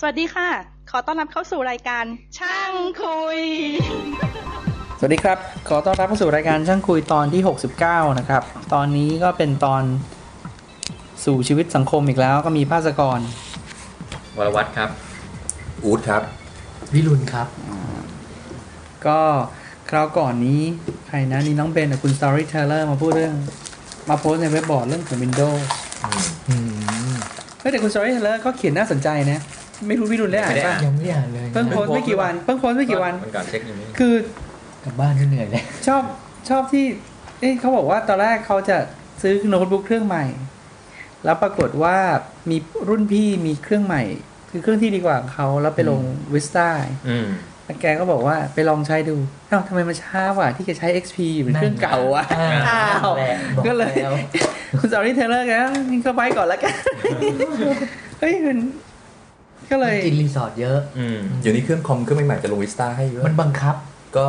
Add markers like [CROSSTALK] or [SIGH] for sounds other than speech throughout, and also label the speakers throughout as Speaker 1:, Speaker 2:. Speaker 1: สวัสดีค่ะ ขอต้อนรับเข้าสู่รายการ ช่างคุย
Speaker 2: สวัสดีครับ ขอต้อนรับเข้าสู่รายการช่างคุยตอนที่ 69 นะครับ ตอนนี้ก็เป็นตอนสู่ชีวิตสังคมอีกแล้วก็มีภาสกร
Speaker 3: วรวัตรครับ
Speaker 4: อูดครับ
Speaker 5: วิรุณครับ
Speaker 2: ก็คราวก่อนนี้ใครนะนี่น้องเบนกับคุณ Storyteller มาพูดเรื่อง มาโพสต์ในเว็บบอร์ดเรื่องของ Windows เฮ้ยแต่คุณ Storyteller ก็เขียนน่าสนใจนะ ไม่รู้พี่รุนได้อ่าน
Speaker 3: ไม่ได้
Speaker 2: ป่ะ
Speaker 3: อ่าน
Speaker 5: ยังไม่ได้อ่านเลย
Speaker 2: เพิ่งโพสต์ไม่กี่วันเพิ่งโพสต์ไม่กี่วัน
Speaker 3: มันก่อนเช็คอยู่นี่
Speaker 2: คือ
Speaker 5: กลับบ้านก็เหนื่อยแล้ว
Speaker 2: ชอบชอบที่ เอ้ยเขาบอกว่าตอนแรกเขาจะซื้อโน้ตบุ๊กเครื่องใหม่ แล้วปรากฏว่ามีรุ่นพี่มีเครื่องใหม่ คือเครื่องที่ดีกว่าของเขาแล้วไปลงวิสตา
Speaker 3: อืม
Speaker 2: แล้วแกก็บอกว่าไปลองใช้ดูเอ้าทำไมมันช้ากว่าที่แกใช้ XP อยู่เป็นเครื่องเก่าอะ
Speaker 5: อ้า
Speaker 2: อ้าว
Speaker 5: วบอก
Speaker 2: ก็เลย
Speaker 5: แว
Speaker 2: คุณสาวนี่เทเลอร์แกนี่เข้าไปก่อนแล้วกัน เฮ้ยมันก็เลย
Speaker 5: กินรีสอร์ทเยอะ
Speaker 3: อืม
Speaker 4: เดี๋ยวนี้เครื่องคอมเครื่องใหม่ๆจะลงวิสตาให้เยอะ
Speaker 5: มันบังคับ
Speaker 4: ก็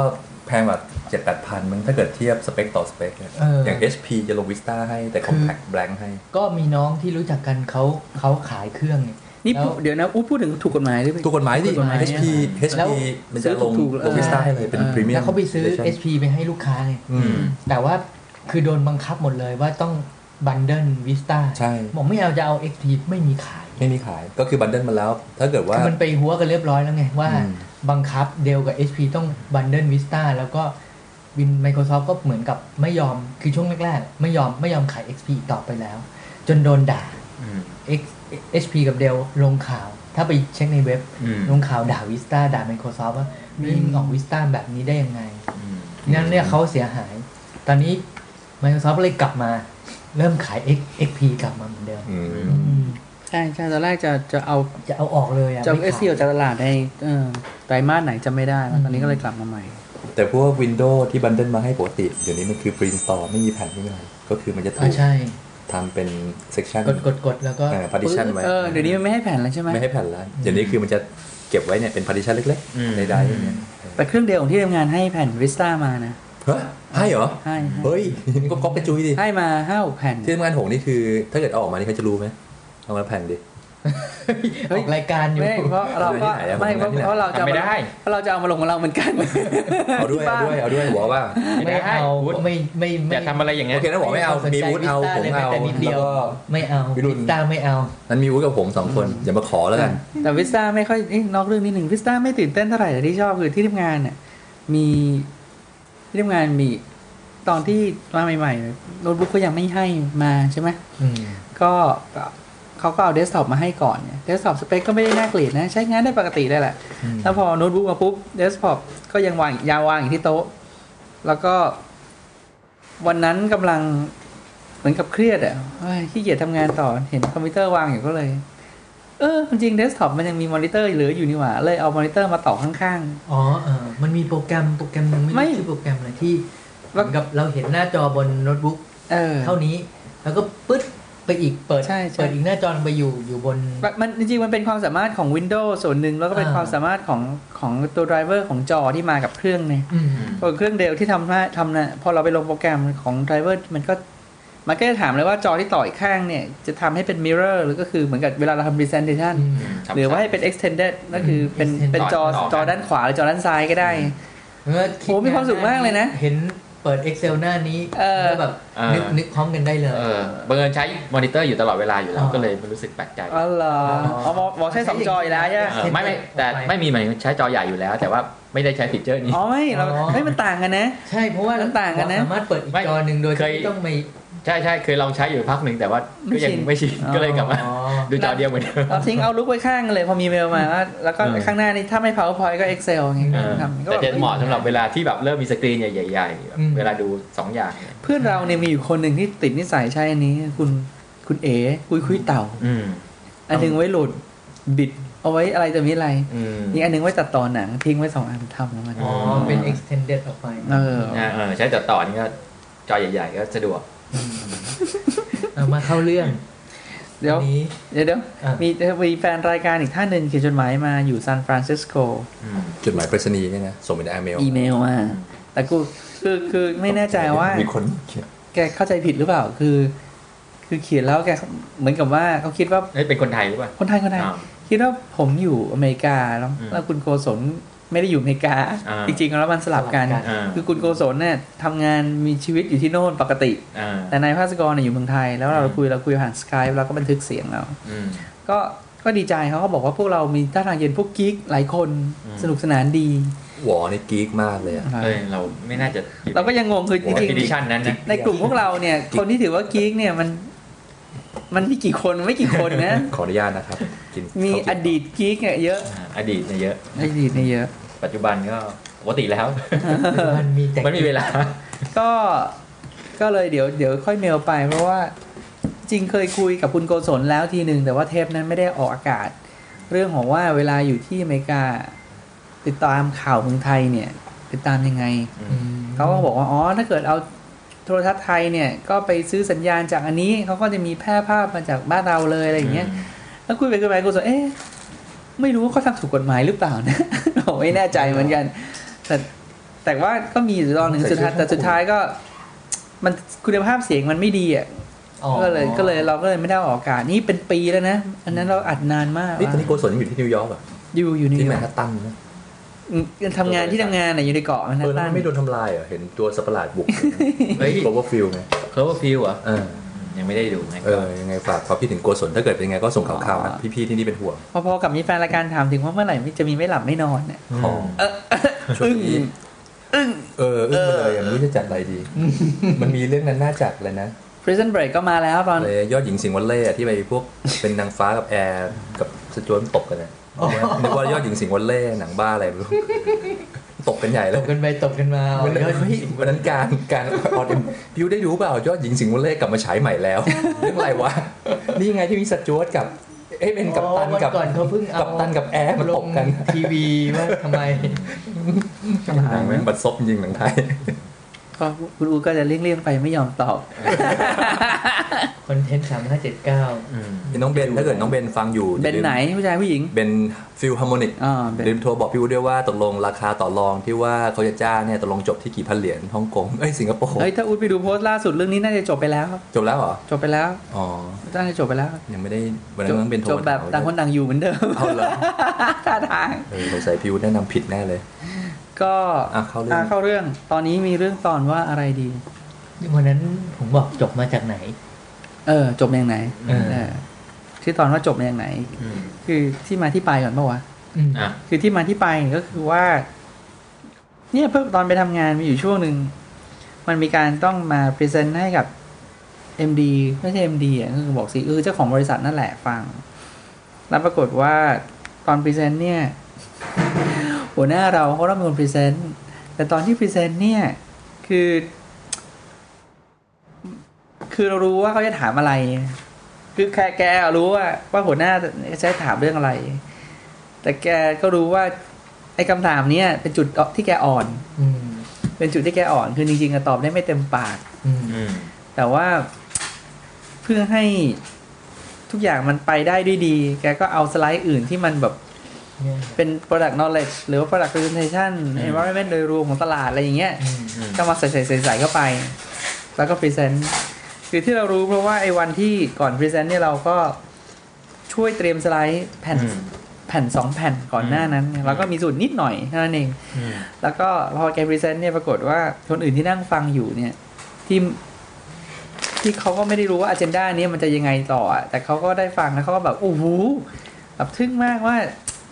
Speaker 4: แพงแบบเจ็ดแปดพันมันถ้าเกิดเทียบสเปคต่อสเปคเนี่ย
Speaker 5: เอออ
Speaker 4: อย่าง HP จะลงวิสตาให้แต่คอมแพคแบงค์ให้
Speaker 5: ก็มีน้องที่รู้จักกันเขาเขาขายเครื่องนี่
Speaker 2: นี่
Speaker 5: แล้ว
Speaker 2: เดี๋ยวนะอู้พูดถึงถูกกฎหมายหรือเปล่า
Speaker 4: ทุกกฎหมายดิ
Speaker 2: ถูกกฎหมาย
Speaker 4: HP
Speaker 5: แล้
Speaker 4: HP
Speaker 5: ว
Speaker 4: มันจะลง
Speaker 2: ซื้อถูกๆ
Speaker 4: ลงวิสตาให้เลยเป็น
Speaker 2: เออ
Speaker 4: พรีเมียม
Speaker 5: แล้วเขาไปซื้อ HP ไปให้ลูกค้าเลย
Speaker 4: อืม
Speaker 5: แต่ว่าคือโดนบังคับหมดเลยว่าต้องบันเดิลวิสตา
Speaker 4: ใช่
Speaker 5: บอกไม่เอาจะเอา XP ไม่มีขาย
Speaker 4: ไม่มีขายก็คือบันเดิลมาแล้ว ถ้าเกิดว่า
Speaker 5: คือมันไปหัวกันเรียบร้อยแล้วไงว่า
Speaker 4: อืม
Speaker 5: บังคับเดลกับ HP ต้องบันเดิลวิสตาแล้วก็วิน Microsoft ก็เหมือนกับไม่ยอมคือช่วงแรกๆไม่ยอมไม่ยอมขาย XP อีกต่อไปแล้ว จนโดนด่า
Speaker 3: อืม
Speaker 5: X- HP กับเดลลงข่าว ถ้าไปเช็คในเว็บ
Speaker 3: อืม
Speaker 5: ลงข่าวด่าวิสตาด่า Microsoft ว่าไม่ออกวิสตาแบบนี้ได้ยังไง
Speaker 3: อืม
Speaker 5: นั่นเนี่ยเขาเสียหาย ตอนนี้ Microsoft ก็เลยกลับมา เริ่มขาย X XP กลับมาเหมือนเดิม
Speaker 4: อืม
Speaker 5: อืม
Speaker 2: ใช่ใช่ตอนแรกจะจะเอา
Speaker 5: จะเอาออกเลยอะ
Speaker 2: จะ
Speaker 5: ไม่
Speaker 2: เอ
Speaker 5: ขาย
Speaker 2: สซีออกจากตลาดในเอ่อไตรมาสไหนจะไม่ได้แล้วตอนนี้
Speaker 5: อืม
Speaker 2: ก็เลยกลับมาใหม่
Speaker 4: แต่พวก Windows ที่บันเดิลมาให้ปกติ เดี๋ยวนี้มันคือฟรีนสตอร์ไม่มีแผ่นไม่มีอะไรก็คือมันจะถู
Speaker 5: อ่าก ใช่
Speaker 4: ทำเป็นเซกชัน
Speaker 5: กดกดกดแล้วก็
Speaker 4: พาร์ติชันไว้
Speaker 2: เออเดี๋ยวนี้มันไม่ให้แผ่นแล้วใช่ไหม
Speaker 4: ไม่ให้แผ่นละเดี๋ยวนี้คือมันจะเก็บไว้เนี่ยเป็นพาร์ติชันเล็ก
Speaker 3: อืม
Speaker 4: ๆในได้เนี่ย
Speaker 2: แต่เครื่องเดียวของที่ทำงานให้แผ่นวิสตามานะ
Speaker 4: เฮ้ยให้เหรอ
Speaker 2: ให้
Speaker 4: เฮ้ยมันก็ก๊อปกระจุยดิ
Speaker 2: ให้มาห้าหกแผ่น
Speaker 4: ที่ทำงานหงนี่คือ ถ้าเกิดเอาออกมานี่เขาจะรู้ไหมเอามาแผ่นดิ
Speaker 2: เฮ้
Speaker 5: อย อกรายการอยู่
Speaker 2: ไม่เพราะเราก็
Speaker 4: ไม่
Speaker 2: ไม่
Speaker 4: ได้
Speaker 2: เพราะเพราะเราจะ
Speaker 4: ที่ไหน
Speaker 3: ทำไม่ได้
Speaker 2: เพราะเราจะเอามาลงของเราเหมือนกัน
Speaker 4: เอาด้วยเอาด้วยเอาด้วยหัวว่า
Speaker 3: ไม่
Speaker 5: ไม่
Speaker 3: ได้
Speaker 5: เอา
Speaker 3: วุฒิ
Speaker 5: ไม่ไม่ไม่
Speaker 3: อย่าทำอะไรอย่างเงี้
Speaker 4: โอยเคนะหัวไม่เอา
Speaker 5: สน
Speaker 4: มี
Speaker 5: ใจ
Speaker 4: วุฒิเอา
Speaker 5: วิส
Speaker 4: ผม
Speaker 5: ต้ลย
Speaker 4: เอา
Speaker 5: แต่นิดเดี
Speaker 4: แล้
Speaker 5: ยว ว
Speaker 4: ก็
Speaker 5: ไม่เอา
Speaker 4: วิรุณ
Speaker 5: ตาไม่เอา
Speaker 4: นั้นมีวุฒิกับผมสองคนอย่ามาขอแล้วกัน
Speaker 2: แต่วิสตาไม่ค่อยเอ๊ะนอกเรื่องนิดหนึ่งวิสตาไม่ตื่นเต้นเท่าไหร่แต่ที่ชอบคือที่ทำงานเนี่ยมีที่ทำงานมีตอนที่มาใหม่ๆโน้ตบุ๊กก็ยังไม่ให้มาใช่ไหม
Speaker 5: อืม
Speaker 2: ก็เขาก็เอาเดสก์ท็อปมาให้ก่อนเนี่ยเดสก์ท็อปสเปคก็ไม่ได้น่าเกลียดนะ ใช้งานได้ปกติได้แหละ
Speaker 4: อืม
Speaker 2: แล้วพอโน้ตบุ๊กมาปุ๊บเดสก์ท็อปก็ยังวางยางวางอยู่ที่โต๊ะ แล้วก็ วันนั้นกำลังเหมือนกับเครียดอะ่ะเฮ้ยขี้เกียจทำงานต่อเห็นคอมพิวเตอร์วางอยู่ก็เลย เออจริงเดสก์ท็อปมันยังมีมอนิเตอร์เหลืออยู่นี่หว่า เลยเอามอนิเตอร์มาต่อข้าง
Speaker 5: อ๋อเออมันมีโปรแกรมโปรแกรมหนึงไม่
Speaker 2: ไม่
Speaker 5: รู้ชื่อโปรแกรมอะไรที่เห
Speaker 2: แล้ว
Speaker 5: มือนกับเราเห็นหน้าจอบนโน้ตบุ๊ก
Speaker 2: ๆ เออ
Speaker 5: เท่านี้ แล้วก็ปึ๊ดไปอีกเปิด
Speaker 2: ใช่ใช่
Speaker 5: เปิดอีกหน้าจอไปอยู่อยู่บน
Speaker 2: มันมันจริงๆมันเป็นความสามารถของ Windows ส่วนหนึ่งแล้วก็เป็น
Speaker 5: อ่า
Speaker 2: ความสามารถของของตัวไดรเวอร์ของจอที่มากับเครื่องเนี่ย
Speaker 5: อืม
Speaker 2: ส่วนเครื่องเดลที่ทำให้ทำนะพอเราไปลงโปรแกรมของไดรเวอร์มันก็มันก็จะถามเลยว่าจอที่ต่ออีกข้างเนี่ย จะทำให้เป็น mirror หรือก็คือเหมือนกับเวลาเราทำ presentation
Speaker 5: อืม
Speaker 3: ครับ
Speaker 2: หรือว่าให้เป็น extended ก็คือเป็น
Speaker 5: extended
Speaker 2: เป็นจอ
Speaker 3: ต่อกัน
Speaker 2: จอด้านขวาหรือจอด้านซ้ายก็ได้
Speaker 5: เมื่อคิด
Speaker 2: โอ้มีความสุขมากเลยนะ
Speaker 5: เห็นเปิด Excel หน้านี้
Speaker 2: เออ
Speaker 5: แล้วแบบ
Speaker 3: เออ
Speaker 5: นึกนึกพร้อมกันได้เลย
Speaker 3: เออบังเอิญใช้มอนิเตอร์อยู่ตลอดเวลาอยู่แล้ว
Speaker 5: อ๋อ
Speaker 3: ก็เลยไม่รู้สึกแปลกใจ
Speaker 2: อ๋อเหรออ๋อหมอหมอใช้สองจออยแล้วใช่ไหม
Speaker 3: เออไม่ไม่แต่ไม่มีหมายถึงใช้จอใหญ่อยู่แล้ว แต่ว่าไม่ได้ใช้ฟีเจอร์นี้
Speaker 2: อ๋อไม่เรา
Speaker 5: อ๋อ
Speaker 2: เฮ้ยมันต่างกันนะ
Speaker 5: ใช่เพราะว่า
Speaker 2: มันต่างกันนะ
Speaker 5: สามารถเปิดอีก
Speaker 3: ไม่
Speaker 5: จอหนึ่งโดย
Speaker 3: เคย
Speaker 5: ที่ไม่ต้องไป
Speaker 3: ใช่ใช่เคยลองใช้อยู่พักหนึ่งแต่ว่าก็ยัง
Speaker 2: ไม่
Speaker 3: ไม่
Speaker 2: ชิ
Speaker 3: ชิ
Speaker 2: น
Speaker 3: น
Speaker 2: อ๋อ
Speaker 3: ก็เลยกลับมา
Speaker 5: อ๋อ
Speaker 3: ดูจอเดียวเหมือนเดิม
Speaker 2: เราทิ้งเอาลุกไว้ข้างกันเลยพอมีเมลมาว่าแล้วก็
Speaker 3: อืม
Speaker 2: ข้างหน้านี่ถ้าไม่ powerpoint ก็ excel ไง
Speaker 3: เออ
Speaker 2: ทำก็
Speaker 3: แต่
Speaker 2: แบบ
Speaker 3: จะเหมาะสำหรับเวลาที่แบบเริ่มมีสกรีนใหญ่ๆแบบเวลาดูสองอย่างเนี่ย
Speaker 2: เพื่อนเราเนี่ยมีอยู่คนหนึ่งที่ติดนิสัยใช้อันนี้คุณคุณเอ๋คุยคุยเต่า
Speaker 3: อืม
Speaker 2: อันหนึงไว้โหลดบิด เอาไว้อะไรจะมีอะไร
Speaker 3: อืม
Speaker 2: อีกอันหนึงไว้ตัดต่อหนังทิ้งไว้สองอันทำแล้วมัน
Speaker 5: อ๋อเป็น extended ออกไป
Speaker 2: เออ
Speaker 3: อ่าเออใช้ต่อต่อนี่ก็จอใหญ่ ๆ ก็สะดวก
Speaker 5: เอามาเข้าเรื่อง
Speaker 2: เดี๋ยว
Speaker 5: อันนี้
Speaker 2: เดี๋ยวเดี๋ยว
Speaker 5: อ่ะ
Speaker 2: มีมีแฟนรายการอีกท่านหนึ่งเขียนจดหมายมาอยู่ซานฟรานซิสโก
Speaker 3: อืม
Speaker 4: จดหมายไปรษณีย์เนี่ยนะส่งเป็นอีเมล
Speaker 2: อีเมลมาแต่กูคือคือไม่แน่ใจว่า
Speaker 4: มีคนเขียน
Speaker 2: แกเข้าใจผิดหรือเปล่าคือ คือเขียนแล้วแกเหมือนกับว่าเขาคิดว่า
Speaker 3: เฮ้ยเป็นคนไทยหรือเปล่า
Speaker 2: คนไทยคนไทย
Speaker 3: อ้าว
Speaker 2: คิดว่าผมอยู่อเมริกาแล้ว
Speaker 3: อืม
Speaker 2: แล้วคุณโกศลไม่ได้อยู่อเมริกา
Speaker 3: อ่า
Speaker 2: จริงๆแล้วมันสลับกัน
Speaker 5: สลับกัน
Speaker 3: อ่า
Speaker 2: คือคุณโกศลเนี่ยทำงานมีชีวิตอยู่ที่โน่นปกติ
Speaker 3: อ่า
Speaker 2: แต่นายภาสกรเนี่ยอยู่เมืองไทย แล้วเรา
Speaker 3: อืม
Speaker 2: คุยเราคุยผ่านสกายแล้วก็บันทึกเสียงเรา
Speaker 3: อืม
Speaker 2: ก็ก็ดีใจเขาก็บอกว่าพวกเรามีท่าทางเย็นพวกกิ๊กหลายคน
Speaker 3: อืม
Speaker 2: สนุกสนานดี
Speaker 4: หวอในกีกมากเลยอะ
Speaker 3: เอ้ยเราไม่น่าจะ
Speaker 2: เราก็ยังงงคือจ
Speaker 3: จริ
Speaker 2: ริ
Speaker 3: ง
Speaker 2: ง
Speaker 3: ดิชันนั้นนะ
Speaker 2: ๆในกลุ่มพวกเรา
Speaker 3: [LAUGHS]
Speaker 2: เนี่ย คนที่ถือว่ากิ๊กเนี่ยมัน มันมีกี่คนไม่กี่คนนะ
Speaker 4: ขออนุญาตนะครับ กิน
Speaker 2: มี
Speaker 4: ข้าวกิน
Speaker 2: อดีตกิ๊กเนี่ยเยอะ
Speaker 3: อ่าอดีตเนี่ยเยอะ
Speaker 2: อดีตเนี่ยเยอะ
Speaker 3: ปัจจุบันก็ปกติแล้ว
Speaker 5: มันมีแต่
Speaker 3: มันมีเวลา
Speaker 2: ก็ก็เลยเดี๋ยวเดี๋ยวค่อยเมลไป เพราะว่าจริงเคยคุยกับคุณโกศลแล้วทีหนึ่งแต่ว่าเทปนั้นไม่ได้ออกอากาศ เรื่องของว่าเวลาอยู่ที่อเมริกา ติดตามข่าวเมืองไทยเนี่ย ติดตามยังไง เขาก็บอกว่า อ๋อ ถ้าเกิดเอาโทรทัศน์ไทยเนี่ย ก็ไปซื้อสัญญาณจากอันนี้ เขาก็จะมีแพร่ภาพมาจากบ้านเราเลยอะไรอย่างเงี้ย แล้วคุยไปคุยไปกูสนเอ๊ะไม่รู้ว่าเขาทำถูกกฎหมายหรือเปล่านะ [LAUGHS] ผมไม่แน่ใจเหมือนกัน แต่แต่ว่าก็มีอยู่ตอนหนึ่งสุดท้ายแต่สุดท้ายก็ มันคุณภาพเสียงมันไม่ดีอ่ะก็เลยก็เลยเราก็เลยไม่ได้ออกอากาศนี่เป็นปีแล้วนะอันนั้นเราอัดนานมาก
Speaker 4: นี่ตอนนี้โกศลยังอยู่ที่นิวยอร์กเหรอ่ะ
Speaker 2: อยู่อยู่นิ
Speaker 4: ที่
Speaker 2: ว
Speaker 4: แม
Speaker 2: ยอน ร์ก
Speaker 4: ฮัตตันนะ
Speaker 2: อืมทำงานที่ทำงานน่ะอยู่ในเกาะแมนฮัต
Speaker 4: เออ
Speaker 2: ตั
Speaker 4: แล้ว
Speaker 2: น
Speaker 4: ไม่โดนทำลายเหรอเห็นตัวสัตว์ประหลาด [LAUGHS] บุก
Speaker 3: เฮ้ย
Speaker 4: โคเวอร์ฟิลไง
Speaker 3: เคอร์ฟิวอ่ะ
Speaker 4: เออ
Speaker 3: ยังไม่ได้ดูนะ
Speaker 4: เออยังไงฝากความคิดถึงโกศลถ้าเกิดเป็นยังไงก็ส่งข่าวๆนะพี่ๆที่นี่เป็นห่วง
Speaker 2: พอๆกับมีแฟนรายการถามถึงว่าเมื่อไหร่จะมีไม่หลับไม่นอนเนี่ย
Speaker 3: ม
Speaker 4: ของ ช่วง
Speaker 2: อึ้ง
Speaker 4: นี้
Speaker 2: อึ้ง
Speaker 4: เอออึ้งมาเลยยังไม่รู้จะจัดอะไรดี มันมีเรื่องนั้นน่าจัดเลยนะ
Speaker 2: Prison Break ก็มาแล้วตอน
Speaker 4: เลยยอดหญิงสิงห์วอลเล่อะที่ไปพวกเป็นนางฟ้ากับแอร์กับสจวนตบกันนะ
Speaker 5: อ๋อ
Speaker 4: นึกว่ายอดหญิงสิงห์วอลเล่หนังบ้าอะไรไม่รู้ตบกันใหญ่
Speaker 5: ต
Speaker 4: แล้ว
Speaker 5: บกันไปตบกันมา
Speaker 4: วันนั้น
Speaker 5: เฮ้ย
Speaker 4: เฮ้ยวันนั้นการการออดพิวได้ดูเปล่ายอดหญิงสิงห์วอลเล่กลับมาฉายใหม่
Speaker 2: [LAUGHS]
Speaker 4: แล้วเรื่องอะไรวะนี่ไงที่มีสจวตกับเอ้ยเป็นกับตันกับ
Speaker 5: อ๋อวัก่อนเขาเพิ่งเอา
Speaker 4: กับตันกับแอร์มา
Speaker 5: ล
Speaker 4: ต
Speaker 5: ง
Speaker 4: บกัน
Speaker 5: ทีวีว่าทำไม
Speaker 4: หนังแม่งบัดซบจริงหนังไทย
Speaker 2: ก็คุณอูก็จะเลี่ยงเลี่ยงๆไปไม่ยอมตอบ
Speaker 5: คอนเทนต์สามห้าเจ็ดเก้า
Speaker 3: อืม
Speaker 4: น้องเบนถ้าเกิดน้องเบนฟังอยู่
Speaker 2: เบนไหนผู้ชายผู้หญิง
Speaker 4: เบนฟิลฮาร์โมนิก
Speaker 2: อ่าเบน
Speaker 4: ลืมโทรบอกพี่อูด้วยว่าตกลงราคาต่อรองที่ว่าเขาจะจ้างเนี่ยตกลงจบที่กี่พันเหรียญฮ่องกงเอ้ยสิงคโปร์
Speaker 2: เฮ้ยถ้าอูดไปดูโพสต์ล่าสุดเรื่องนี้น่าจะจบไปแล้ว
Speaker 4: จบแล้วเหรอ
Speaker 2: จบไปแล้ว
Speaker 4: อ๋อ
Speaker 2: น่าจะจบไปแล้ว
Speaker 4: ยังไม่ได้วันนั้นต้องเป็นโทร
Speaker 2: จบแบบต่างคนต่างอยู่เหมือนเดิม
Speaker 4: เอาเหรอ
Speaker 2: [LAUGHS] ท่าทาง
Speaker 4: เออสงสัยพี่อูแนะนำผิดแน่เลย
Speaker 2: ก็
Speaker 4: อ่ะเข้าเรื่อง
Speaker 2: ะเข้าเรื่อง ตอนนี้มีเรื่องตอนว่าอะไรดี
Speaker 5: วันนั้นผมบอกจบมาจากไหน
Speaker 2: เออ จบมาอย่างไหน
Speaker 3: เออ
Speaker 2: เออชื่อตอนว่าจบมาอย่างไหน
Speaker 3: อืม
Speaker 2: คือที่มาที่ไปก่อนปะวะ
Speaker 5: อืม
Speaker 3: อ่ะ
Speaker 2: คือที่มาที่ไปก็คือว่า เนี่ยเพิ่งตอนไปทำงานมีอยู่ช่วงหนึ่ง มันมีการต้องมาพรีเซนต์ให้กับ MD ไม่ใช่ MD อ่ะก็คือบอกสิเออเจ้าของบริษัทนั่นแหละฟัง แล้วปรากฏว่าตอนพรีเซนต์เนี่ย หัวหน้าเราเขาต้องเป็นคนพรีเซนต์แต่ตอนที่พรีเซนต์เนี่ย คือ คือเรารู้ว่าเขาจะถามอะไร คือแค่แกรู้ว่าว่าหัวหน้าจะใช้ถามเรื่องอะไร แต่แกก็รู้ว่า ไอ้คำถามเนี้ยเป็นจุดที่แกอ่อน
Speaker 5: อืม
Speaker 2: เป็นจุดที่แกอ่อน คือจริงๆอะตอบได้ไม่เต็มปาก
Speaker 5: อืม
Speaker 3: อืม
Speaker 2: แต่ว่าเพื่อให้ทุกอย่างมันไปได้ด้วยดี แกก็เอาสไลด์อื่นที่มันแบบ
Speaker 5: เนี่ย
Speaker 2: เป็น product knowledge หรือว่า product presentation environment โดยรวมของตลาดอะไรอย่างเงี้ย
Speaker 5: อืม
Speaker 3: อืม
Speaker 2: ก็มาใส่ใส่ใส่ใส่เข้าไป แล้วก็พรีเซนต์ คือที่เรารู้เพราะว่าไอ้วันที่ก่อนพรีเซนต์เนี่ยเราก็ช่วยเตรียมสไลด์แผ่น
Speaker 3: อืม
Speaker 2: แผ่นสองแผ่นก่อน
Speaker 3: อืม
Speaker 2: หน้านั้นไงแล้วก็มีสูตรนิดหน่อยเท่านั้นเอง
Speaker 3: อืม
Speaker 2: แล้วก็พอแกพรีเซนต์เนี่ยปรากฏว่าคนอื่นที่นั่งฟังอยู่เนี่ย ที่ที่เขาก็ไม่ได้รู้ว่าอ g e n d a นี้มันจะยังไงต่ออะแต่เขาก็ได้ฟังแล้วเขาก็แบบโอ้โหแบบทึ่งมากว่า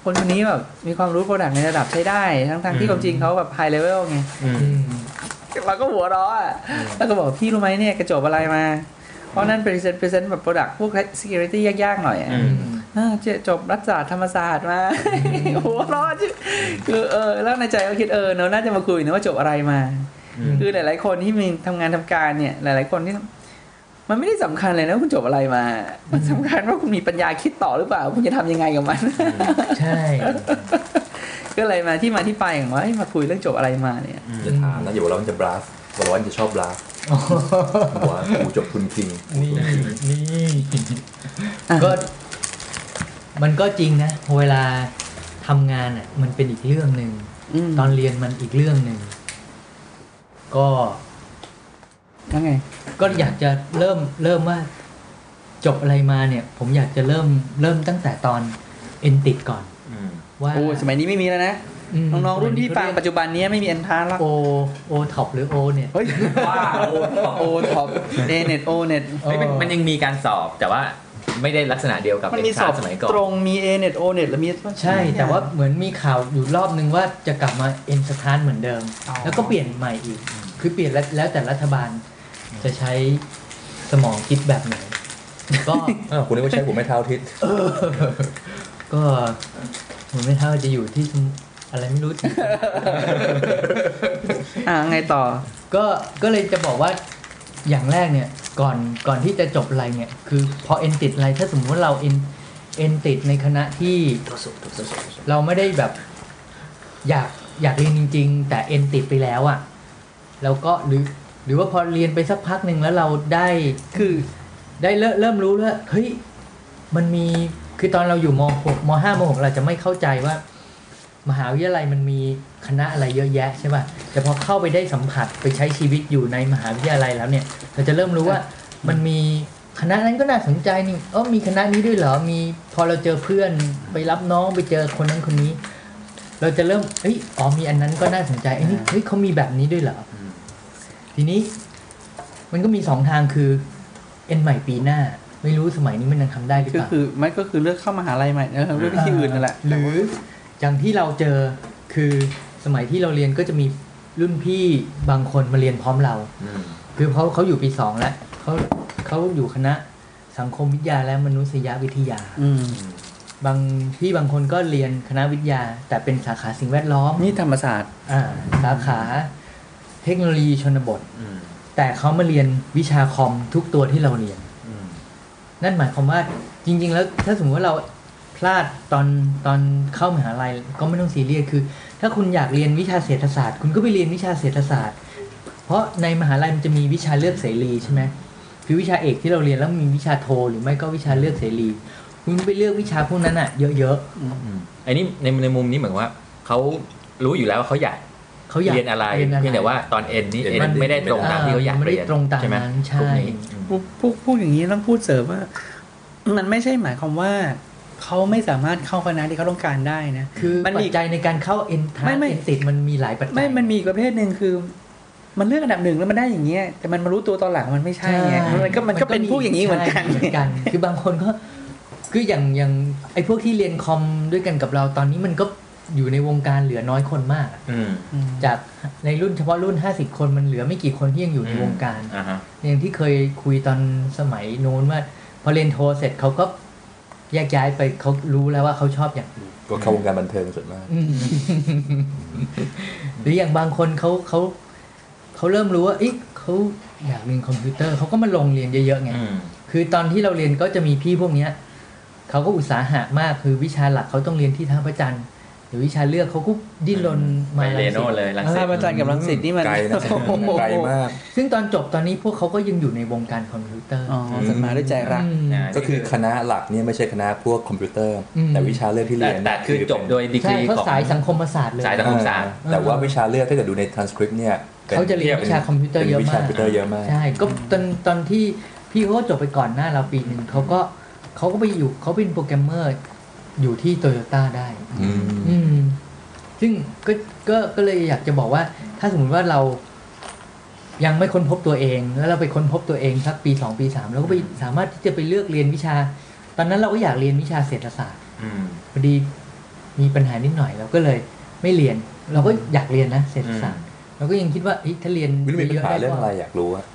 Speaker 2: คนคนนี้แบบมีความรู้โปรดักในระดับใช้ได้ ทั้งๆท
Speaker 3: อื
Speaker 2: ที่
Speaker 3: ม
Speaker 2: ความจริงเขาแบบไฮเลเวลไง
Speaker 3: อืม
Speaker 5: อืม
Speaker 2: เราก็หัวเร้อะแล้วก็บอกพี่รู้ไหมเนี่ยกระจกอะไรมา เพราะนั่นเป็นเซนเป็นเซนแบบโปรดักพวก security ยากๆหน่อยอะ
Speaker 3: อืม
Speaker 5: อืม
Speaker 2: เออเจจบรัฐศาสตร์ธรรมศาสตร์มา หัวเร้อจิคือเออ แล้วในใจก็คิดเออเนอะน่าจะมาคุยนะว่าจบอะไรมา
Speaker 3: อืม
Speaker 2: คือหลาย ๆ คนที่มีทำงานทำการเนี่ย หลาย ๆ คนที่ มันไม่ได้สำคัญเลยนะว่าคุณจบอะไรมา มันสำคัญว่าคุณมีปัญญาคิดต่อหรือเปล่า คุณจะทำยังไงกับมัน
Speaker 5: ใช่
Speaker 2: ก็เลยมาที่มาที่ไปของว่าเอ้ยมาคุยเรื่องจบอะไรมาเนี่ย
Speaker 4: จะถามนะอย่าบอกว่ามันจะบราฟบอกว่ามันจะชอบบราฟบอกว่ากูจบคุณคิง
Speaker 5: นี่นี่ก็มันก็จริงนะ เวลาทำงานอ่ะ มันเป็นอีกเรื่องหนึ่ง
Speaker 2: อืม
Speaker 5: ตอนเรียนมันอีกเรื่องหนึ่ง ก็
Speaker 2: แล้วไง
Speaker 5: ก็อยากจะเริ่มเริ่มว่า จบอะไรมาเนี่ย ผมอยากจะเริ่มเริ่มตั้งแต่ตอน เอนติดก่อน
Speaker 3: อืม
Speaker 5: ว่า
Speaker 2: โอ้สมัยนี้ไม่มีแล้วนะ
Speaker 5: ม
Speaker 2: น้องๆรุ่นที่ฟังปัจจุบันนี้ไม่มีเอนทานแล้ว
Speaker 5: โอโอท็อปหรือโอเนี่ย
Speaker 2: เฮ้ย
Speaker 3: ว่าโอ้โห
Speaker 2: โอท็อปเอเน็ตโอเน็ต
Speaker 3: เฮ้ยมันมันยังมีการสอบแต่ว่าไม่ได้ลักษณะเดียวกับ
Speaker 2: มันมี
Speaker 3: เอ็ก
Speaker 2: ส
Speaker 3: ซา
Speaker 2: อบ
Speaker 3: สมัยก่อน
Speaker 2: ตรงมีเอเน็ตโอเน็ตแล้วมี
Speaker 5: ใช่ แต่ว่าเหมือนมีข่าวอยู่รอบนึงว่าจะกลับมาเอ็นสถานเหมือนเดิม
Speaker 2: อ๋อ
Speaker 5: แล้วก็เปลี่ยนใหม่อีก คือเปลี่ยนแล้วแล้วแต่รัฐบาลจะใช้สมองคิดแบบไหน ก็
Speaker 4: อ้าวคุณนึกว่าใช้หัวไม่เท้าทิศ
Speaker 5: ก็ผมไม่เท่าจะอยู่ที่สมอะไรไม่รู้
Speaker 2: อ่าไงต่อ
Speaker 5: ก็ก็เลยจะบอกว่าอย่างแรกเนี่ยก่อนก่อนที่จะจบอะไรเนี่ย คือพอเอนติดอะไรถ้าสมมติว่าเราเอนเอนติดในคณะที่เราไม่ได้แบบ อยากอยากเรียนจริง ๆ แต่เอนติดไปแล้วอะ่ะแล้วก็หรือหรือว่าพอเรียนไปสักพักหนึ่งแล้วเราได้คือได้เริ่มเริ่มรู้แล้วเฮ้ยมันมีคือตอนเราอยู่มหกมห้ามหกเราจะไม่เข้าใจว่า มหาวิทยาลัยมันมีคณะอะไรเยอะแยะใช่ป่ะ แต่พอเข้าไปได้สัมผัสไปใช้ชีวิตอยู่ในมหาวิทยาลัยแล้วเนี่ย เราจะเริ่มรู้ว่ามันมีคณะนั้นก็น่าสนใจนี่เออมีคณะนี้ด้วยเหรอ มีพอเราเจอเพื่อนไปรับน้องไปเจอคนนั้นคนนี้ เราจะเริ่มเอ้ยอ๋อมีอันนั้นก็น่าสนใจไอ้นี่เฮ้ยเขามีแบบนี้ด้วยเหรออ
Speaker 3: ม
Speaker 5: ทีนี้ มันก็มีสองทางคือเอ็นใหม่ปีหน้า ไม่รู้สมัยนี้มันยังทำได้หรือ
Speaker 2: ก็
Speaker 5: เปล่า
Speaker 2: คือไม่ก็คือเลือกเข้ามหาลัยใหม่เออเลือกวิธีอื่นนั่นแหละ
Speaker 5: หรืออย่างที่เราเจอคือสมัยที่เราเรียนก็จะมีรุ่นพี่บางคนมาเรียนพร้อมเรา
Speaker 3: อืม
Speaker 5: คือเขาเขาอยู่ปีสองแล้วเขาเขาอยู่คณะสังคมวิทยาและมนุษยวิทยา
Speaker 2: อืม
Speaker 5: บางพี่บางคนก็เรียนคณะวิทยา แต่เป็นสาขาสิ่งแวดล้อม
Speaker 2: นี่ธรรมศาสตร์
Speaker 5: อ่าสาขาเทคโนโลยีชนบท
Speaker 3: อืม
Speaker 5: แต่เขามาเรียนวิชาคอมทุกตัวที่เราเรียน
Speaker 3: อืม
Speaker 5: นั่นหมายความว่าจริง ๆ แล้วถ้าสมมติว่าเราพลาดตอนตอนเข้ามหาลัยก็ไม่ต้องซีเรียสคือ ถ้าคุณอยากเรียนวิชาเศรษฐศาสตร์ คุณก็ไปเรียนวิชาเศรษฐศาสตร์ เพราะในมหาลัยมันจะมีวิชาเลือกเสรีใช่ไหมคือวิชาเอกที่เราเรียนแล้วมีวิชาโท หรือไม่ก็วิชาเลือกเสรี คุณไปเลือกวิชาพวกนั้นอะเยอะ
Speaker 3: อืมอันนี้ในในมุมนี้เหมือนว่าเขารู้อยู่แล้วว่าเขาอยาก
Speaker 5: ๆเขาอยาก
Speaker 3: เรียนอะไร
Speaker 5: เรียนอะไร
Speaker 3: เพียงแต่ว่าตอนเอ็นนี่
Speaker 4: เรี
Speaker 3: เอ็
Speaker 4: ยน
Speaker 3: น
Speaker 4: มัน
Speaker 3: ไม่ได้ตรงตามที่เขาอยาก
Speaker 5: ไม่
Speaker 3: เรี
Speaker 5: ได้
Speaker 3: ยน
Speaker 5: ตรงตาม
Speaker 3: ใช่ไหม
Speaker 5: นั้น
Speaker 3: พ
Speaker 5: ใช่
Speaker 3: วกนี้อืม
Speaker 2: พูดพูดพูดอย่างนี้ต้องพูดเสริมว่า มันไม่ใช่หมายความว่าเขาไม่สามารถเข้าคณะที่เขาต้องการได้นะ
Speaker 5: คือ
Speaker 2: มัน
Speaker 5: ปั
Speaker 2: มี
Speaker 5: จจัยในการเข้าเอ็นทา
Speaker 2: ไม่
Speaker 5: น
Speaker 2: ไม่
Speaker 5: เอ็นติดมันมีหลายปัจจัย
Speaker 2: ไม่มันมีอีกประเภทหนึ่งคือ มันเลือกอันดับหนึ่งแล้วมันได้อย่างเงี้ยแต่มันมารู้ตัวตอนหลังมันไม่ใช่ไงมันก็มันก็เป็นพวกอย่างนี้เหมือนกัน
Speaker 5: ใช่เหมือนกัน คือบางคนก็คืออย่างอย่างไอ้พวกที่เรียนคอมด้วยกันกับเราตอนนี้มันก็อยู่ในวงการเหลือน้อยคนมาก
Speaker 3: อืม
Speaker 2: อืม
Speaker 5: จากในรุ่นเฉพาะรุ่น 50 คนมันเหลือไม่กี่คนที่ยังอยู่ในวงการ
Speaker 3: อ่าฮะ
Speaker 5: อย่างที่เคยคุยตอนสมัยโน้นว่า พอเรียนโทเสร็จเขาก็แยกย้ายไปเขารู้แล้วว่าเขาชอบอย่างอื่น
Speaker 4: ก็เข้าวงการบันเทิงส่วนมาก
Speaker 5: หรืออย่างบางคนเขาเขาเขาเริ่มรู้ว่าเอ๊ะเขาอยากเรียนคอมพิวเตอร์เขาก็มาลงเรียนเยอะๆไง
Speaker 3: อืม
Speaker 5: คือตอนที่เราเรียนก็จะมีพี่พวกเนี้ยเขาก็อุตสาหะมากคือวิชาหลักเขาต้องเรียนที่ท่าพระจันทร์หรือวิชาเลือกเขาก็ดิ้นรน
Speaker 3: ไป
Speaker 5: มา
Speaker 3: เรโน่
Speaker 5: สิ
Speaker 3: เลยลังสิต
Speaker 2: อ่าอาจารย์กับรังสิตนี่มัน
Speaker 4: ไกล
Speaker 5: [LAUGHS]
Speaker 4: นะ
Speaker 2: โอ้โห
Speaker 4: ไกลมาก
Speaker 5: ซึ่งตอนจบตอนนี้พวกเขาก็ยังอยู่ในวงการคอมพิวเตอร์
Speaker 2: อ๋อสัมมาด้วยใจรัก
Speaker 5: อืม
Speaker 3: า
Speaker 4: ก็คือคณะหลักเนี่ยไม่ใช่คณะพวกคอมพิวเตอร์
Speaker 5: อืม
Speaker 4: แต่วิชาเลือกที่เรี
Speaker 3: แต่
Speaker 4: ยน
Speaker 3: แต่คือจบโดยดีก
Speaker 5: ใช่
Speaker 3: รี
Speaker 5: เขา
Speaker 3: ของ
Speaker 5: สายสังคมศาสตร์เลย
Speaker 3: สายสังคม ศสตร์
Speaker 4: แต่ว่าวิชาเลือกถ้าเกิดดูใน transcript เนี่ยป็
Speaker 5: เขาจะเรียนวิชาคอมพิวเตอร์เยอะ
Speaker 4: ป็นวิ
Speaker 5: มา
Speaker 4: ชาก คอมพิวเตอร์เยอะมาก
Speaker 5: ใช่ก็ตอนตอนที่พี่เขาก็จบไปก่อนหน้าเราปีหนึ่งเขาก็เขาก็ไปอยู่เขาเป็นโปรแกรมเมอร์อยู่ที่โตโยต้าได้
Speaker 4: อืม
Speaker 5: อืม ซึ่งก็ก็ก็เลยอยากจะบอกว่า ถ้าสมมติว่าเรา ยังไม่ค้นพบตัวเอง แล้วเราไปค้นพบตัวเองสักปีสองปีสามเราก็ไปสามารถที่จะไปเลือกเรียนวิชา ตอนนั้นเราก็อยากเรียนวิชาเศรษฐศาสตร์
Speaker 3: อืม
Speaker 5: พอดีมีปัญหานิดหน่อยเราก็เลยไม่เรียน เราก็อยากเรียนนะเศรษฐศาสตร์เราก็ยังคิดว่าเอ๊ะถ้าเรียน
Speaker 4: วิลลี่มีปัญหา
Speaker 5: ด้
Speaker 4: เรื่อง
Speaker 5: ก็
Speaker 4: อะไรอยากรู้อะ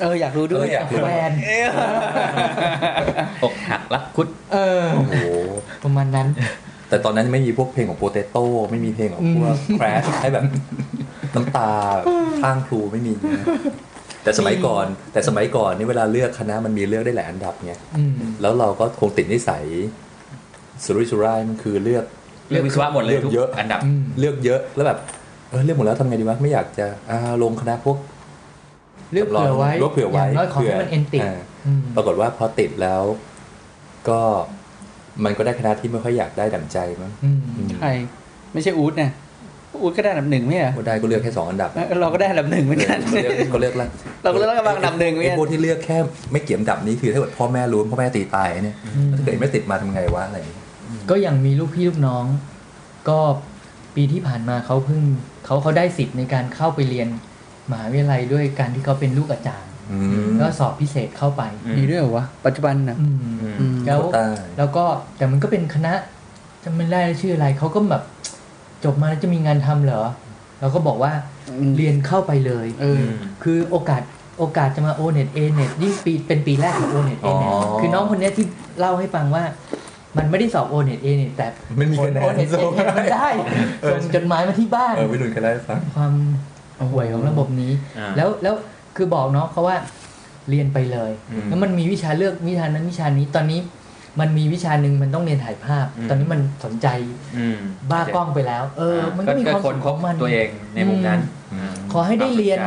Speaker 2: เอออยากรู้ด้วย
Speaker 4: เอออยากรู้
Speaker 5: แฟน
Speaker 3: อกหักรักคุด
Speaker 5: เออ
Speaker 4: โอ้โห
Speaker 5: ประมาณนั้น
Speaker 4: แต่ตอนนั้นไม่มีพวกเพลงของโปเตโต้ไม่มีเพลงของพวกแครชให้แบบน้ำตาข้างครูไม่มีนะแต่สมัยก่อนแต่สมัยก่อนนี่เวลาเลือกคณะมันมีเลือกได้หลายอันดับไง
Speaker 5: อืม
Speaker 4: แล้วเราก็คงติดนิสัยสุรุ่ยสุร่ายมันคือเลือก
Speaker 3: เรื่องวิศวะหมดเลยทุก
Speaker 4: เยอะ
Speaker 3: อันดับ
Speaker 5: อืม
Speaker 4: เลือกเยอะแล้วแบบเออเลือกหมดแล้วทำไงดีวะไม่อยากจะอ่าลงคณะพวก
Speaker 5: เลือกเผื่อไว้
Speaker 4: ลืกเผื่อไว้
Speaker 5: ย่างน้อยขอให้มันเอนติด
Speaker 4: าปรากฏว่าพอติดแล้ว ก็มันก็ได้คณะที่ไม่ค่อยอยากได้ดั่งใจมั้งอืม
Speaker 2: ใครไม่ใช่อู๊ดนะอู๊ดก็ได้อันดับหนึ่งไม่ใช่เหรอ
Speaker 4: ก็ได้ก็เลือกแค่สองอันดับ
Speaker 2: เออเราก็ได้อันดับหนึ่งเหมือนกัน
Speaker 4: เขาเลือกเขาเลือกละ
Speaker 2: เราก็เลือกกำลังอันดับหนึ่งเนี่ย
Speaker 4: ไอ้พวกที่เลือกแค่ไม่เกี่ยมดับนี้คือถ้าเกิดพ่อแม่รู้พ่อแม่ตีตายเนี่ยถ้าเกิดไม่ติดมาทำไงวะอะไรอย่างเงี้ย
Speaker 5: ก็ยังมีลูกพี่ลูกน้อง ก็ปีที่ผ่านมาเขาเพิ่งเขาเขาได้สิทธิ์ในการเข้าไปเรียนมหาวิทยาลัยด้วยการที่เขาเป็นลูกอาจารย์
Speaker 4: อืม
Speaker 5: ก็สอบพิเศษเข้าไป
Speaker 3: อืม
Speaker 2: [LAUGHS] มีด้วยเหรอวะ ปัจจุบันนะ
Speaker 5: อืม
Speaker 3: อืม
Speaker 2: อืม
Speaker 5: แล้ว
Speaker 4: โควต้า
Speaker 5: แล้วก็แต่มันก็เป็นคณะจำไม่ได้ชื่ออะไรเขาก็แบบจบมาแล้วจะมีงานทำเหรอเราก็บอกว่า
Speaker 2: อืม
Speaker 5: เรียนเข้าไปเลย
Speaker 2: เออ
Speaker 5: คือโอกาสโอกาสจะมาโอเน็ตเอเน็ตยิ่งปีเป็นปีแรกของโอเน็ตเอเน็ต
Speaker 4: อ๋อ
Speaker 5: คือน้องคนเนี้ยที่เล่าให้ฟังว่า มันไม่ได้สอบโอเน็ตเอเน็ตแต่
Speaker 4: มันมีคะแน
Speaker 5: โอน เน็ตเอ
Speaker 4: ส่ง
Speaker 5: เน็ตมันได้
Speaker 4: เออ
Speaker 5: ส่ง [LAUGHS] จดหมายมาที่บ้าน
Speaker 4: เออวิรุณก็ได้ฟัง
Speaker 5: ความห่วยของระบบนี้
Speaker 3: อ่า
Speaker 5: แล้วแล้วคือบอกเนาะเขาว่าเรียนไปเลย
Speaker 3: อืม
Speaker 5: แล้วมันมีวิชาเลือกวิชานั้นวิชานี้ตอนนี้มันมีวิชาหนึ่งมันต้องเรียนถ่ายภาพ
Speaker 3: อืม
Speaker 5: ตอนนี้มันสนใจ
Speaker 3: อืม
Speaker 5: บ้ากล้องไปแล้ว เออ มันก็มีความ
Speaker 3: คน
Speaker 5: สุขข
Speaker 3: พบ
Speaker 5: องมัน
Speaker 3: ตัวเองในมุมนั้น
Speaker 4: อืม
Speaker 5: ขอให้ได้เรียน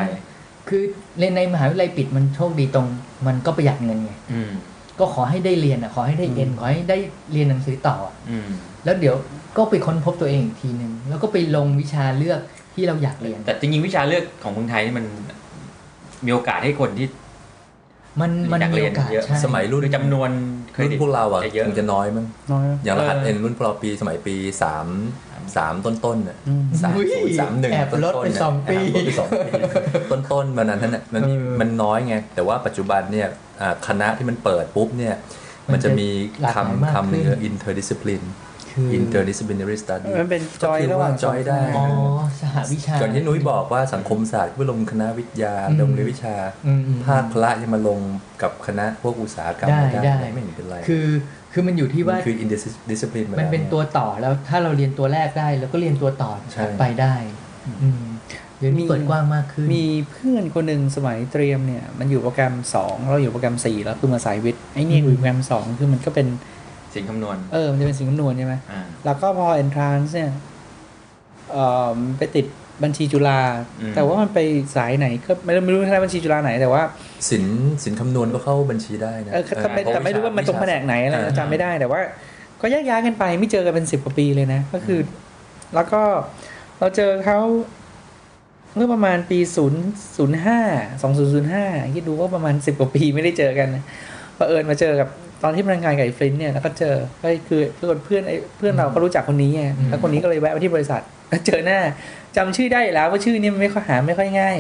Speaker 5: คือเรียนในมหาวิทยาลัยปิดมันโชคดีตรง มันก็ประหยัดเงินไง
Speaker 3: อืม
Speaker 5: ก็ขอให้ได้เรียนอ่ะขอให้ได้เอ็นขอให้ได้เรียนหนังสือต่ออะ
Speaker 3: อืม
Speaker 5: แล้วเดี๋ยวก็ไปค้นพบตัวเองอีกทีหนึ่งแล้วก็ไปลงวิชาเลือกที่เราอยากเรียน
Speaker 3: แต่จริงๆวิชาเลือกของเมืองไทยนี่มันมีโอกาสให้คนที่
Speaker 5: มันมัน
Speaker 3: อยาก
Speaker 5: มี
Speaker 3: เรี
Speaker 5: โอย
Speaker 3: น
Speaker 5: กาส
Speaker 3: เยอะ
Speaker 5: ใช่
Speaker 4: สมัยรุ่น
Speaker 3: คือจำนวนเคร
Speaker 4: รุ่น
Speaker 3: ดิต
Speaker 4: พวกเราอ่ะ
Speaker 3: จเยอะ
Speaker 4: คงจะน้อยมั้ง
Speaker 2: น้อยนะ
Speaker 4: อย่างรหัส
Speaker 3: เออ
Speaker 4: เอ็นรุ่นพวกเราปีสมัยปีสามสามต้นต้นๆน่ะ
Speaker 2: อืม
Speaker 4: สาม
Speaker 5: อุ๊ย
Speaker 4: ศูนย์สามหนึ่ง
Speaker 5: แอบลดไป
Speaker 4: ต้นๆน่ะ
Speaker 5: สองปี
Speaker 4: แอบลดไปสองปีต้นต้นๆมันนั้นนั่นน่ะมันมี
Speaker 5: เออ
Speaker 4: มันน้อยไง แต่ว่าปัจจุบันเนี่ยอ่าคณะที่มันเปิดปุ๊บเนี่ย
Speaker 5: มั
Speaker 4: มัน น
Speaker 5: จะ
Speaker 4: จะมี
Speaker 5: หลากหลายมาก
Speaker 4: คำคำหนึง
Speaker 5: ขึ้น
Speaker 4: คือ interdiscipline
Speaker 5: คือ
Speaker 4: interdisciplinary study
Speaker 2: มันเป็นจอย
Speaker 4: ก็คื
Speaker 2: ระหว่าง
Speaker 4: จอยได้
Speaker 5: อ๋อสหวิชา
Speaker 4: ก่อนที่นุ้ยบอกว่าสังคมศาสตร์ก็ไปลงคณะวิทยา
Speaker 5: อืม
Speaker 4: ลงเรียนวิชา
Speaker 5: อืมอืม
Speaker 4: ภาคละยังมาลงกับคณะพวกอุตสาหกรรม
Speaker 5: ได้ได้
Speaker 4: ไม่เห็นเป็นไร
Speaker 5: คือคือมันอยู่ที่ว่า
Speaker 4: มันคือ interdiscipline
Speaker 5: มันเป็นตัวต่อแล้วถ้าเราเรียนตัวแรกได้ แล้วก็เรียนตัวต่อ
Speaker 4: ใช่
Speaker 5: ไปได้อืมเดี๋ยวนี้
Speaker 2: มี
Speaker 5: เปิดกว้างมากขึ้น
Speaker 2: มีเพื่อนคนหนึ่งสมัยเตรียมเนี่ย มันอยู่โปรแกรมสองเราอยู่โปรแกรมสี่แล้วคือมาสายวิทย์ไอ้เนี่ยอยู่โปรแกรมสองคือมันก็เป็น
Speaker 3: สิ่งคำนวณ
Speaker 2: เออมันจะเป็นสิ่งคำนวณใช่ไหม
Speaker 3: อ่า
Speaker 2: แล้วก็พอ entrance เนี่ยเอ่อไปติดบัญชีจุฬา
Speaker 3: อืม
Speaker 2: แต่ว่ามันไปสายไหนก็ไม่รู้ไม่รู้ใช่บัญชีจุฬาไหนแต่ว่า
Speaker 4: สินสินคำนวณก็เข้าบัญชีได้นะ
Speaker 2: เออแต่ไม่แต่ไม่รู้ว่ามันตรงแผนกไหนอะไร
Speaker 4: อ่า
Speaker 2: จำไม่ได้แต่ว่า ก็แยกย้ายกันไปไม่เจอกันเป็นสิบกว่าปีเลยนะ ก็คืออแล้วก็เราเจอเขาเมื่อประมาณปีศูนย์ศูนย์ห้าสองศูนย์ศูนย์ห้าคิดดูว่าประมาณสิบกว่าปีไม่ได้เจอกันนะบังเอิญมาเจอกับตอนที่พนักงานไก่ฟลินเนี่ยแล้วก็เจอก็คือเพื่อนเพื่อนไอ้เพื่อนเราก็รู้จักคนนี้ไง
Speaker 5: อืม
Speaker 2: แล้วคนนี้ก็เลยแวะมาที่บริษัทแล้วเจอหน้าจำชื่อได้อยู่แล้วว่าชื่อเนี่ยมันไม่ค่อยหาไม่ค่อยง่าย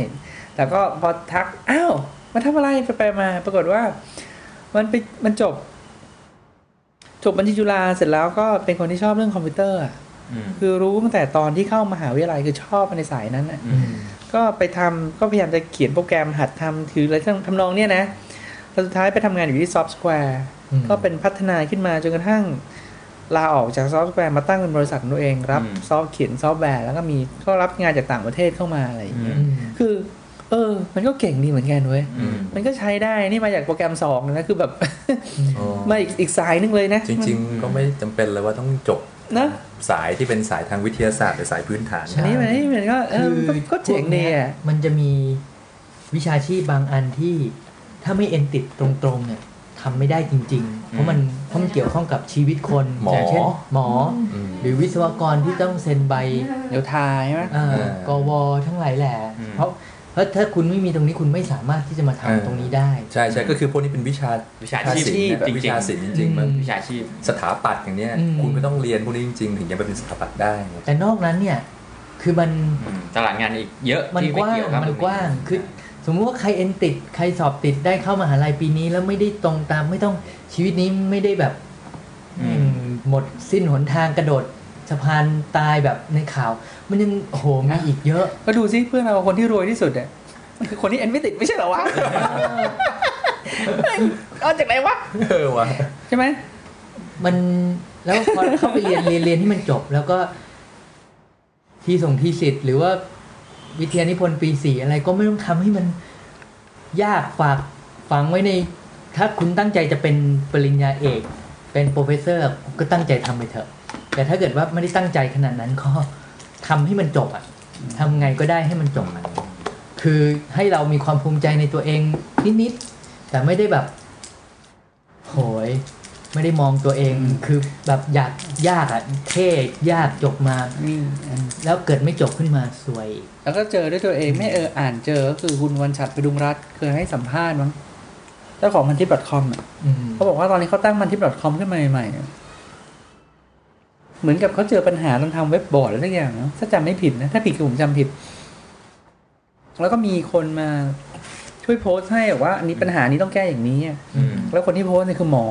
Speaker 2: แต่ก็พอทักอ้าวมาทำอะไรไปไปๆมา ปรากฏว่า มันไปมันจบ จบบัญชีจุฬาเสร็จแล้วก็เป็นคนที่ชอบเรื่องคอมพิวเตอร์อะ
Speaker 3: อืม
Speaker 2: คือรู้ตั้งแต่ตอนที่เข้ามหาวิทยาลัยคือชอบในสายนั้นน่ะ
Speaker 3: อื
Speaker 5: อื
Speaker 3: ม
Speaker 5: ม
Speaker 2: ก็ไปทำก็พยายามจะเขียนโปรแกรมหัดทำถืออะไรทำนองเนี้ยนะแต่สุดท้ายไปทำงานอยู่ที่ซอฟต์สแควร์
Speaker 5: อืม
Speaker 2: ก็เป็นพัฒนาขึ้นมาจนกระทั่งลาออกจากซอฟต์สแควร์มาตั้งเป็นบริษัทของตัวเอง รับซอฟต์เขียนซอฟต์แวร์แล้วก็มีก็รับงานจากต่างประเทศเข้ามาอะไรอย่างเงี้ย
Speaker 5: อืม
Speaker 2: คือ เออ มันก็เก่งดีเหมือนกันเว้ย
Speaker 3: อืม
Speaker 2: มันก็ใช้ได้นี่มาจากโปรแกรมสองนะคือแบบ
Speaker 4: อ๋อ
Speaker 2: [LAUGHS] มาอีกอีกสายหนึงเลยนะ
Speaker 4: จริง ๆ ก็ไม่จำเป็นเลยว่าต้องจบ
Speaker 2: นะ
Speaker 4: สายที่เป็นสายทางวิทยาศาสตร์หรือสายพื้นฐาน
Speaker 5: ใช่
Speaker 2: อันนี้มันนี่มันก็เออมันก็ก็เจ๋งดีอ่ะ
Speaker 5: มันจะมีวิชาชีพบางอันที่ถ้าไม่เอ็นติดตรงๆเนี่ยทำไม่ได้จริง ๆ เพราะมันเพราะมันเกี่ยวข้องกับชีวิตคน
Speaker 4: หมอ
Speaker 5: อย่างเช่นหมอ
Speaker 4: อืม
Speaker 5: หรือวิศวกรที่ต้องเซ็นใบ
Speaker 2: เดี๋ยวทายใช่ไหม
Speaker 5: เอ่อ
Speaker 4: เออก
Speaker 5: วทั้งหลายแหละ
Speaker 3: อืม
Speaker 5: เพราะเพราะถ้าคุณไม่มีตรงนี้คุณไม่สามารถที่จะมาทำ
Speaker 4: เออ
Speaker 5: ตรงนี้ได้
Speaker 4: ใช่ใช่ก็คือพวกนี้เป็นวิชา
Speaker 3: วิชาชีพ
Speaker 4: ศิลป์นะ
Speaker 3: จริงๆ
Speaker 4: วิชาศิลป์จริงๆมัน
Speaker 3: วิชาชีพ
Speaker 4: สถาปัตย์อย่างเนี้ยคุณก็ต้องเรียนพวกนี้จริงๆ ถึงจะไปเป็นสถาปัตย์ได้ไง
Speaker 5: แต่นอกนั้นเนี่ย คือมัน
Speaker 3: อืมตลาดงานอีกเยอะ
Speaker 5: มัน
Speaker 3: ที่
Speaker 5: ก
Speaker 3: ไม่
Speaker 5: ว้าง
Speaker 3: เกี่ยวครับ
Speaker 5: มันกว้าง
Speaker 3: ตรนี้
Speaker 5: คือสมมุติว่าใครเอ็นติดใครสอบติดได้เข้ามหาลัยปีนี้ แล้วไม่ได้ตรงตามไม่ต้องชีวิตนี้ไม่ได้แบบ
Speaker 3: อืม
Speaker 5: อืมหมดสิ้นหนทางกระโดดสะพานตายแบบในข่าว มันยังโอ้โหมี
Speaker 2: นะ
Speaker 5: อีกเยอะ
Speaker 2: ก็ดูซิเพื่อนเราคนที่รวยที่สุดอ่ะมันคือคนที่เอ็นไม่ติดไม่ใช่เหรอวะ เอาจากไหนวะ
Speaker 4: เออว่ะ
Speaker 2: ใช่ไหม
Speaker 5: มันแล้วพอเข้าไปเรียนเรียนเรียนที่มันจบแล้วก็ ที่ส่งที่สิทธิ์หรือว่าวิทยานิพนธ์ปีสี่อะไรก็ไม่ต้องทำให้มันยากฝากฝังไว้ใน ถ้าคุณตั้งใจจะเป็นปริญญาเอก เป็นโปรเฟสเซอร์ ก็ตั้งใจทำไปเถอะ แต่ถ้าเกิดว่าไม่ได้ตั้งใจขนาดนั้นก็ทำให้มันจบอะทำไงก็ได้ให้มันจบอะคือให้เรามีความภูมิใจในตัวเองนิดๆแต่ไม่ได้แบบ โหย ไม่ได้มองตัวเองคือแบบอยากยากอะเท่ยากจบมา
Speaker 2: นี่อ่ะ
Speaker 5: แล้วเกิดไม่จบขึ้นมาสวย
Speaker 2: แล้วก็เจอด้วยตัวเองไม่เอออ่านเจอก็คือคุณวันฉัดไปดุงรัฐเคยให้สัมภาษณ์มั้งเจ้าของพันทิป .com อ่ะ
Speaker 5: อืม
Speaker 2: เขาบอกว่าตอนนี้เขาตั้งพันทิป .com ขึ้นมาใหม่ๆอ่ะ เหมือนกับเขาเจอปัญหาตอนทำเว็บบอร์ดอะไรสักอย่างเนอะถ้าจำไม่ผิดนะ ถ้าผิดคือผมจำผิด แล้วก็มีคนมาช่วยโพสต์ให้บอกว่าอันนี้ปัญหานี้ต้องแก้อย่างนี้อะ
Speaker 3: อืม
Speaker 2: แล้วคนที่โพสต์เนี่ยคือหมอ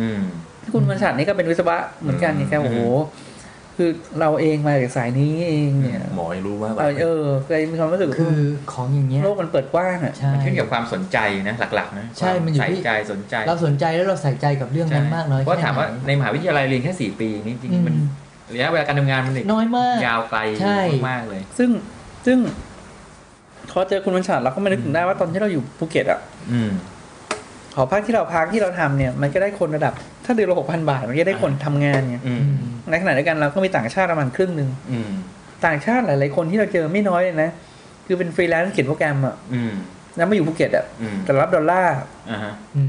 Speaker 3: อืม
Speaker 2: คุณบรรชัดนี่ก็เป็นวิศวะเหมือนกันไงแก
Speaker 3: อืม
Speaker 2: โอ้โห คือเราเองมาจากสายนี้เองเนี่ย
Speaker 4: หมอยังรู้มากก
Speaker 2: เอ
Speaker 4: ว่า
Speaker 2: อเออเคยมีความรู้สึกว่า
Speaker 5: คือของอย่างเงี้ย
Speaker 2: โลกมันเปิดกว้างอ่ะ
Speaker 5: ใช่
Speaker 3: มันขึ้นกับความสนใจนะหลักๆนะ
Speaker 5: ใช่มันอยู่ที่
Speaker 3: ใส่ใจสนใจ
Speaker 5: เราสนใจแล้วเราใส่ใจกับเรื่องนั้นมากน้อย
Speaker 3: เพราะ
Speaker 5: แค่
Speaker 3: ถาม
Speaker 5: ไหน
Speaker 3: ว่าในมหาวิทยาลัยเรียนแค่สี่ปีนี่จริง
Speaker 5: อื
Speaker 3: ๆ
Speaker 5: ม
Speaker 3: มันระยะเวลาการทำงานมันอีก
Speaker 5: น้อยมาก
Speaker 3: ยาวไกล
Speaker 5: ใช่
Speaker 3: มากๆเลย
Speaker 2: ซึ่งซึ่งพอเจอคุณบรรชัดเราก็มานึกถึงได้ว่าตอนที่เราอยู่ภูเก็ตอ่ะ
Speaker 3: อืม
Speaker 2: หอพักที่เราพักที่เราทำเนี่ย มันก็ได้คนระดับ ถ้าเดือนละหกพันบาท มันก็ได้คนทำงานไง
Speaker 3: อื
Speaker 5: อื
Speaker 3: ม
Speaker 5: ม
Speaker 2: ในขณะเดียวกันเราก็มีต่างชาติประมาณครึ่งหนึ่ง
Speaker 3: อืม
Speaker 2: ต่างชาติหลาย ๆ คนที่เราเจอไม่น้อยเลยนะ คือเป็นฟรีแลนซ์เขียนโปรแกรมอ่ะ
Speaker 3: อืม
Speaker 2: แล้วมาอยู่ภูเก็ตอ่ะ
Speaker 3: อืม
Speaker 2: แต่รับดอลลาร์
Speaker 3: อ่าฮะ
Speaker 5: อื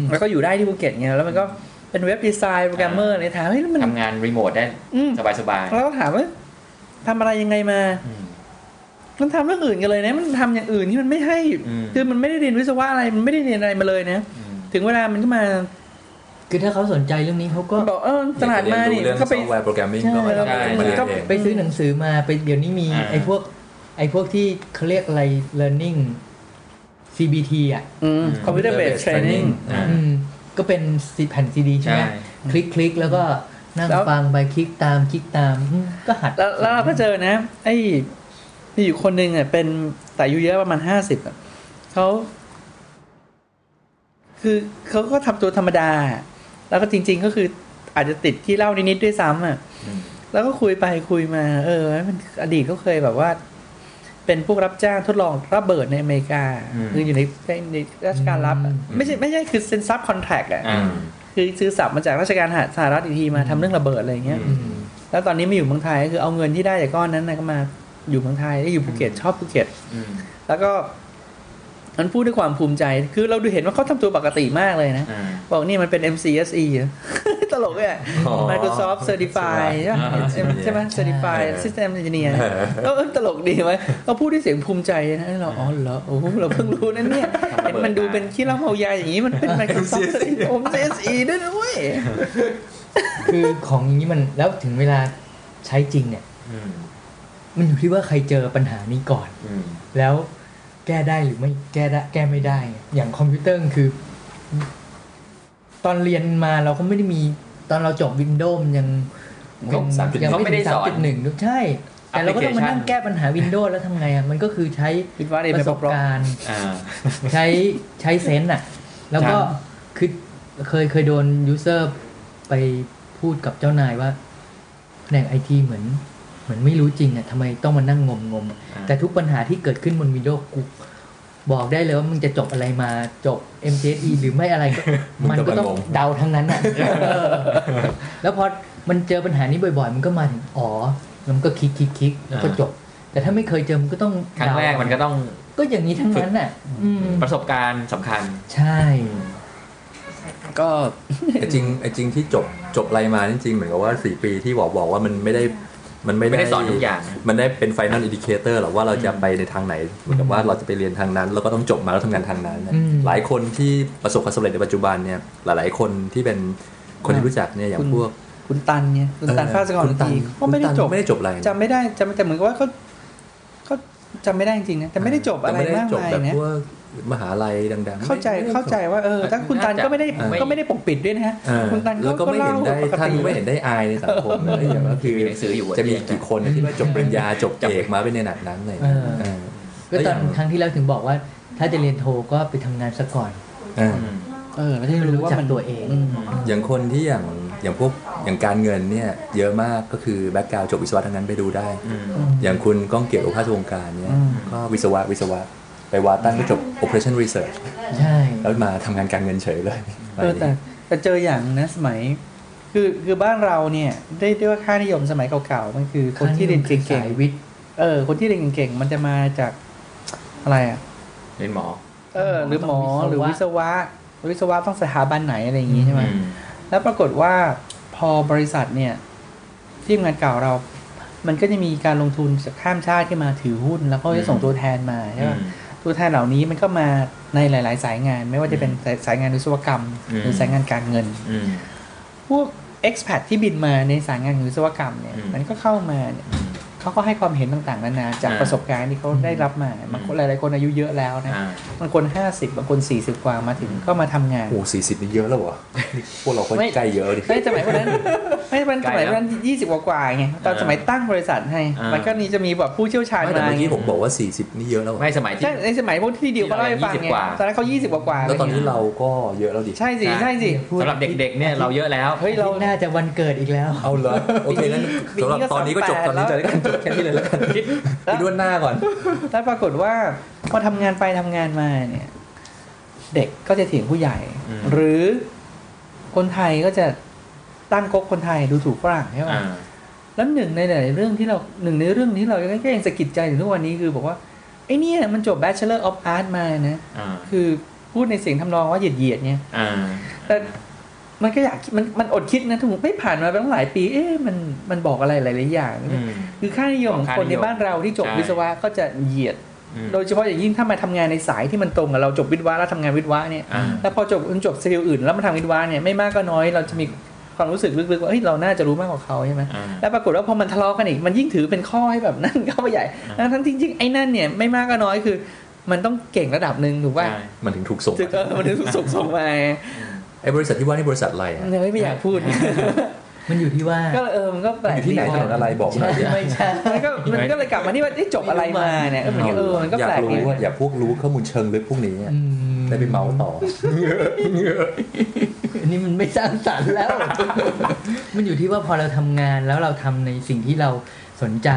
Speaker 5: ม
Speaker 2: แล้วก็อยู่ได้ที่ภูเก็ตไงแล้วมันก็เป็นเว็บดีไซน์โปรแกรมเมอร์เลยถามเฮ้ยแล้วมัน
Speaker 3: ทำงานรีโมทได้
Speaker 2: อืม
Speaker 3: สบาย
Speaker 2: แล้วก็ถามว่าทำอะไรยังไงมา
Speaker 3: ๆอืม
Speaker 2: มันทำเรื่องอื่นกันเลยนะ มันทำอย่างอื่นที่มันไม่ให้
Speaker 3: อืม
Speaker 2: คือมันไม่ได้เรียนวิศวะอะไร มันไม่ได้เรียนอะไรมาเลยนะ
Speaker 3: อืม
Speaker 2: ถึงเวลามันก็มา
Speaker 5: คือถ้าเขาสนใจเรื่องนี้เขาก็
Speaker 2: บอกเออตลาดมานี่
Speaker 4: เรื่อง
Speaker 2: ก็ไป
Speaker 4: ซอฟต์แวร์โปรแกรมมิ่งก็มา
Speaker 2: ใช่
Speaker 4: ทำมาเรียน
Speaker 3: ก็
Speaker 4: เอง
Speaker 5: ไปซื้อหนังสือมาไปเดี๋ยวนี้มี
Speaker 3: อ่า
Speaker 5: ไอ้พวกไอ้พวกที่เขาเรียกอะไร learning CBT อ่ะ
Speaker 2: คอมพิวเตอร์เบสเทรนนิ่ง
Speaker 3: อ่า
Speaker 5: อืมก็เป็นสิแผ่นซีดีใช่ไหม
Speaker 3: ใช่
Speaker 5: คลิกคลิกแล้วก็นั่ง
Speaker 2: แล้ว
Speaker 5: ฟังไปคลิกตามคลิกตามอืมก็หัด
Speaker 2: แล้วแล้วเราก็เจอนะ ไอ้มีอยู่คนหนึ่งอ่ะเป็นแต่อายุเยอะประมาณห้าสิบเขาคือเขาก็ทำตัวธรรมดา แล้วก็จริง ๆ ก็คืออาจจะติดที่เหล่านิดๆด้วยซ้ำอ่ะ
Speaker 3: อืม
Speaker 2: แล้วก็คุยไปคุยมา เออมันอดีตก็เคยแบบว่า เป็นพวกรับจ้างทดลองระเบิดในอเมริกา
Speaker 3: อืม
Speaker 2: คืออยู่ในในในราชการรับอะไม่ใช่ไม่ใช่คือเซ็นซับคอนแทคอะ
Speaker 3: อ่า
Speaker 2: คือซื้อสับมาจากราชการสหรัฐอีกทีมาทำเรื่องระเบิดอะไรอย่างเงี้ย
Speaker 3: อื
Speaker 5: อืม
Speaker 2: แล้วตอนนี้มาอยู่เมืองไทยก็คือเอาเงินที่ได้จากก้อนนั้นนะก็มาอยู่เมืองไทยได้อยู่ภูเก็ตชอบภูเก็ต
Speaker 3: อืม
Speaker 2: แล้วก็มันพูดด้วยความภูมิใจ คือเราดูเห็นว่าเขาทำตัวปกติมากเลยนะ
Speaker 3: อ่า
Speaker 2: บอกนี่มันเป็น MCSE อะ ตลกเลยอะ
Speaker 4: อ๋อ
Speaker 2: Microsoft Certify ใช่ไหม
Speaker 3: ใช่
Speaker 2: ใช่ไหม Certify
Speaker 4: เออ
Speaker 2: System Engineer
Speaker 4: เออ
Speaker 2: เออตลกดีไหมเขาพูดด้วยเสียงภูมิใจนะเราอ๋อเหรอโอ้โหเราเพิ่งรู้นะเนี่ยเห็นมันดูเป็นขี้เหล่าเมายาอย่างนี้ มันเป็น Microsoft Certify MCSE ด้วยนะเว้ย
Speaker 5: คือของอย่างนี้มันแล้วถึงเวลาใช้จริงเนี่ย
Speaker 3: อืม
Speaker 5: มันอยู่ที่ว่าใครเจอปัญหานี้ก่อน
Speaker 3: อืม
Speaker 5: แล้วแก้ได้หรือไม่แก้ได้แก้ไม่ได้ไงอย่างคอมพิวเตอร์คือ ตอนเรียนมาเราก็ไม่ได้มีตอนเราจบวินโดว์ยัง
Speaker 3: ก็3.1
Speaker 5: ยังไม่ได้สามจุ
Speaker 3: เขาไม่
Speaker 5: ด
Speaker 3: ได้
Speaker 5: หนึ่งใช่ แต่เราก็ต้องมานั่ง
Speaker 3: application
Speaker 5: แก้ปัญหาวินโดว์แล้วทำไงอ่ะมันก็คือใช้
Speaker 2: คิดว่าเรียน
Speaker 5: ป
Speaker 2: ไประ
Speaker 5: สบ
Speaker 2: ปลอก
Speaker 5: การณ์
Speaker 3: อ่า
Speaker 5: ใช้ใช้เซนส์อ่ะ แล้วก็
Speaker 3: ครับ
Speaker 5: คือเคยเคยโดนยูเซอร์ไปพูดกับเจ้านายว่าแผนกไอทีเหมือน เหมือนไม่รู้จริงอ่ะทำไมต้องมานั่งงมงมๆ แต่ทุกปัญหาที่เกิดขึ้นบนวินโดว์กูบอกได้เลยว่ามึงจะจบอะไรมาจบ MCSE หรือไม่อะไรก็
Speaker 4: มึง
Speaker 5: มัน
Speaker 4: จะ
Speaker 5: ก็
Speaker 4: มา
Speaker 5: ต้อง
Speaker 4: งง
Speaker 5: เดาทั้งนั้น
Speaker 3: [LAUGHS]
Speaker 5: อ่ะเออแล้วพอมันเจอปัญหานี้บ่อยๆ มันก็มาถึงอ๋อแล้วมันก็คลิกคลิกคลิกแล้วก็จบ แต่ถ้าไม่เคยเจอมันก็ต้อง
Speaker 3: ครั้งแรกมันก็ต้อง
Speaker 5: ก็อย่างนี้ทั้งนั้นน่ะ อืม
Speaker 3: ประสบการณ์สำคัญ
Speaker 5: ใช่
Speaker 2: ก็
Speaker 4: ไอ้จริงไอ้จริงที่จบจบอะไรมาจริงๆเหมือนกับว่าสี่ปีที่บอกบอกว่ามันไม่ได้มันไม่
Speaker 3: ไม่ได้สอนทุกอย่าง
Speaker 4: มันได้เป็น final indicator หรอกว่าเราจะไปในทางไหนเหมือนกับว่าเราจะไปเรียนทางนั้น แล้วก็ต้องจบมาแล้วทำงานทางนั้นนะหลายคนที่ประสบความสำเร็จในปัจจุบันเนี่ยหลายๆ คนที่เป็นคนที่รู้จักเนี่ยอย่าง
Speaker 2: คุณ
Speaker 4: พวก
Speaker 2: คุณตันเนี่ยคุณตัน
Speaker 4: เออ
Speaker 2: ฟาสกร
Speaker 4: คุณตัน
Speaker 2: ทีก็ไม่ได้
Speaker 4: คุณตัน
Speaker 2: จบ
Speaker 4: ไม่ได้จบอะไรนะ
Speaker 2: จำไม่ได้จำแต่เหมือนกับว่าเขาเขาจำไม่ได้จริงๆนะแต่ไม่ได้จบอะไรมากมาย
Speaker 4: แต่ไได้จบแบบ
Speaker 2: นะ
Speaker 4: พวกมหาลัยดังๆ
Speaker 2: เข้าใจ
Speaker 4: ไม่ได้บ
Speaker 2: เข้าใจว่าเออถ้าคุณตันก็ไม่ได้
Speaker 4: เออ
Speaker 2: ก็ไม่ได้ปกปิดด้วยนะฮะ
Speaker 4: เออ
Speaker 2: คุณตัน
Speaker 4: แล้วก็
Speaker 2: ก็
Speaker 4: ไม่
Speaker 2: เล่า
Speaker 4: เห็นได้
Speaker 2: ปก
Speaker 4: ท่าน
Speaker 2: ติ
Speaker 4: ไม่เห็นได้อายในสังคม
Speaker 2: [LAUGHS]
Speaker 4: เลยอย่างก็คือ
Speaker 3: มีหนังสืออยู่บน
Speaker 4: จะมี
Speaker 3: เตียง
Speaker 4: กี่คนที่ว่าจบปริญญาจบเอกมาเป็นในหนัดนั้นเลยเออ
Speaker 5: ก็ต
Speaker 4: แล้
Speaker 5: อน
Speaker 4: วอย่าง
Speaker 5: ครั้งที่แล้วถึงบอกว่า ถ้าจะเรียนโทก็ไปทำงานซะก่อน
Speaker 4: เออ
Speaker 3: อืม
Speaker 2: เออไม่ได้รู้ว่า
Speaker 5: รู้จัก
Speaker 2: มัน
Speaker 5: ตัวเอง
Speaker 2: ม
Speaker 4: อย่างคนที่อย่างอย่างพวกอย่างการเงินเนี่ยเยอะมากก็คือแบ็กกราวจบวิศวะทั้งนั้นไปดูได้
Speaker 3: อืม
Speaker 4: อย่างคุณก้องเกียรติโอภาสวงการเนี่ยก็วิศวะวิศวะไปวาตันก็จบ operation research
Speaker 5: ใช่
Speaker 4: แล้วมาทำงานการเงินเฉยเลย
Speaker 2: เออแต่แต่เจออย่างนะสมัย คือคือบ้านเราเนี่ยได้ได้ว่าค่านิยมสมัยเก่าๆมันคือคนที่เรียนเก่ง
Speaker 5: สายวิทย์
Speaker 2: ๆเออคนที่เรียนเก่งๆมันจะมาจากอะไรอ่ะ
Speaker 3: เป็นหมอ
Speaker 2: เออหรือหมอ
Speaker 5: ต้องวิศวะ
Speaker 2: หรือวิศวะวิศวะต้องสถาบันไหนอะไรอย่างงี้ใช่ไหม
Speaker 3: อืม
Speaker 2: แล้วปรากฏว่าพอบริษัทเนี่ยที่ทำงานเก่าเรา มันก็จะมีการลงทุนจากข้ามชาติที่มาถือหุ้น แล้วก็จะส่งตัวแทนมาใช่
Speaker 3: อื
Speaker 2: ปะ
Speaker 3: ม
Speaker 2: ตัวแทนเหล่านี้มันก็มาในหลาย ๆ สายงาน ไม่ว่าจะเป็นสายสายงานวิศวกรรม
Speaker 3: อืม
Speaker 2: หรือสายงานการเงิน
Speaker 3: อืม
Speaker 2: พวก expat ที่บินมาในสายงานของวิศวกรรมเนี่ย
Speaker 3: อืม
Speaker 2: มันก็เข้ามาเนี่ยเขาก็ให้ความเห็นต่างๆ นานาจาก
Speaker 3: อ่า
Speaker 2: ประสบการณ์ที่เขาได้รับมาบางคน
Speaker 3: อืม
Speaker 2: หลายๆคนอายุเยอะแล้วนะ
Speaker 3: อ่า
Speaker 2: บางคน 50 บางคน 40 กว่ามาถึงก็มาทำงาน
Speaker 4: โอ้สี่สิบนี่เยอะแล้วเหรอนี่พวกเราก็
Speaker 2: ไม่
Speaker 4: ใกล้เยอะดิ
Speaker 2: ไม่สมัยวันนั้นไม่มันส
Speaker 3: ไกลนะ
Speaker 2: มัยวันนั้นยี่สิบกว่าๆไงตอน
Speaker 3: อ่า
Speaker 2: สมัยตั้งบริษัทให้
Speaker 3: อ่ามั
Speaker 2: มันก็นี่จะมีแบบผู้เชี่ยวชาญ
Speaker 4: ไม่แต่
Speaker 2: มา
Speaker 4: เมื่อกี้ผมบอกว่า 40 นี่เยอะแล้วอะ
Speaker 3: ไม่สมัยที่
Speaker 2: ใช่ในสมัยพวกที่เดียวก็เล่าให้ฟัง
Speaker 3: ที่
Speaker 2: ไง
Speaker 3: เราก
Speaker 2: ต
Speaker 3: ว่า
Speaker 2: อนนั้นเขา20 กว่าๆ
Speaker 4: แล้วตอนนี้
Speaker 2: ะไ
Speaker 4: เราก็เยอะแล้วดิ
Speaker 2: เงี้ยใช่สิใช่สิ
Speaker 3: สำหรับเด็กๆเนี่ยเราเยอะแล้ว
Speaker 2: เฮ้ย
Speaker 5: เรา
Speaker 2: เรา
Speaker 5: น่าจะวันเกิดอีกแล้ว
Speaker 4: เอาเลยโอเคนั้น
Speaker 2: ปีนี้
Speaker 4: สำหรับ
Speaker 2: ก็
Speaker 4: ตอนนี้ก็จบ
Speaker 2: 38
Speaker 4: ตอนนี้จะได้กันจบแค่นี้เลยแล้วกันคิด
Speaker 2: แล้ว
Speaker 4: ด้วนหน้าก่อน
Speaker 2: แล้วปรากฏว่าพอทำงานไปทำงานมาเนี่ย เด็กก็จะเถียงผู้ใหญ่
Speaker 3: อืม
Speaker 2: หรือคนไทยก็จะตั้งก๊กคนไทยดูถูกฝรั่งใช่ไหม
Speaker 3: อ่า
Speaker 2: แล้วหนึ่งในหลายๆเรื่องที่เราหนึ่งในเรื่องที่เราก็ยังสะกิดใจถึงทุกวันนี้คือบอกว่าไอ้เนี่ยมันจบ Bachelor of Art มานะ
Speaker 3: อ่า
Speaker 2: คือพูดในเสียงทำนองว่าเหยียดเหยียดๆเนี่ย
Speaker 3: อ่า
Speaker 2: แต่มันก็อยากมันมันอดคิดนะถูกไม่ผ่านมาตั้งหลายปี เอ๊ะมันมันบอกอะไรหลาย ๆ อย่าง
Speaker 3: อืม
Speaker 2: คือค่านิยมของคนในบ้านเราที่จบ
Speaker 3: ใช่
Speaker 2: วิศวะก็จะเหยียด
Speaker 3: อืม
Speaker 2: โดยเฉพาะอย่างยิ่งถ้ามาทำงานในสายที่มันตรงกับเราจบวิทย์วะแล้วทำงานวิทย์วะเนี่ย
Speaker 3: อ่า
Speaker 2: แล้วพอจบจบสกิลอื่นแล้วมาทำวิทย์วะเนี่ยไม่มากก็น้อยเราจะมีความรู้สึกลึกๆว่าเฮ้ยเราน่าจะรู้มากกว่าเขาใช่ไหม
Speaker 3: อ่า
Speaker 2: แล้วปรากฏว่าพอมันทะเลาะกันอีกมันยิ่งถือเป็นข้อให้แบบนั่นเข้าไปใหญ่
Speaker 3: อ่า
Speaker 2: ทั้งๆที่จริงๆไอ้นั่นเนี่ยไม่มากก็น้อยคือ มันต้องเก่งระดับหนึ่งถูกป่ะ
Speaker 3: ใช่
Speaker 4: มันถึงถูกส่ง
Speaker 2: จึงเออมันถึงถูกส่งส่งมา
Speaker 4: ไอ้บริษัทที่ว่านี่บริษัทอะไรอะ
Speaker 2: เนี่ยไม่อยากพูด
Speaker 5: มันอยู่ที่ว่า
Speaker 2: ก็เลยเออมันก็แปล
Speaker 4: อก ยู่ที่ไหนถนนอะไรบอกหน่อยดิ
Speaker 5: ไม่ใช่
Speaker 2: มันก็มันก็เลยกลับมาที่ว่าเอ๊ะจบอะไรมาเนี่ยเออมันก็เออมันก็
Speaker 4: อยา
Speaker 2: แปล
Speaker 4: ก
Speaker 2: กดี
Speaker 4: รู้ว่าอยากพวกรู้ข้อมูลเชิงลึกพวกนี้อะ
Speaker 5: อืม
Speaker 4: ได้ไปเมาส์ต่อ
Speaker 5: อันนี้มันไม่สร้างสร
Speaker 2: [LAUGHS]
Speaker 5: รค์แล้ว มันอยู่ที่ว่าพอเราทำงานแล้วเราทำในสิ่งที่เราสนใจ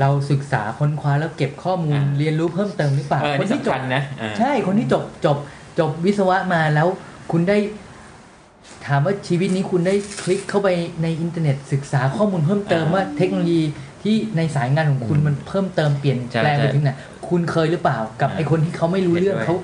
Speaker 5: เราศึกษาค้นคว้าแล้วเก็บข้อมูล
Speaker 3: อ่า
Speaker 5: เรียนรู้เพิ่มเติมหรือเปล่า
Speaker 3: เอออัน
Speaker 5: ค
Speaker 3: นี่
Speaker 5: นที่จ
Speaker 3: สำคั
Speaker 5: บ
Speaker 3: ญนะอ่า
Speaker 5: ใช่ คนที่จบจบจบวิศวะมาแล้ว คุณได้ ถามว่าชีวิตนี้คุณได้คลิกเข้าไปในอินเทอร์เน็ตศึกษาข้อมูลเพิ่มเติม
Speaker 3: อ่า
Speaker 5: ว่าเทคโนโลยีที่ในสายงานของคุณมันเพิ่มเติมเปลี่ยน
Speaker 3: ใช่
Speaker 5: แปลงไปถึงไหนคุณเคยหรือเปล่ากับ
Speaker 3: อ่า
Speaker 5: ไอคนที่เขาไม่รู้เรื่อง
Speaker 3: เห็นด้วย
Speaker 5: เขา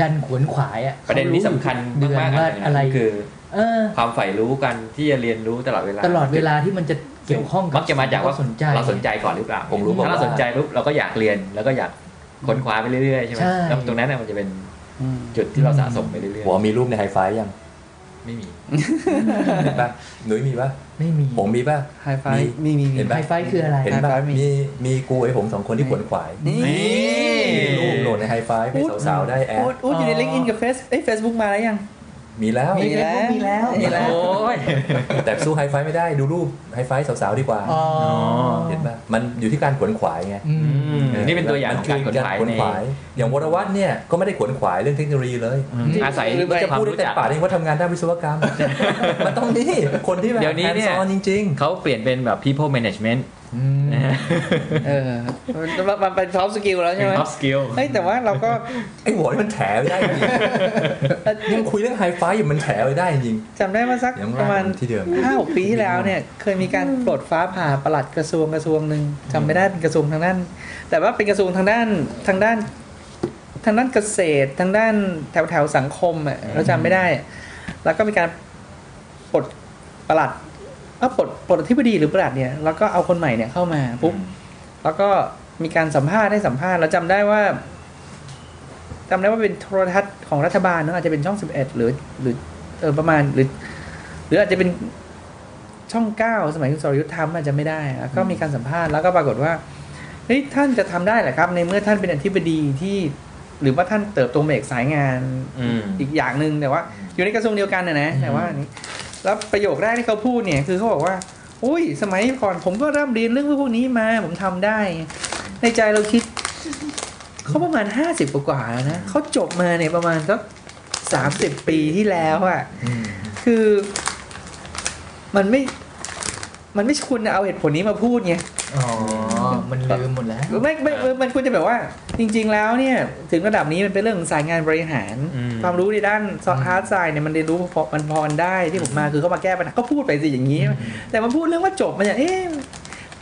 Speaker 5: ดันขวนขวายอ่ะ
Speaker 3: ประเด็นนี้สำคัญ
Speaker 5: เดือน
Speaker 3: มากๆ
Speaker 5: ว่า
Speaker 3: อันหนึ่ง
Speaker 5: อะไร
Speaker 3: คือ
Speaker 5: เออ
Speaker 3: ความใฝ่รู้กันที่จะเรียนรู้ตลอดเวลา
Speaker 5: ตลอดเวลาที่มันจะเกี่ยวข้องกับ
Speaker 3: มักจะมาจากว่า
Speaker 5: สิ่งที่เร
Speaker 3: เรา
Speaker 5: ส
Speaker 3: ส
Speaker 5: น
Speaker 3: น
Speaker 5: ใจ
Speaker 3: ใจก่อนหรือเปล่า
Speaker 4: ผมรู้บอกว่า
Speaker 3: ถ้าเราสนใจปุ๊บเราก็อยากเรียนแล้วก็อยากค้นคว้าไปเรื่อยๆใช่ไหม
Speaker 5: ใช่
Speaker 3: แล้วตรงนั้นน่ะมันจะเป็น
Speaker 2: อืม
Speaker 3: จุดที่เราสะสมไปเรื่อย
Speaker 4: หัวมีรูปในไฮไฟยัง
Speaker 3: ๆไม่มี
Speaker 4: มีปะหนุ่ยมีปะ
Speaker 5: ไม่มี
Speaker 4: ผมมีปะ
Speaker 2: ไฮไฟว์มีมีมี
Speaker 4: เห็น
Speaker 5: ไฟ
Speaker 4: ปะ
Speaker 5: ไฟคืออะไร
Speaker 4: เห็นปะ
Speaker 2: ไฮไฟว์มี
Speaker 4: มีมีกูไอ้ผมสองคนที่ขวนขวาย
Speaker 2: นี่
Speaker 4: มีรูปโหลดในไฮไฟให้สาวๆได้แอ
Speaker 2: อูด
Speaker 4: ด
Speaker 2: อูดอยู่ในลิงก์อินกับเฟซเอ้ยเฟซบุ๊กมาแล้วยัง
Speaker 4: มีแล้ว
Speaker 2: มีแล้ว
Speaker 5: มีแล้ว
Speaker 2: มีแล้ว
Speaker 3: โอ้ย
Speaker 4: แต่สู้ไฮไฟไม่ได้ดูรูปไฮไฟสาวๆดีกว่า
Speaker 5: อ๋อ
Speaker 4: เห็นปะมันอยู่ที่การขวนขวายไง
Speaker 5: อืม
Speaker 3: อืมนี่เป็นตัวอย่าง
Speaker 4: มั
Speaker 3: ของการขวนขวาย
Speaker 4: คือ
Speaker 3: ใน
Speaker 4: อย่างวรวัตเนี่ยก็ไม่ได้ขวนขวายเรื่องเทคโนโลยีเลย
Speaker 3: อืมอาศัย
Speaker 4: มันจะ
Speaker 3: ความ
Speaker 4: พูดได้
Speaker 3: รู้
Speaker 4: แต่
Speaker 3: จัก
Speaker 4: ปากเองว่าทำงานด้านวิศว
Speaker 3: [LAUGHS]
Speaker 4: กรรม มันต้องนี่คนที่แบบ
Speaker 3: เดี๋ยวนี้
Speaker 4: แฮน
Speaker 3: เนี่ย
Speaker 4: ด์ซอนจริง
Speaker 3: เขาเปลี่ยนเป็นแบบ people management
Speaker 4: ๆอืม
Speaker 3: นะฮะ
Speaker 2: เออมันมันเป็นท็อปสกิลแล้ว
Speaker 3: เป็
Speaker 2: ใช่
Speaker 3: น
Speaker 2: ไหม
Speaker 3: top skill
Speaker 2: เฮ้ยแต่ว่าเราก็
Speaker 4: ไอ้หัวนี่มันแถวได้จริงยังคุยเรื่องไฮไฟอยู่มันแถวได้จริง
Speaker 2: จำได้ว่าสัก
Speaker 4: เดี๋ยว
Speaker 2: ประมาณ
Speaker 4: ที่เดิม
Speaker 2: ห้าหกปีที่แล้วเนี่ย เคยมีการปลดฟ้าผ่าประหลัดกระทรวงกระทรวงหนึ่งจำไม่ได้เป็นกระทรวงทางด้าน แต่ว่าเป็นกระทรวงทางด้านทางด้าน ทางด้านเกษตร ทางด้านแถวแถวๆสังคมอ่ะเราจำไม่ได้ แล้วก็มีการปลดประหลัดเอ้าปลดปลดอธิบดีหรือประหลัดเนี่ยแล้วก็เอาคนใหม่เนี่ยเข้ามาปุ๊บ แล้วก็มีการสัมภาษณ์ให้สัมภาษณ์เราจำได้ว่าจำได้ว่าเป็นโทรทัศน์ของรัฐบาลเนอะอาจจะเป็นช่องสิบเอ็ดหรือหรือเออประมาณหรือ หรืออาจจะเป็นช่องเก้าสมัยคุณสรยุทธ์ทำอาจจะไม่ได้แล้วก็มีการสัมภาษณ์แล้วก็ปรากฏว่าเฮ้ยท่านจะทำได้เหรอครับ ในเมื่อท่านเป็นอธิบดีที่ หรือว่าท่านเติบโตมาเอกสายงาน
Speaker 3: อืม
Speaker 2: อีกอย่างหนึ่งแต่ว่า อยู่ในกระทรวงเดียวกันนะนะแต่ว่าอันนี้แล้วประโยคแรกที่เขาพูดเนี่ยคือเขาบอกว่า อุ้ยสมัยก่อนผมก็ร่ำเรียนเรื่องพวกนี้มา ผมทำได้ ในใจเราคิด เขาประมาณห้าสิบกว่าๆแล้วนะเขาจบมาเนี่ยประมาณสักสามสิบปีที่แล้วอะคือ มันไม่ มันไม่ควรจะเอาเหตุผลนี้มาพูดไง
Speaker 5: อ๋อ มันลืมหมดแล้ว
Speaker 2: ไม่ไม่ไม่มันควรจะแบบว่า จริง ๆ แล้วเนี่ย ถึงระดับนี้มันเป็นเรื่องของสายงานบริหาร
Speaker 3: อืม
Speaker 2: ความรู้ในด้านซอฟต์ฮาร์ดไซน์เนี่ยมันเรียนรู้พอมันพอกันได้ที่ผมมาคือเขามาแก้ปัญหาก็พูดไปสิอย่างนี้ แต่มาพูดเรื่องว่าจบมันอย่างเอ๊ะ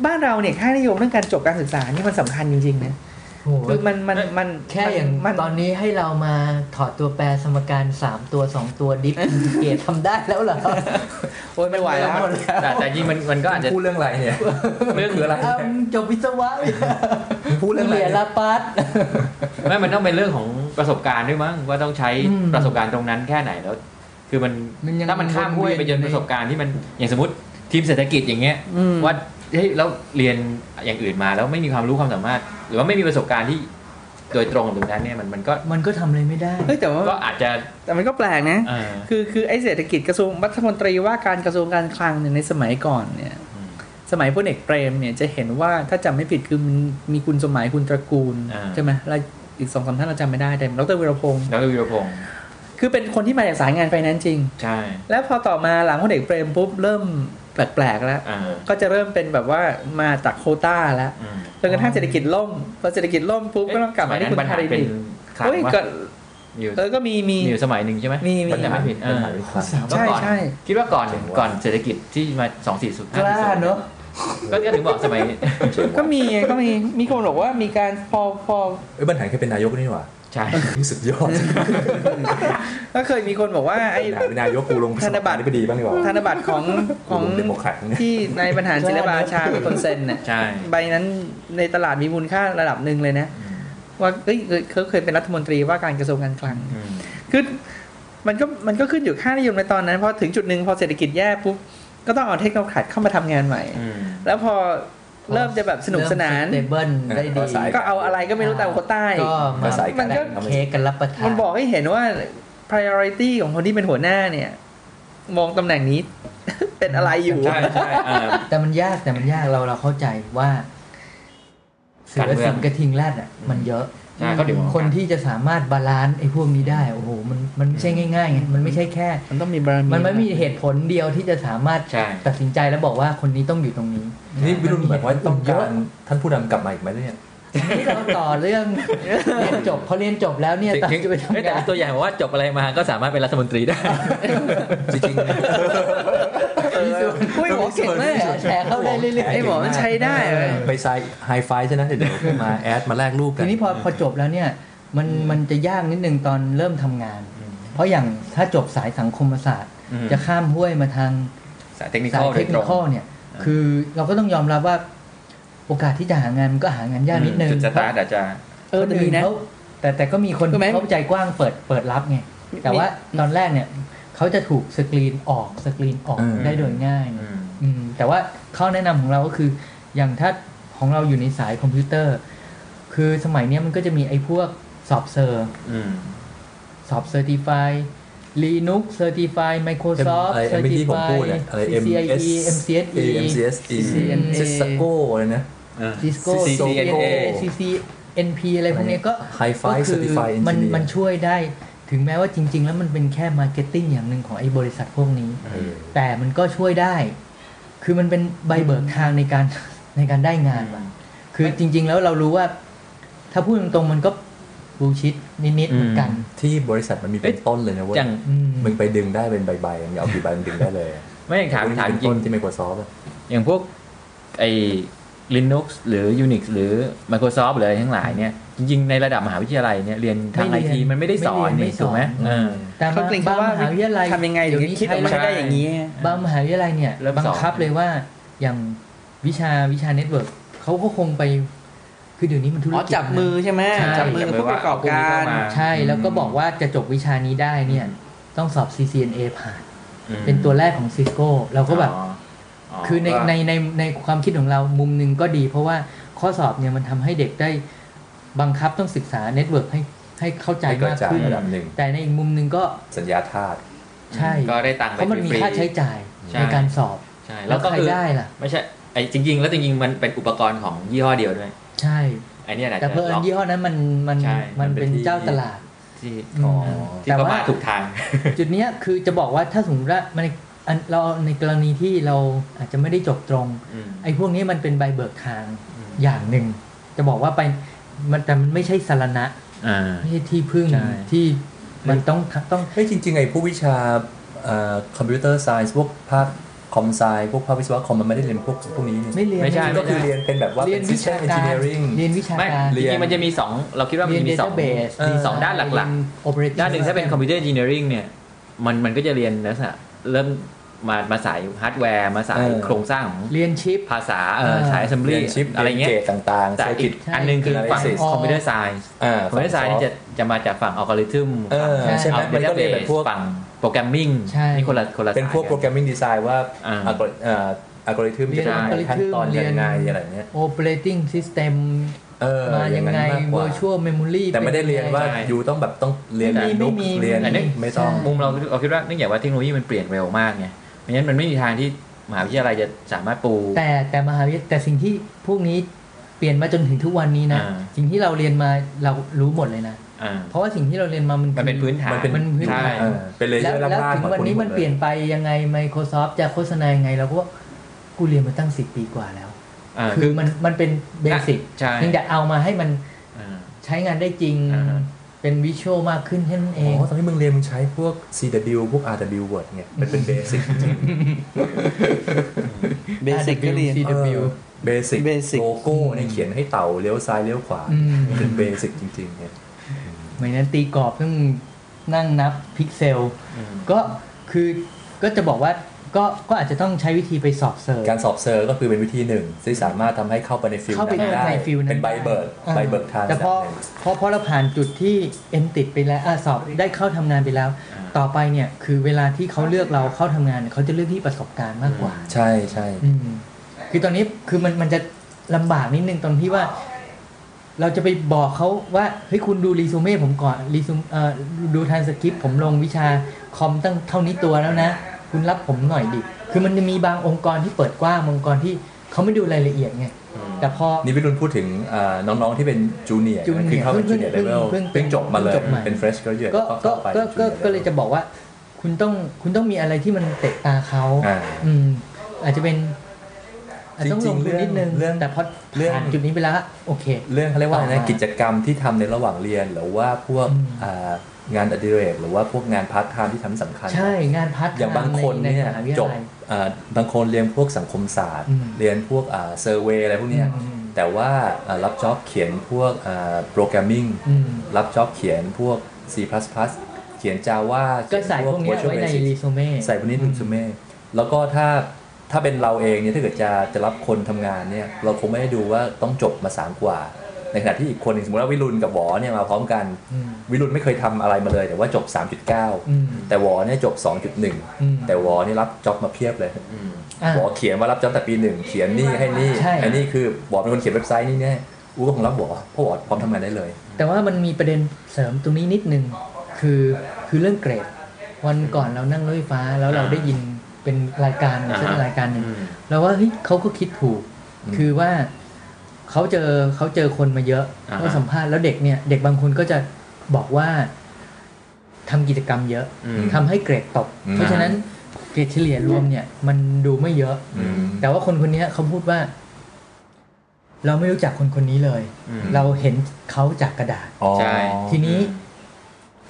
Speaker 2: บ้านเราเนี่ยค่านิยมเรื่องการจบการศึกษานี่มันสำคัญจริงๆนะ
Speaker 5: โอ้โห
Speaker 2: คือมันมันมัน
Speaker 5: แค่อย่าง
Speaker 2: มัน
Speaker 5: ตอนนี้ให้เรามาถอดตัวแปรสมการ 3 ตัว 2 ตัวดิฟเกตทำได้แล้วเหรอ
Speaker 2: โอ้ยไม่ไหวแล้ว
Speaker 5: มัน
Speaker 3: แต่แต่จริงมันมันก็อาจจะ
Speaker 4: พูดเรื่องอะไรเนี่ย
Speaker 3: เรื่อง
Speaker 4: คืออะไร
Speaker 5: เอ้ามึงจบวิศวะเลย
Speaker 4: พูดเรื่องอะ
Speaker 5: เห
Speaker 4: ไร
Speaker 5: รียญ
Speaker 4: เนี่ย
Speaker 5: ลาปัส
Speaker 3: ไม่มันต้องเป็นเรื่องของประสบการณ์ด้วยมั้งว่าต้องใช้
Speaker 5: อืม
Speaker 3: ประสบการณ์ตรงนั้นแค่ไหนแล้ว คือมัน
Speaker 5: มันยัง
Speaker 3: ถ้ามันข้าม
Speaker 5: ว
Speaker 3: ห้
Speaker 5: น
Speaker 3: ว
Speaker 5: เวี
Speaker 3: ย
Speaker 5: ยน
Speaker 3: ไปจ
Speaker 5: อยู่
Speaker 3: น
Speaker 5: ใน
Speaker 3: ประสบการณ์ที่มันอย่างสมมติทีมเศรษฐกิจอย่างเงี้ย
Speaker 2: อืม
Speaker 3: ว่าเฮ้ยแล้วเรียนอย่างอื่นมาแล้วไม่มีความรู้ความสามารถ หรือว่าไม่มีประสบการณ์ที่โดยตรงกับตรงนั้นเนี่ยมันมันก็
Speaker 5: มันก็ทำอะไรไม่ได้
Speaker 2: เฮ้ยแต่ว่า
Speaker 3: ก็อาจจะ
Speaker 2: แต่มันก็แปลกนะ
Speaker 3: เออ
Speaker 2: คือคือไอเศรษฐกิจกระทรวงรัฐมนตรีว่าการกระทรวงการคลังเนี่ยในสมัยก่อนเนี่ย
Speaker 3: อืม
Speaker 2: สมัยพลเอกเปรมเนี่ยจะเห็นว่าถ้าจำไม่ผิดคือมันมีคุณสมหมายคุณตระกูล
Speaker 3: อ่า
Speaker 2: ใช่ไหมแล้วอีกสองสามท่านเราจำไม่ได้แต่ดรวิรพงศ์
Speaker 3: ดรวิรพงศ์
Speaker 2: คือเป็นคนที่มาจากสายงานไฟแนนซ์จริง
Speaker 3: ใช่
Speaker 2: แล้วพอต่อมาหลังพลเอกเปรมปุ๊บเริ่มแปลกๆแล้ว
Speaker 3: เออ
Speaker 2: ก็จะเริ่มเป็นแบบว่ามาจากโควต้าแล้ว
Speaker 3: อืม
Speaker 2: จนกระทั่งเศรษฐกิจล่มพอเศรษฐกิจล่มปุ๊บก็ต้องกลับมาที่คุณ
Speaker 3: สยนั้น
Speaker 2: ธาริ
Speaker 3: ปัญหเป็น
Speaker 2: นี
Speaker 3: คลัง
Speaker 2: เฮ้ย
Speaker 3: ว่า
Speaker 2: ก็
Speaker 3: อยู่
Speaker 2: เออก็มีมี
Speaker 3: มีอยู่สมัยหนึ่งใช่ไหม
Speaker 2: มีมี
Speaker 3: ถ้าจำไม่ผิดเอ
Speaker 4: ปัญ
Speaker 3: อ
Speaker 4: หาวิกฤต
Speaker 3: ก็ก่อน
Speaker 2: ใช่ใช่
Speaker 3: คิดว่าก่อนหนึ่งก่อนเศรษฐกิจที่มาสองสี่ศูนย์
Speaker 5: กล้าเนอะ
Speaker 3: ก็ก็ถึงบอกสมัย [LAUGHS]
Speaker 2: ก็มีไงก็มีมีคนบอกว่ามีการพอพอ
Speaker 4: เอ้ยบรรหารเคยเป็นนายกนี่หว่า
Speaker 3: ใช่
Speaker 4: สุดยอด
Speaker 2: ก็เคยมีคนบอกว่าไอ้
Speaker 4: หาเป็นนายกกูลง
Speaker 2: ธนบัตร
Speaker 4: นี่ไปดีบ้างดีกว่า
Speaker 2: ธนบัตรของข
Speaker 4: กู
Speaker 2: อง
Speaker 4: ลงเดโมแครตเนี่ย
Speaker 2: ที่นายบรรหารศิลปาชาเป็นคนเซ็นน่ะ
Speaker 3: ใช่
Speaker 2: ใบนั้นในตลาดมีมูลค่าระดับหนึ่งเลยนะ ว่าเอ้ยเคยเขาเคยเป็นรัฐมนตรีว่าการกระทรวงการคลัง
Speaker 3: อืม
Speaker 2: คือมันก็มันก็ขึ้นอยู่ค่านิยมในตอนนั้นพอถึงจุดหนึ่งพอเศรษฐกิจแย่ปุ๊บก็ต้องเอาเทคโนโลยีเข้ามาทำงานใหม่
Speaker 3: อืม
Speaker 2: แล้วพอเริ่มจะแบบสนุกสนาน
Speaker 5: เตเบิลได้ดี
Speaker 2: ก็เอาอะไรก็ไม่รู้ตามโควต้าอีก
Speaker 5: ก็มา
Speaker 4: สาย
Speaker 2: มั
Speaker 4: กา
Speaker 2: น
Speaker 4: ร
Speaker 5: แบ่
Speaker 2: ก็
Speaker 5: งเค้กกันรับประทาน
Speaker 2: มันบอกให้เห็นว่า priority ของคนที่เป็นหัวหน้าเนี่ย มองตำแหน่งนี้ [LAUGHS] เป็นอะไรอยู่
Speaker 3: ใช่ใช่เออ
Speaker 5: แต่มันยากแต่มันยากเราเราเข้าใจว่าเสื
Speaker 3: การ
Speaker 5: อ
Speaker 3: เมือง
Speaker 5: สิงกระทิงแรดอ่ะ มันเยอะ
Speaker 3: ใช่ก็เดี๋ยว
Speaker 5: คนที่จะสามารถบาลานซ์ไอ้พวกนี้ได้โอ้โหมันมันไม่ใช่ง่ายๆไงมันไม่ใช่แค่
Speaker 2: มันต้องมีบารมี
Speaker 5: มันไม่มีเหตุผลเดียวที่จะสามารถ
Speaker 3: ใช่
Speaker 5: ตัดสินใจแล้วบอกว่าคนนี้ต้องอยู่ตรงนี้
Speaker 4: นี่วิรุณหมายความว่าต้องการท่านผู้นำกลับมาอีกไหมเนี่ย
Speaker 5: นี่เราต่อเรื่องเรียนจบพอเรียนจบแล้วเนี่ย
Speaker 3: ถึง
Speaker 5: ตัด
Speaker 3: ถึง
Speaker 5: จะไป
Speaker 3: เอ้ย
Speaker 5: ทำ
Speaker 3: แต่
Speaker 5: งาน
Speaker 3: ตัวอย่างบอกว่าจบอะไรมาก็สามารถเป็นรัฐมนตรีได้
Speaker 4: จริง
Speaker 5: มีส่วน
Speaker 2: เฮ้ยหมอเก่งมาก
Speaker 5: แชร์เข้าได้เรื่อยๆ
Speaker 2: ไอ้หมอมันใช้ได้เว้ย
Speaker 4: ๆไปไซไฮไฟใช่ไหมเดี๋ยวมาแอดมาแลกรูปกั
Speaker 5: ที
Speaker 4: น
Speaker 5: นี้พอพอจบแล้วเนี่ยมันมันจะยากนิดนึงตอนเริ่มทำงาน เพราะอย่างถ้าจบสายสังคมศาสตร์
Speaker 3: อืม
Speaker 5: จะข้ามห้วยมาทาง
Speaker 3: สายเทคนิค
Speaker 5: สาย
Speaker 3: โด
Speaker 5: เทค
Speaker 3: ยต
Speaker 5: นิ
Speaker 3: รง
Speaker 5: คอลเนี่ย คือเราก็ต้องยอมรับว่า โอกาสที่จะหางานมันก็หางานยากนิดนึง
Speaker 3: จุดสตาร์ทอาจจะ
Speaker 5: เออ
Speaker 2: แต่มีนะ
Speaker 5: เขาแต่แต่ก็มีคน
Speaker 2: รู้ไหม
Speaker 5: เขาใจกว้างเปิดเปิดรับไงแต่ว่าตอนแรกเนี่ยเขาจะถูกสกรีนออกสกรีนออก
Speaker 4: อืม
Speaker 5: ได้โดยง่าย
Speaker 3: อืม
Speaker 5: อืมแต่ว่าข้อแนะนำของเราก็คืออย่างถ้าของเราอยู่ในสายคอมพิวเตอร์ คือสมัยเนี้ยมันก็จะมีไอ้พวกสอบเซอร์
Speaker 3: อืม
Speaker 5: สอบเซอร์ติฟาย Linux Certify Microsoft
Speaker 4: อะไร M ที่ผมพูดเนี่ยอะไร M S
Speaker 5: CCIE MCSE
Speaker 4: MCSE
Speaker 5: CCNA
Speaker 4: Cisco อะไรนะ
Speaker 5: Cisco
Speaker 3: CCNA
Speaker 5: CCNP อะไรพวกเนี้ยก็
Speaker 4: Hi-Fi
Speaker 5: ก็คือ
Speaker 4: Certified Engineer
Speaker 5: มันมันช่วยได้ถึงแม้ว่าจริง ๆ แล้วมันเป็นแค่มาร์เก็ตติ้งอย่างหนึ่งของไอ้บริษัทพวกนี้
Speaker 4: เออ
Speaker 5: แต่มันก็ช่วยได้ คือมันเป็นใบเบิกทางในการ ในการได้งานว่ะคือจริง ๆ แล้วเรารู้ว่า ถ้าพูดตรงๆ มันก็บูชิดนิดๆ เหมือนกัน
Speaker 4: ที่บริษัทมันมีเป็นต้นเลยนะเว้ย
Speaker 3: อย่าง
Speaker 5: อืม
Speaker 4: มึงไปดึงได้เป็นใบๆมึงเอากี่ใบมึงดึงได้เลย
Speaker 3: ไม่อย่างถามถามจ
Speaker 4: เป็น
Speaker 3: ริ
Speaker 4: ต้
Speaker 3: ง
Speaker 4: นที่ Microsoft อะ
Speaker 3: อย่างพวกไอ้ Linux หรือ Unix หรือ Microsoft หรืออะไรทั้งหลายเนี่ย จริงๆ ในระดับมหาวิทยาลัยเนี่ย เรียนทางไอทีมันไม่ได้สอนนี่ถูกไหมเออ
Speaker 5: แต่
Speaker 2: เขาเกรง
Speaker 5: บาง
Speaker 2: ว่าม
Speaker 5: หาวิทยาลัย
Speaker 2: ทำยังไงถึงจะคิดออกมา
Speaker 5: ใช้
Speaker 2: ให้ได้อย่างนี้
Speaker 5: บางมหาวิทยาลัยเนี่ย
Speaker 3: เริ่ม
Speaker 5: บัง
Speaker 3: สอน
Speaker 5: คับเลยว่าอย่างวิชาวิชาเน็ตเวิร์กเขาก็คงไป คือเดี๋ยวนี้มันธุร
Speaker 2: อ๋อ
Speaker 5: กิจ
Speaker 2: จับมือ
Speaker 5: นะ
Speaker 2: ใช่ไหม
Speaker 5: ใช่
Speaker 2: จับมือกับผู้ประกอบการ
Speaker 5: ใช่แล้วก็บอกว่าจะจบวิชานี้ได้เนี่ย ต้องสอบ CCNA ผ่าน
Speaker 3: อืม
Speaker 5: เป็นตัวแรกของซิสโก้เราก็แบบ
Speaker 3: อ๋ออ๋อ
Speaker 5: คือใน
Speaker 3: ก็
Speaker 5: ในในในความคิดของเรามุมหนึ่งก็ดี เพราะว่าข้อสอบเนี่ยมันทำให้เด็กได้บังคับต้องศึกษาเน็ตเวิร์กให้ให้เข้าใจ
Speaker 4: ให้กระ
Speaker 5: มาก
Speaker 4: จาย
Speaker 5: ขึ้น
Speaker 4: ระดับหนึ่ง
Speaker 5: แต่ในอีกมุมหนึ่งก็
Speaker 4: สัญญาธาตุ
Speaker 5: ใช่
Speaker 3: ก็ได้ตังค์ไป
Speaker 5: เพราะมันมี
Speaker 3: ฟรี
Speaker 5: ค่าใช้จ่าย
Speaker 3: ใช่
Speaker 5: ในการสอบ
Speaker 3: ๆใช่
Speaker 5: แล้
Speaker 3: แล้ว
Speaker 5: ว
Speaker 3: ก็
Speaker 5: ใคร
Speaker 3: คือ
Speaker 5: ได้ล่ะ
Speaker 3: ไม่ใช่ไอ้จริง ๆ แล้วจริงๆ มันเป็นอุปกรณ์ของยี่ห้อเดียวด้วย
Speaker 5: ใช่
Speaker 3: ไอ้เนี่ยแหละ
Speaker 5: แต่เพอ
Speaker 3: ล็
Speaker 5: เอิ
Speaker 3: อก
Speaker 5: ญยี่ห้อนั้นมันมัน
Speaker 3: ใช่มั
Speaker 5: มัน น
Speaker 3: เป็
Speaker 5: เป็นน
Speaker 3: ที่
Speaker 5: เจ้าตลาด
Speaker 3: ที่
Speaker 5: อ๋อ
Speaker 3: ที่
Speaker 5: แต่
Speaker 3: ก็
Speaker 5: ว่า
Speaker 3: มาถูกทาง
Speaker 5: จุดเนี้ยคือจะบอกว่าถ้าสมมติว่ามันอันเราในกรณีที่เราอาจจะไม่ได้จบตรง
Speaker 3: อืม
Speaker 5: ไอ้พวกนี้มันเป็นใบเบิกทาง
Speaker 3: อืม
Speaker 5: อย่างหนึ่ง จะบอกว่าไปมันแต่มันไม่ใช่สารณะ
Speaker 3: อ่า
Speaker 5: ไม่ใช่ที่พึ่ง
Speaker 3: ใช่
Speaker 5: ที่มันต้องต้อง
Speaker 4: เฮ้ยจริงๆไอ้พวกวิชาคอมพิวเตอร์ไซส์พวกภาคคอมไซพวกภาควิศวะคอมมันไม่ได้เรียนพวกพวกนี้นี่
Speaker 5: ไม่เรียน
Speaker 3: ไม่ใช่
Speaker 4: ก็คือ
Speaker 3: ไม่ใช่
Speaker 4: เรียนเป็นแบบว่า
Speaker 5: เรี
Speaker 4: เป็
Speaker 5: ยน
Speaker 4: น
Speaker 5: วิ
Speaker 4: system
Speaker 5: ชาการ
Speaker 4: engineering
Speaker 5: เรียนวิชา
Speaker 3: ไม่
Speaker 5: การ
Speaker 3: จริงๆมันจะมีสองเราคิดว่ามัน
Speaker 5: เรียน
Speaker 3: จะมีสอง
Speaker 5: database
Speaker 4: เออ
Speaker 3: สองด้านหลักๆ ด้านหนึ่งถ้าเป็นคอมพิวเตอร์ e n น i เนียริงเนี่ย มันมันก็จะเรียนลักษณะเริ่ม มามาสายฮาร์ดแวร์ มาสาย
Speaker 4: เออ
Speaker 3: โครงสร้างของ
Speaker 5: เรียนชิป
Speaker 3: ภาษาเออ
Speaker 5: เออ
Speaker 3: สาย assembly
Speaker 4: ยนชิป
Speaker 3: อะไร
Speaker 4: รี
Speaker 3: เงี้
Speaker 4: น
Speaker 3: ย
Speaker 4: กตต่างๆ
Speaker 3: แต่
Speaker 4: เซอร์
Speaker 3: อี
Speaker 4: กิ
Speaker 3: ก
Speaker 4: ต
Speaker 3: อันหนึงคือฝั่ง
Speaker 4: analysis
Speaker 3: คอมพิวเตอร์ไซน์
Speaker 4: อ่า
Speaker 3: คอมพิวเตอร์ไซน์นี่จะจะมาจากฝั่งอัลกอริทึม
Speaker 4: เออใช่ไหมมันก็เรียนแบบพวก
Speaker 3: ฝั่งโปรแกรมมิ่ง
Speaker 5: ใช่
Speaker 3: นี่คนละคนละ
Speaker 4: เป็นพวก
Speaker 3: สาย
Speaker 4: โปร
Speaker 3: กั
Speaker 4: แกรมมิ่งดีไซน์ว่า
Speaker 3: อ่า
Speaker 4: อัลกอริเอ่ออัลกอริทึมจะ
Speaker 5: เรี
Speaker 4: เป็น
Speaker 5: ยน algorithm
Speaker 4: ขั้นตอน
Speaker 5: เรียน
Speaker 4: ยังไงอะไรเงี้ย
Speaker 5: operating system
Speaker 4: เออ
Speaker 5: มายังไง
Speaker 4: มากกว่า
Speaker 5: virtual memory
Speaker 4: แต่ไม่ได้เรียนว่า
Speaker 5: ป็งไง
Speaker 4: อยู่ต้องแบบต้องเรียน
Speaker 5: ไม่มี
Speaker 4: นุก
Speaker 5: ไม่มี
Speaker 4: เรียน
Speaker 5: อันนี้
Speaker 4: ไม่ต้อง
Speaker 3: มุมเราเราคิดว่าเนื่องจากว่าเทคโนโลยีมันเปลี่ยนเร็วมากไงเพราะฉะนั้นมันไม่มีทางที่มหาวิทยาลัยจะสามารถปู
Speaker 5: แต่แต่มหาวิทยาลัยแต่สิ่งที่พวกนี้เปลี่ยนมาจนถึงทุกวันนี้นะ
Speaker 3: อ่า
Speaker 5: สิ่งที่เราเรียนมาเรารู้หมดเลยนะ
Speaker 3: อ่า
Speaker 5: เพราะว่าสิ่งที่เราเรียนมามัน
Speaker 3: มันเป็น
Speaker 5: คือ
Speaker 3: พื้นฐาน
Speaker 4: มันเป็น
Speaker 5: มันพื้น
Speaker 3: ใช่
Speaker 5: ฐาน
Speaker 4: เออเป็นเลเย
Speaker 5: แล้
Speaker 4: อ
Speaker 5: ว
Speaker 4: ร์
Speaker 5: แล้ว
Speaker 4: ล่างๆ
Speaker 5: ถึง
Speaker 4: มา
Speaker 5: วันนี้มันเปลี่ยนไปยังไง Microsoft จะโฆษณายังไงเราก็ว่ากูเรียนมาตั้งสิบปีกว่าแล้ว
Speaker 3: อ่า
Speaker 5: คื
Speaker 3: คือ อ
Speaker 5: มันมันเป็นเบสิก
Speaker 3: ใช่
Speaker 5: เพียงแต่เอามาให้มัน
Speaker 3: อ่า
Speaker 5: ใช้งานได้จริง
Speaker 3: อ่าฮะ
Speaker 5: เป็นวิชวลมากขึ้นแค่นั้นเอ
Speaker 4: อ๋
Speaker 5: ง
Speaker 4: อตอนนี้มึงเรียนมึงใช้พวก CW พวก RW word ไงมันเป็นเบสิกจริง
Speaker 2: เบสิกก็เรียน
Speaker 5: RW
Speaker 4: เออเบสิก
Speaker 2: Basic
Speaker 4: โลโก้เนี่ยเขียนให้เต่าเลี้ยวซ้ายเลี้ยวขวา
Speaker 5: อืม
Speaker 4: เป็นเบสิกจริงๆเนี่ย
Speaker 5: ไม่นั้นตีกรอบต้องนั่งนับพิกเซล ก็คือก็จะบอกว่าก็ก็อาจจะต้องใช้วิธีไปสอบเสิร์ฟ
Speaker 4: การสอบเซอร์ก็คือเป็นวิธีหนึ่งที่งสามารถทำให้เข้าไปในฟิล
Speaker 5: เข้าไป
Speaker 4: นั้นได้
Speaker 5: ในฟิลนั้น
Speaker 4: เป็นใบเบิก
Speaker 5: อ่า
Speaker 4: ใบเบิกทาง
Speaker 5: แต่พอ
Speaker 4: บบหนึ่ง
Speaker 5: พอพอเราผ่านจุดที่เอ็นติดไปแล้วอ่ะสอบได้เข้าทำงานไปแล้ว
Speaker 3: อ่า
Speaker 5: ต่อไปเนี่ยคือเวลาที่เขาเลือกเราเข้าทำงานเนี่ยเขาจะเลือกที่ประสบการณ์มากกว่า
Speaker 4: ใช่ใช่
Speaker 5: อืมคือตอนนี้คือมันมันจะลำบากนิดนึงตอนที่ว่า เราจะไปบอกเขาว่าเฮ้ยคุณดูรีซูเม่ผมก่อนรีซูเอ่อดูทางสคริปต์ผมลงวิชาคอมตั้งเท่านี้ตัวแล้วนะ คุณรับผมหน่อยดิคือมันจะมีบางองค์กรที่เปิดกว้างองค์กรที่เขาไม่ดูรายละเอียดไงแต่พอ
Speaker 4: นี่พี่รุนพูดถึงอ่าน้องๆที่เป็นจูเนียร์
Speaker 5: junior
Speaker 4: คือเข้าเป็น
Speaker 5: เพิ่
Speaker 4: จู
Speaker 5: ง
Speaker 4: เนียร์
Speaker 5: เพิ่
Speaker 4: เลเว
Speaker 5: ง
Speaker 4: ล
Speaker 5: เพิ่ง
Speaker 4: เพิ่งจบมาเลย
Speaker 5: เพิ่งจบมา
Speaker 4: เป็นเฟรชก็เยอะ
Speaker 5: ก็ก็
Speaker 4: เข้าไป
Speaker 5: ก็ก็
Speaker 4: ป็น junior
Speaker 5: ก็เลยจะบอกว่า คุณต้องคุณต้องมีอะไรที่มันเตะตาเขา
Speaker 4: อ่า
Speaker 5: อืม อาจจะเป็นอาจจะต้อง
Speaker 4: จริ
Speaker 5: ล
Speaker 4: ง
Speaker 5: ง
Speaker 4: ๆ
Speaker 5: ทุนนิดนึง
Speaker 4: เรื่อง
Speaker 5: แต่พอ
Speaker 4: เรื่อง
Speaker 5: ผ่านจุดนี้ไปแล้ว โอเค
Speaker 4: เรื่องเขาเรียกว่าอะไร
Speaker 5: ต่
Speaker 4: นะ
Speaker 5: อมากิ
Speaker 4: กิจกรรมที่ทำในระหว่างเรียน หรือว่าพวก
Speaker 5: อืม
Speaker 4: อ่างานอดิเรกหรือว่าพวกงานพาร์ทไทม์ที่ทำสำคัญ
Speaker 5: ใช่งานพัฒน์
Speaker 4: อย่างบางคนเนี่ย
Speaker 5: ใมหาวิ
Speaker 4: จ
Speaker 5: ทยา
Speaker 4: บ
Speaker 5: ลั
Speaker 4: อ่าบางคนเรียนพวกสังคมศาสตร์
Speaker 5: อืม
Speaker 4: เรียนพวกเซอร์เวยอะไรพวกเนี้ย
Speaker 5: อืม
Speaker 4: แต่ว่าอ่ารับจ็อบเขียนพวกโปรแกรมมิ่ง
Speaker 5: อืม
Speaker 4: รับจ็อบเขียนพวก C++ เขียน Java
Speaker 5: ก็ใส่พวกเนี้ย
Speaker 4: Virtual
Speaker 5: ไว้ใน
Speaker 4: Basic
Speaker 5: รีซูเม่
Speaker 4: ใส่พวกนี้ถึงซูเม่แล้วก็ถ้าถ้าเป็นเราเองเนี่ยถ้าเกิดจะจะรับคนทำงานเนี่ย เราคงไม่ได้ดูว่าต้องจบมาสามกว่า ในขณะที่อีกคนหนึ่งสมมติว่าวิรุณกับหวอเนี่ยมาพร้อมกัน
Speaker 5: อืม
Speaker 4: วิรุณไม่เคยทำอะไรมาเลย แต่ว่าจบ
Speaker 5: อืม
Speaker 4: 3.9 แต่หวอเนี่ยจบ
Speaker 5: อืม
Speaker 4: 2.1 แต่หวอเนี่ยรับจ็อบมาเพียบเลย
Speaker 5: อ่า
Speaker 4: หวอเขียนว่ารับจ็อบแต่ปีหนึ่งเขียนนี่ให้นี่
Speaker 5: ใช่
Speaker 4: ไอ้นี่คือหวอเป็นคนเขียนเว็บไซต์นี่แน่อู้ก็คงรับหวอเพราะหวอพร้อมทำงานได้เลย
Speaker 5: แต่ว่ามันมีประเด็นเสริมตรงนี้นิดนึงคือคือเรื่องเกรด วันก่อนเรานั่งรถไฟฟ้าแล้วเราได้ยินเป็นรายการ
Speaker 3: อ่าฮะ
Speaker 5: เส้นรายการหนึ่ง
Speaker 3: อืม
Speaker 5: เราว่าเฮ้ยเขาก็คิดถูก
Speaker 4: อืม
Speaker 5: คือว่าเขาเจอเขาเจอคนมาเยอะ
Speaker 3: อ่าฮะ
Speaker 5: ก็สัมภาษณ์แล้วเด็กเนี่ย เด็กบางคนก็จะบอกว่าทำกิจกรรมเยอะ
Speaker 3: อืม
Speaker 5: ทำให้เกรดตก
Speaker 4: อืม
Speaker 5: เพราะฉะนั้นเกรดเฉลี่ยรวมเนี่ย มันดูไม่เยอะ
Speaker 4: อืม
Speaker 5: แต่ว่าคนคนเนี้ยเขาพูดว่า เราไม่รู้จักคนคนนี้เลย
Speaker 3: อืม
Speaker 5: เราเห็นเขาจากกระดาษ
Speaker 4: อ๋อ
Speaker 3: ใช่
Speaker 5: ทีนี้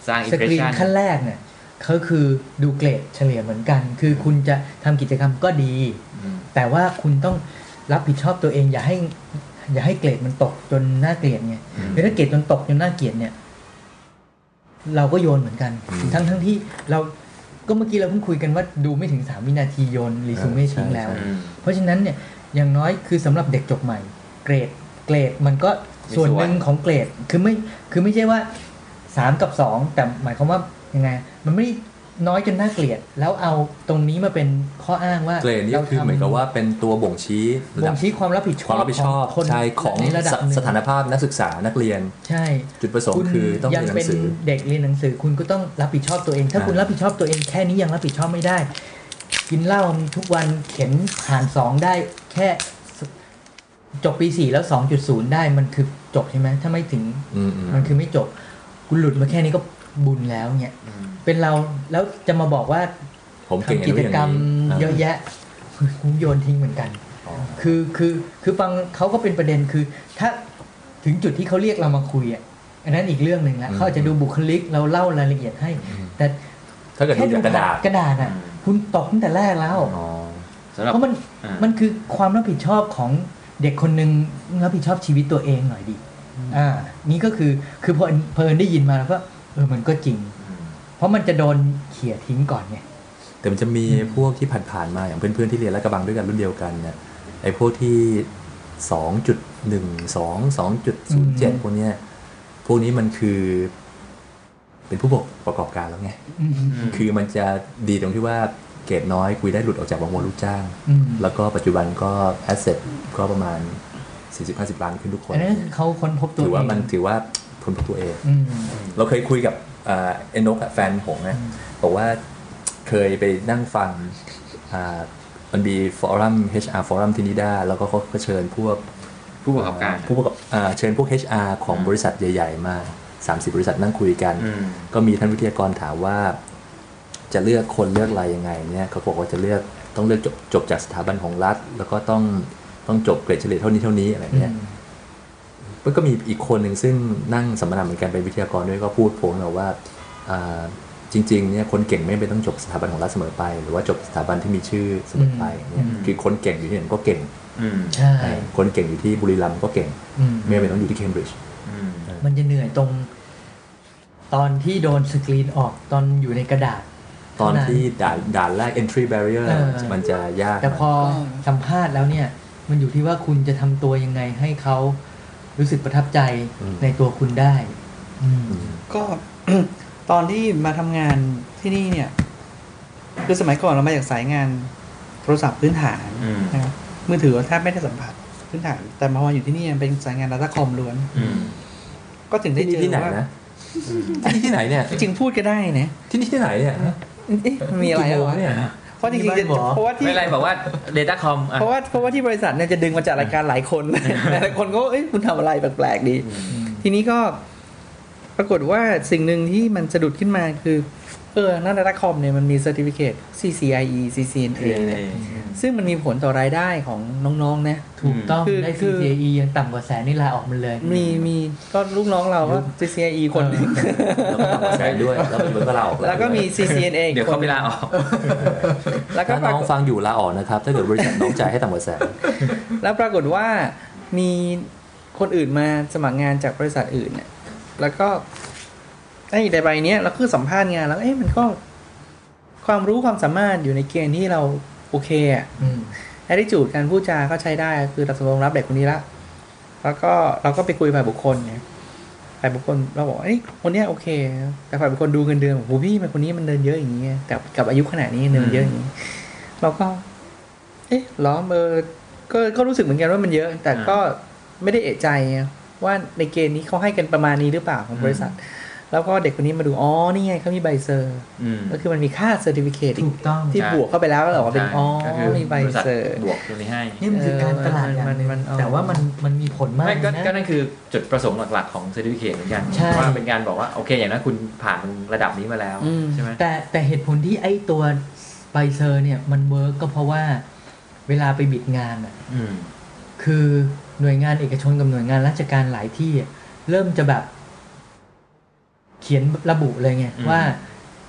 Speaker 3: สร้างอิม
Speaker 5: ส
Speaker 3: เพ
Speaker 5: ก
Speaker 3: รส
Speaker 5: รีน
Speaker 3: ชั่น
Speaker 5: ขั้นแรกเนี่ยก็คือดูเกรดเฉลี่ยเหมือนกัน คือคุณจะทำกิจกรรมก็ดี
Speaker 3: อืม
Speaker 5: แต่ว่าคุณต้องรับผิดชอบตัวเอง อย่าให้ อย่าให้เกรดมันตกจนน่าเกลียดไงคือถ้าเกรดจนตกจนน่าเกลียดเนี่ย เราก็โยนเหมือนกัน ทั้งทั้งที่เราก็เมื่อกี้เราเพิ่งคุยกันว่าดูไม่ถึงสามวินาทีโยนรีซูเม่
Speaker 4: ใช่
Speaker 5: ทิ้งแล้ว
Speaker 4: อื
Speaker 3: อืม
Speaker 5: เพราะฉะนั้นเนี่ยอย่างน้อยคือสำหรับเด็กจบใหม่ เกรดเกรดมันก็
Speaker 3: มีส่
Speaker 5: ส่
Speaker 3: ว
Speaker 5: วน นหนึ่งของเกรดคือไม่คือไม่ใช่ว่า 3 กับ 2 แต่หมายความว่ายังไง มันไม่ได้น้อยจนน่าเกลียด แล้วเอาตรงนี้มาเป็นข้ออ้างว่า
Speaker 4: เกรดนี่
Speaker 5: รา
Speaker 4: คือ
Speaker 5: ทำ
Speaker 4: เหมือนกับว่าเป็นตัวบ่งชี้ระ
Speaker 5: บ่
Speaker 4: ดั
Speaker 5: ง
Speaker 4: บ
Speaker 5: ชี้ความรับผิดช
Speaker 4: ค
Speaker 5: อ
Speaker 4: วาม
Speaker 5: บ
Speaker 4: รับผิดชอบ
Speaker 5: คน
Speaker 4: ใช่ของ
Speaker 5: ในระดับหนึ่ง
Speaker 4: สถานภาพนักศึกษานักเรียน
Speaker 5: ใช่
Speaker 4: จุดประสงค์คือต้องเรียนหนั
Speaker 5: เป็
Speaker 4: ง
Speaker 5: น
Speaker 4: สือ
Speaker 5: เด็กเรียนหนังสือ คุณก็ต้องรับผิดชอบตัวเอง ถ้า
Speaker 4: อ่า
Speaker 5: คุณรับผิดชอบตัวเองแค่นี้ยังรับผิดชอบไม่ได้ กินเหล้าทุกวันเข็นผ่านสองได้แค่จบปีสี่แล้วสองจุดศูนย์ได้มันคือจบใช่ไหมถ้าไม่ถึง
Speaker 4: อืมอืม
Speaker 5: มันคือไม่จบ คุณหลุดมาแค่นี้ก็บุญแล้วเนี่ย
Speaker 3: อืม
Speaker 5: เป็นเราแล้วจะมาบอกว่า
Speaker 4: ผมเก่งอย่าง
Speaker 5: ทำกิจ
Speaker 4: นี้อย่าง
Speaker 5: กรรม
Speaker 4: นี้
Speaker 5: เยอะแย [LAUGHS] ะคุณโยนทิ้งเหมือนกัน
Speaker 4: อ๋อ
Speaker 5: คือคือคือฟังเขาก็เป็นประเด็นคือ ถ้าถึงจุดที่เขาเรียกเรามาคุยอ่ะอันนั้นอีกเรื่องหนึ่งละเขาอาจจะดูบุคลิกเราเล่ารายละเอียดให้ แต่
Speaker 4: ถ้าเกิดดูจากกระดาษ
Speaker 5: กระดาษอ่ะ
Speaker 3: อืม
Speaker 5: คุณตกตั้งแต่แรกแล้ว
Speaker 4: อ๋อ
Speaker 3: สำหรับ
Speaker 5: เพราะมัน
Speaker 3: อ่ามั
Speaker 5: มันคือความรับผิดชอบของเด็กคนหนึ่งรับผิดชอบชีวิตตัวเองหน่อยดิอ่า นี่ก็คือคือพอเพลินได้ยินมาแล้วก็เออมันก็จริง
Speaker 3: อืม
Speaker 5: เพราะมันจะโดนเขี่ยทิ้งก่อนไง
Speaker 4: แต่มันจะมีพวกที่ผ่านๆมาอย่างเพื่อนๆที่เรียนและกระบังด้วยกันรุ่นเดียวกันเนี่ยไอ้พวกที่สองจุดหนึ่งสองสองจุดศูนย์เจ็ดพวกเนี้ยพวกนี้มันคือ เป็นผู้ประกอบการแล้วไง คือมันจะดีตรงที่ว่าเกรดน้อยคุยได้หลุดออกจากวงวนลูกจ้าง
Speaker 5: อืม
Speaker 4: แล้วก็ปัจจุบันก็แอสเซทก็ประมาณ 40-50 ล้านขึ้นทุกคน
Speaker 5: อันนั้นคือเขาค้นพบตัว
Speaker 4: ถือ
Speaker 5: เอ
Speaker 4: ว่าง มันถือว่าผลประตัวเอง
Speaker 5: อืม
Speaker 4: เราเคยคุยกับเอ่อเอ็นนกอะแฟนหงนะบอกว่าเคยไปนั่งฟังอ่ามันมีฟอรัม HR ฟอรัมที่นิด้าแล้วก็เขาก็เชิญพวก
Speaker 3: ผู้ประกอบการ
Speaker 4: ผู้ประกอบอ่าเชิญพวก HR ของบริษัทใหญ่ ๆ มา 30 บริษัทนั่งคุยกัน
Speaker 3: อืม
Speaker 4: ก็มีท่านวิทยากรถามว่า จะเลือกคนเลือกอะไรยังไงเนี่ยเขาบอกว่าจะเลือกต้องเลือกจบจบจากสถาบันของรัฐ แล้วก็ต้องต้องจบเกรดเฉลี่ยเท่านี้เท่านี้อะไรเนี่ยมันก็มีอีกคนหนึ่งซึ่งนั่งสัมมนาเหมือนกันเป็นวิทยากรด้วยก็พูดโพงเราว่าอ่าจริงๆเนี่ยคนเก่งไม่เป็นต้องจบสถาบันของรัฐเสมอไป หรือว่าจบสถาบันที่มีชื่อเสมอไปเนี่ย
Speaker 3: อืม
Speaker 4: คือคนเก่งอยู่ที่ไหนก็เก่ง
Speaker 3: อืม
Speaker 5: ใช่
Speaker 4: คนเก่งอยู่ที่บุรีรัมย์ก็เก่ง
Speaker 5: อืม
Speaker 4: ไม่จำเป็นต้องอยู่ที่เคมบริดจ์
Speaker 3: อืม
Speaker 5: มันจะเหนื่อยตรง ตอนที่โดนสกรีนออกตอนอยู่ในกระดาษ
Speaker 4: ตอนที่ด่านด่านแรก entry barrier
Speaker 5: เออ
Speaker 4: มันจะยาก
Speaker 5: แต่พอสัมภาษณ์แล้วเนี่ย มันอยู่ที่ว่าคุณจะทำตัวยังไงให้เขารู้สึกประทับใจในตัวคุณได้ อืม
Speaker 2: ก็ [COUGHS] ตอนที่มาทำงานที่นี่เนี่ย คือสมัยก่อนเรามาจากสายงานโทรศัพท์พื้นฐาน
Speaker 3: อืม
Speaker 2: นะครับมือถือแทบไม่ได้สัมผัสพื้นฐาน แต่มาวันอยู่ที่นี่มันเป็นสายงานดัตาคอมล้วน
Speaker 3: อืม
Speaker 2: ก็ถึงได้
Speaker 4: ที่
Speaker 2: เจอ
Speaker 4: นี่ที่ไหน
Speaker 2: ว่า
Speaker 4: นะ ที่นี่ที่ไหนเนี่ย
Speaker 2: จริงๆพูดก็ได้นะ
Speaker 4: ที่นี่ที่ไหนเนี่ย
Speaker 2: เอ๊ะมันมีอะไร
Speaker 4: กี่
Speaker 2: อะ
Speaker 4: โมงเนี่ย
Speaker 2: เพราะจริงๆจะ
Speaker 5: มีบ้านหมอ
Speaker 2: เพราะว่าที่
Speaker 3: ไม่เป็นไรบอกว่า Data Com อ่ะ
Speaker 2: เพราะว่าเพราะว่าที่บริษัทเนี่ยจะดึงมาจากรายการหลายคนเลย [LAUGHS] หลายคนก็เอ้ยคุณทำอะไรแปลกๆดี ทีนี้ก็ปรากฏว่าสิ่งหนึ่งที่มันสะดุดขึ้นมาคือ เออหน้าดาต้าคอมเนี่ยมันมีเซอร์ติฟิเค CCIE CCNA เนี่ยซึ่งมันมีผลต่อรายได้ของน้องๆนะ
Speaker 5: ถูกต้อง
Speaker 2: คือ
Speaker 5: ได้
Speaker 2: คือ
Speaker 5: CTE ยังต่ำกว่าแสนนี่ลาออกมันเลย
Speaker 2: มีมีก็ลูกน้องเราก็ CCIE คนหนึ่ง
Speaker 4: แล้วก็ต่ำกว่าแสนด้วย แล้วมันก็ลาออก
Speaker 2: แล้วก็มี CCNA อี
Speaker 3: เดี๋ยว
Speaker 2: ค
Speaker 3: เขา
Speaker 2: น
Speaker 3: เวลาออก
Speaker 2: แล้วก็ป
Speaker 4: ถ้า
Speaker 2: รา
Speaker 4: น้
Speaker 2: ก
Speaker 4: อง
Speaker 2: ฏ
Speaker 4: ฟังอยู่ลาออกนะครับ ถ้าเกิดบริษัทน้องจ่ายให้ต่ำกว่าแสน
Speaker 2: แล้วปรากฏว่ามีคนอื่นมาสมัครงานจากบริษัทอื่นเนี่ย แล้วก็ไอ้ใบเนี้ยเราคือสัมภาษณ์งานแล้วเอ้มันก็ ความรู้ความสามารถอยู่ในเกณฑ์ที่เราโอเคอะ
Speaker 5: อืม
Speaker 2: แอดิจูดการพูดจาก็ใช้ได้ คือเราตกลงรับเด็กคนนี้ละ แล้วก็เราก็ไปคุยฝ่ายบุคคลไงฝ่ายบุคคลเราบอกว่าเอ้ยคนเนี้ยโอเค แต่ฝ่ายบุคคลดูเงินเดือนโอ้โหพี่มันคนนี้มันเดินเยอะอย่างเงี้ยแต่กับอายุขนาดนี้เดินเยอะอย่างงี้ เราก็ เอ๊ะล้อมเออก็ก็รู้สึกเหมือนกันว่ามันเยอะ แต่ก็ไม่ได้เอะใจไงว่าในเกณฑ์นี้เขาให้กันประมาณนี้หรือเปล่าของบริษัท แล้วก็เด็กคนนี้มาดู อ๋อ นี่ไงเขามีใบเซอร์
Speaker 3: อืม
Speaker 2: ก็คือมันมีค่าเซอร์ติฟิเคต
Speaker 5: ถูกต้อง
Speaker 2: ที่
Speaker 3: ใช่
Speaker 2: บวกเข้าไปแล้วแล้วเหรอว่าเป็น อ๋อ
Speaker 3: ใช่ก็คือ
Speaker 2: มีใบเซอร์
Speaker 3: บวกตรงนี้ให้
Speaker 5: นี่มันคือการตลาดอย่างหนึง
Speaker 2: มันมันเอา
Speaker 5: แต่ว่ามันมันมีผลมาก
Speaker 3: ไม่ก็
Speaker 5: นะ
Speaker 3: ก็นั่นคือจุดประสงค์หลักๆของเซอร์ติฟิเคเหมือนกัน
Speaker 5: ใช่
Speaker 3: ว่าเป็นการบอกว่า โอเค อย่างนั้นคุณผ่านระดับนี้มาแล้ว
Speaker 2: อืม
Speaker 3: ใช่ไหม
Speaker 5: แต่แต่เหตุผลที่ไอ้ตัวไบเซอร์เนี่ยมันเวิร์กก็เพราะว่าเวลาไปบิดงานอ่ะ
Speaker 3: อืม
Speaker 5: คือหน่วยงานเอกชนกับหน่วยงานราชการหลายที่อะเริ่มจะแบบเขียนระบุเลยไง
Speaker 3: อืม
Speaker 5: ว่า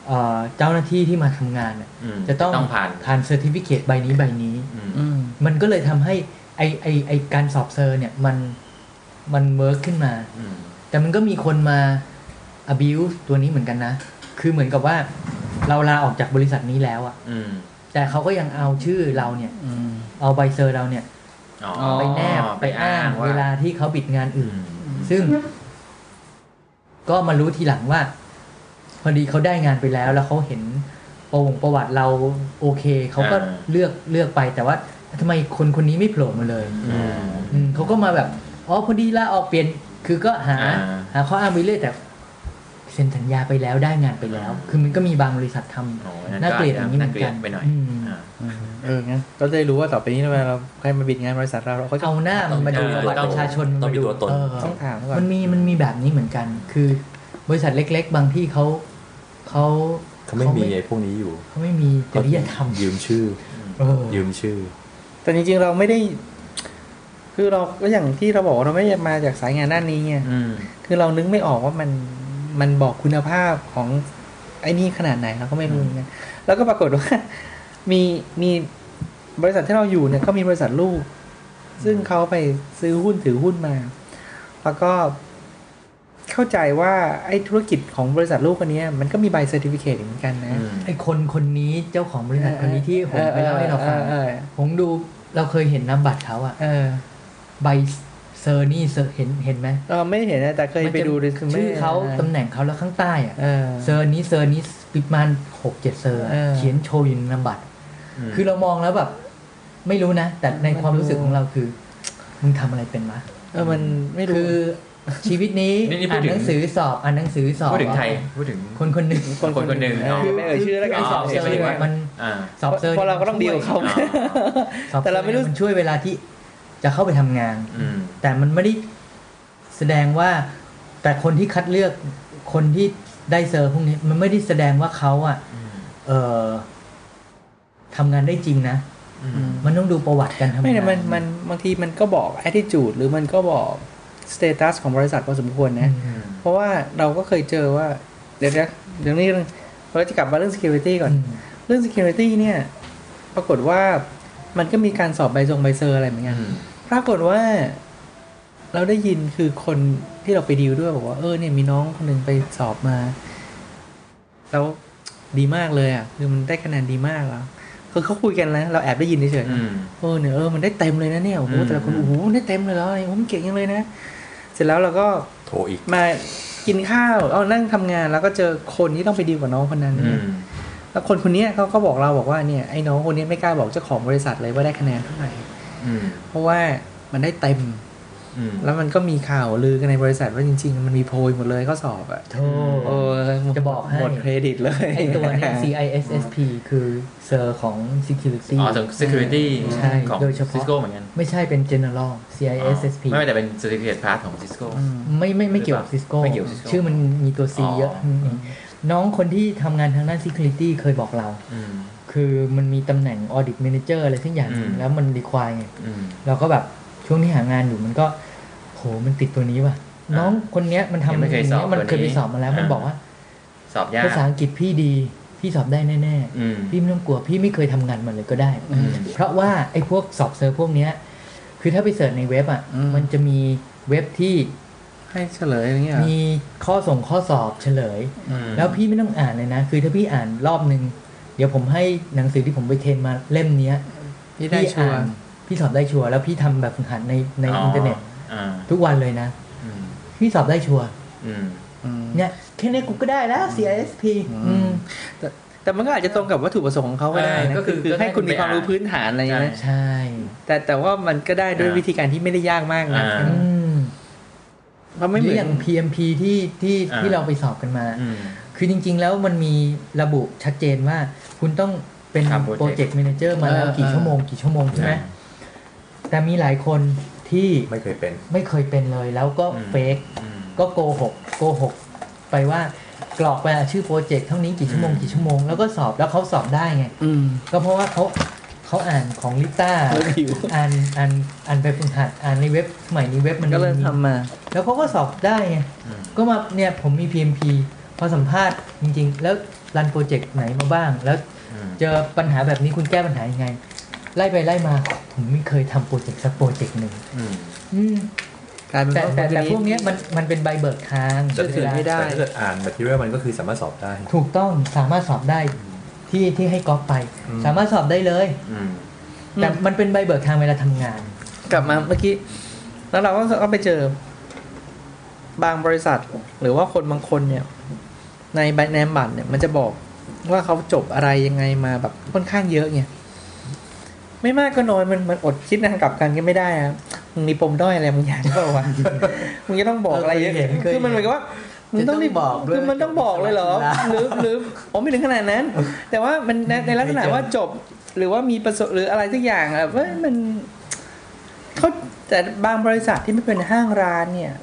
Speaker 5: เอ่อเจ้าหน้าที่ที่มาทำงานอะ
Speaker 3: อืม
Speaker 5: จะต้อง
Speaker 3: ผ่าน
Speaker 5: ผ่านเซอร์ติฟิเคตใบนี้ใบนี้
Speaker 3: อืม
Speaker 2: อืม
Speaker 5: มันก็เลยทำให้ไอไอไอการสอบเซอร์เนี่ยมันมันเวิร์กขึ้นมา
Speaker 3: อืม
Speaker 5: แต่มันก็มีคนมา abuse ตัวนี้เหมือนกันนะ คือเหมือนกับว่าเราลาออกจากบริษัทนี้แล้วอะ
Speaker 3: อืม
Speaker 5: แต่เขาก็ยังเอาชื่อเราเนี่ย
Speaker 2: อืม
Speaker 5: เอาใบเซอร์เราเนี่ย
Speaker 3: อ๋อ
Speaker 5: ไปแนบ
Speaker 3: ไปอ้าง
Speaker 5: เว
Speaker 3: ว่า
Speaker 5: ลาที่เขาบิดงาน
Speaker 3: อื
Speaker 5: อื่น
Speaker 3: ม
Speaker 5: ซึ่ง ก็มารู้ทีหลังว่า พอดีเขาได้งานไปแล้ว แล้วเขาเห็นประวงประวัติเราโอเค เขาก็
Speaker 3: อ่า
Speaker 5: เลือกเลือกไปแต่ว่าทำไมคนคนนี้ไม่โผล่มาเลย
Speaker 3: อืม
Speaker 5: อืมเขาก็มาแบบ อ๋อ พอดีลาออกเปลี่ยน คือก็หา
Speaker 3: อ่า
Speaker 5: หาข้ออ้างไปเรื่อยแต่เซ็นสัญญาไปแล้วได้งานไปแล้ว
Speaker 3: อ่า
Speaker 5: คือมันก็มีบางบริษัททำ
Speaker 3: โอ้ยนั่น
Speaker 5: น่าเกลียด
Speaker 3: ก็
Speaker 5: อย่างนี้เหมื
Speaker 3: น่า
Speaker 5: อน
Speaker 3: เก
Speaker 5: กัน
Speaker 3: ลียดไปหน่อย
Speaker 5: อืม
Speaker 3: อ่า
Speaker 2: เออ งั้นเราจะได้รู้ว่าต่อไปนี้เวลาเราใครมาบิดงานบริษัทเราเราก็จะ
Speaker 5: เอาหน้ามันมาดู
Speaker 3: เออ
Speaker 5: บัตรป
Speaker 3: ต้อง
Speaker 5: ระชาชน
Speaker 4: ต้อง
Speaker 5: มัน
Speaker 4: มี
Speaker 5: มาดู
Speaker 4: ตัวตน
Speaker 5: เออ
Speaker 2: ต้องถามก่อน
Speaker 5: มันมีมันมีแบบนี้เหมือนกัน คือบริษัทเล็ก ๆ บางที่เขาเขา
Speaker 4: เขาไม่มีไอ้พวกนี้อยู่
Speaker 5: เขาไม่มีจริยธรรม
Speaker 4: ยืมชื่อ
Speaker 5: เออ
Speaker 4: ยืมชื่อ
Speaker 2: แต่จริงๆเราไม่ได้ คือเราก็อย่างที่เราบอกว่าเราไม่ได้มาจากสายงานด้านนี้ไง
Speaker 3: อืม
Speaker 2: คือเรานึกไม่ออกว่ามันมันบอกคุณภาพของไอ้นี่ขนาดไหนเราก็ไม่รู้เหมือนกันแล้วก็ปรากฏ [LAUGHS] ว่า มีมีบริษัทที่เราอยู่เนี่ยก็มีบริษัทลูก ซึ่งเขาไปซื้อหุ้นถือหุ้นมา แล้วก็ เข้าใจว่าไอ้ธุรกิจของบริษัทลูกอันเนี้ยมันก็มีใบเซอร์ติฟิเคตเหมือนกันนะ
Speaker 3: อืม
Speaker 5: ไอคนคนนี้เจ้าของบริษัทคนนี้ที่หงไปเล่าให้เราฟัง
Speaker 2: เออ
Speaker 5: หงดูเราเคยเห็นนามบัตรเขาอะ
Speaker 2: เออ
Speaker 5: ใบเซอร์นี่เซอร์เห็นเห็นไหม
Speaker 2: เออไม่เห็นนะแต่เคยไปดู
Speaker 5: มัน
Speaker 2: คือ
Speaker 5: จะชื่อเขาตำแหน่งเขาแล้วข้างใต้อะ
Speaker 2: เออ
Speaker 5: เซอร์นี้เซอร์นี้ปิมานหกเจ็ดเซอร์อะ
Speaker 2: เออ
Speaker 5: เขียนโชว์อยู่ในนามบัตร คือเรามองแล้วแบบ ไม่รู้นะ แต่ในความรู้สึกของเราคือ มึงทำอะไรเป็นวะ
Speaker 2: เออมันไม่รู้
Speaker 5: คือชีวิตนี้
Speaker 3: นี่นี่พู
Speaker 5: อ่าน
Speaker 3: ดถึง
Speaker 5: หนังสือสอบอ่านหนังสือสอบ
Speaker 3: พูดถึงใครพูดถึง
Speaker 5: คนคนหนึ่ง
Speaker 3: คนคนหนึ่งเนาะ
Speaker 2: คือไม่เอ่ยชื่อแล้วกัน
Speaker 5: คืสอบเซอร์เนี่ยมัน
Speaker 3: อ่า
Speaker 5: สอบเซอร์
Speaker 2: เพราะเราก็ต้องดีลกับเขา
Speaker 5: สอบซอ
Speaker 2: แต่เราไม่รู้
Speaker 5: นี่ยนช่วยเวลาที่จะเข้าไปทำงาน
Speaker 3: อืม
Speaker 5: แต่มันไม่ได้แสดงว่า แต่คนที่คัดเลือกคนที่ได้เซอร์พวกนี้ มันไม่ได้แสดงว่าเขาอ่ะ
Speaker 3: อืม
Speaker 5: เออทำงานได้จริงนะ
Speaker 3: อืม
Speaker 5: มันต้องดูประวัติกันทำงาน
Speaker 2: ไม่นะมันมันบางทีมันก็บอก attitude หรือมันก็บอก status ของบริษัทพอสมควรนะ
Speaker 3: อืม
Speaker 2: เพราะว่าเราก็เคยเจอว่า เดี๋ยวนะเดี๋ยวนี้เราจะกลับมาเรื่อง security ก่อน เรื่อง security เนี่ย ปรากฏว่ามันก็มีการสอบใบทรงใบเซอร์อะไรเหมือนกัน
Speaker 3: อืม
Speaker 2: ปรากฏว่าเราได้ยินคือคนที่เราไปดีลด้วยบอกว่าเออเนี่ยมีน้องคนหนึ่งไปสอบมา แล้วดีมากเลยอ่ะคือมันได้คะแนนดีมากแล้วคือเขาคุยกันแล้ว เราแอบได้ยินเฉยๆ
Speaker 3: อืม
Speaker 2: เออเนี่ยเออมันได้เต็มเลยนะเนี่ยโอ้โห
Speaker 3: อืม
Speaker 2: แต่ละคนโอ้โหได้เต็มเลยเหรอไอ้ผมนเก่งยังเลยนะ เสร็จแล้วเราก็
Speaker 4: โทรอีก
Speaker 2: มากินข้าวเอานั่งทำงานแล้วก็เจอคนที่ต้องไปดีลกับน้องคนนั้น
Speaker 3: อืม
Speaker 2: แล้วคนคนเนี้ยเขาก็บอกเราบอกว่าเนี่ยไอ้น้องคนเนี้ยไม่กล้าบอกเจ้าของบริษัทเลยว่าได้คะแนนเท่าไหร่
Speaker 3: อืม
Speaker 2: เพราะว่ามันได้เต็ม
Speaker 3: อืม
Speaker 2: แล้วมันก็มีข่าวลือกันในบริษัทว่าจริง ๆ มันมีโพยหมดเลยข้อสอบอ่ะ
Speaker 5: โธ
Speaker 2: โอ้
Speaker 5: จะบอกให้
Speaker 2: หมดเครดิตเลย
Speaker 5: ไอตัวเนี้ [LAUGHS] CISSP คือเซอร์ของ Security
Speaker 3: อ๋อส่วน security
Speaker 5: ใช่
Speaker 3: ของ
Speaker 5: โดยเฉพาะ
Speaker 3: ซิสโก้เหมือนกัน
Speaker 5: ไม่ใช่เป็น General CISSP
Speaker 3: ไม่แต่เป็น certificate part ของซิสโก้
Speaker 2: อืม
Speaker 5: ไม่ไม่ไม่เกี่ยวกับ Cisco
Speaker 3: ไม่เกี่ยวกับ Cisco
Speaker 5: ชื่อมันมีตัว C
Speaker 3: อ๋อ
Speaker 5: เยอะ น้องคนที่ทำงานทางด้าน Security เคยบอกเรา
Speaker 3: อืม
Speaker 5: คือมันมีตำแหน่ง Audit Manager อะไรทั้งอย่าง
Speaker 3: อืม
Speaker 5: แล้วมัน require ไง
Speaker 3: อืม
Speaker 5: เราก็แบบช่วงที่หางานอยู่มันก็ โหมันติดตัวนี้ว่ะ
Speaker 3: อ่า
Speaker 5: น้องคนเนี้ยมัน
Speaker 3: ยั
Speaker 5: ทำ
Speaker 3: งไม่เคยสอบ
Speaker 5: มันเคย
Speaker 3: ตัวนี้
Speaker 5: ไปสอบมาแล้วมัน
Speaker 3: อ่า
Speaker 5: บอกว่า
Speaker 3: สอบยาก
Speaker 5: ภาษาอังกฤษพี่ดีพี่สอบได้แน่ๆ
Speaker 3: อืม
Speaker 5: พี่ไม่ต้องกลัวพี่ไม่เคยทำงานมันเลยก็ได้
Speaker 3: อืม
Speaker 5: เพราะว่าไอ้พวกสอบเซอร์พวกเนี้ย คือถ้าไปเสิร์ชในเว็บอ่ะ
Speaker 2: อืม
Speaker 5: มันจะมีเว็บที่
Speaker 2: ให้เฉลยอย่างเงี้ยเหรอ
Speaker 5: มีข้อส่งข้อสอบเฉลย
Speaker 3: อืม
Speaker 5: แล้วพี่ไม่ต้องอ่านเลยนะ คือถ้าพี่อ่านรอบนึง เดี๋ยวผมให้หนังสือที่ผมไปเทรนมาเล่มเนี้ย
Speaker 2: พี่ได้ชัว
Speaker 5: อ่า
Speaker 2: ร์
Speaker 5: นพี่สอบได้ชัวร์แล้วพี่ทำแบบฝึกหัดในในอินเทอร์เน็ต
Speaker 3: อ่า
Speaker 5: ทุกวันเลยนะ
Speaker 3: อืม
Speaker 5: พี่สอบได้ชัวร์
Speaker 3: อืม
Speaker 2: อืม
Speaker 5: เนี่ยแค่นี้กูก็ได้แล้ว CISP อืม
Speaker 2: แต่แต่มันก็อาจจะตรงกับวัตถุประสงค์ของเขาก็ได้
Speaker 3: เอ
Speaker 2: นะ
Speaker 3: อก็คือ
Speaker 2: คือ
Speaker 3: ก็ให้
Speaker 2: ให้คุณมีความรู้
Speaker 3: คุณไปอ่าน
Speaker 2: พื้นฐานอะไรอย่างเงี้ยนะ
Speaker 5: ใช่
Speaker 2: แต่แต่ว่ามันก็ได้ด้วย
Speaker 3: อ่า
Speaker 2: วิธีการที่ไม่ได้ยากมากนะ
Speaker 3: อ่า
Speaker 5: อืม
Speaker 2: เพราะไม่
Speaker 5: ห
Speaker 2: เห
Speaker 5: รื
Speaker 2: มื
Speaker 5: อ
Speaker 2: อย่
Speaker 5: อาน ง PMP ที่ที่ที่
Speaker 3: อ่า
Speaker 5: เราไปสอบกันมา
Speaker 3: อืม
Speaker 5: คือจริง ๆ แล้วมันมีระบุชัดเจนว่าคุณต้องเป็น
Speaker 3: ครับ
Speaker 5: โปรเจก
Speaker 3: project
Speaker 5: ต์แมเนเจอร์มาแล้วกี่ชั่วโมงกี่ชั่วโมงใช่ไหมแต่มีหลายคนที่
Speaker 4: ไม่เคยเป็น
Speaker 5: ไม่เคยเป็นเลยแล้วก็
Speaker 3: อืม
Speaker 5: เฟก
Speaker 3: อืม
Speaker 5: ก็โกหกโกหกไปว่ากรอกไปอ่ะชื่อโปรเจกต์เท่านี้กี่ชั่วโมง
Speaker 3: อืม
Speaker 5: กี่ชั่วโมงแล้วก็สอบแล้วเขาสอบได้ไง
Speaker 2: อืม
Speaker 5: ก็เพราะว่าเขาเขาอ่านของลิต้า
Speaker 2: แล้วหิว
Speaker 5: อ่านอ่านอ่านไปฝึกหัดอ่านในเว็บสมัยนี้เว็บมัน
Speaker 2: ก็เริ่ม
Speaker 5: มี
Speaker 2: ทำมา
Speaker 5: แล้วเขาก็สอบได้ไง
Speaker 3: อืม
Speaker 5: ก็มาเนี่ยผมมี PMP พอสัมภาษณ์จริง ๆ แล้วรันโปรเจกต์ไหนมาบ้าง แล้ว
Speaker 3: อืม
Speaker 5: เจอปัญหาแบบนี้คุณแก้ปัญหายังไง ไล่ไปไล่มา ผมไม่เคยทำโปรเจกต์สักโปรเจกต์หนึ่ง
Speaker 3: อืม
Speaker 5: อืม
Speaker 2: กลายเป็น
Speaker 5: แต่
Speaker 2: ว่า
Speaker 5: แต่แต่
Speaker 2: ค
Speaker 5: พวกเนี้ยมันมันเป็นใบเบิกทาง
Speaker 2: จะถือไม่ได้
Speaker 4: แต่ถ้าเกิดอ่าน material มันก็คือสามารถสอบได้
Speaker 5: ถูกต้องสามารถสอบได้ที่ที่ให้ก๊อปไป
Speaker 4: อืม
Speaker 5: สามารถสอบได้เลย
Speaker 3: อืม
Speaker 5: แต่มันเป็นใบเบิกทางเวลาทำงาน
Speaker 2: กลับมาเมื่อกี้ แล้วเราก็ก็ไปเจอ บางบริษัท หรือว่าคนบางคนเนี่ย ในใบแนมบัตรเนี่ย มันจะบอกว่าเขาจบอะไรยังไงมาแบบค่อนข้างเยอะไงไม่มากก็น้อยมันมันอดคิดนะกลับกันก็ไม่ได้นะมึงมีปมด้อยอะไรบางอย่างเปล่าวะ [LAUGHS] มึงจะต้องบอกอะไรเยอะ
Speaker 5: เคยเห็นเคยเห็น
Speaker 2: คือมันเหมือนกับว่ามึงต้องรีบ
Speaker 5: จะต้องบอกด้วย
Speaker 2: คือมันต้องบอกเลยเหรอ
Speaker 5: เวลา
Speaker 2: หรือหรืออ๋อไม่ถึงขนาดนั้น แต่ว่ามันในในลักษณะว่าจบหรือว่ามีประสบหรืออะไรสักอย่างอะเว้ยมัน เขาแต่บางบริษัทที่ไม่เป็นห้างร้านเนี่ย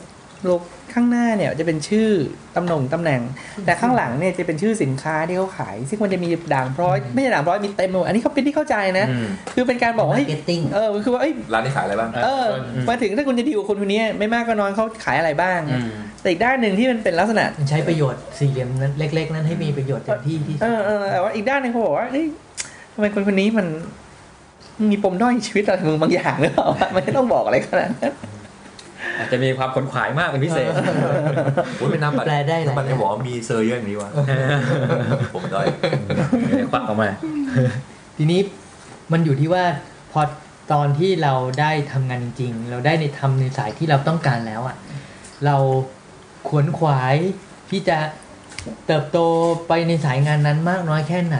Speaker 2: โลกข้างหน้าเนี่ยจะเป็นชื่อตำแหน่งตำแหน่ง แต่ข้างหลังเนี่ยจะเป็นชื่อสินค้าที่เขาขาย ซึ่งมันจะมีด่างพร้อย ไม่ใช่ด่างพร้อยมีเต็มไปหมดอันนี้เขาเป็นที่เข้าใจนะ
Speaker 3: อืม
Speaker 2: คือเป็นการบอกว่าเฮ้ย
Speaker 5: marketing
Speaker 2: เออคือว่าเอ้ย
Speaker 4: ร้านที่ขายอะไรบ้าง
Speaker 2: เออ
Speaker 3: อืม
Speaker 2: มาถึงถ้าคุณจะดีลกับคนคนนี้ไม่มากก็น้อยเขาขายอะไรบ้าง
Speaker 3: อืม
Speaker 2: แต่อีกด้านหนึ่งที่มันเป็นลักษณะ
Speaker 5: มันใช้ประโยชน์สี่เหลี่ยมนั้นเล็ก ๆ นั้นให้มีประโยชน์เต็มที่ที่สุด
Speaker 2: เออเออแต่ว่าอีกด้านหนึ่งเขาบอกว่าเฮ้ยทำไมคนคนนี้มัน [LAUGHS] มีปมด้อยในชีวิตอะไรมึงบางอย่างหรือเปล่าวะมันไม่ต้องบอกอะไรขนาดนั้น
Speaker 3: อาจจะมีความขนขวายมากเป็นพิเศษ
Speaker 4: โอ้ยเป็นน้ำบัตร
Speaker 5: แปลได้หลาย
Speaker 4: น้ำบัตรไอ้หวอมีเซอร์เยอะอย่างนี้วะ ผมด้อย
Speaker 3: เดี๋ยวควักออกมา
Speaker 5: ทีนี้มันอยู่ที่ว่าพอตอนที่เราได้ทำงานจริงๆ เราได้ในทำในสายที่เราต้องการแล้วอะ่ะ เราขวนขวายที่จะเติบโตไปในสายงานนั้นมากน้อยแค่ไหน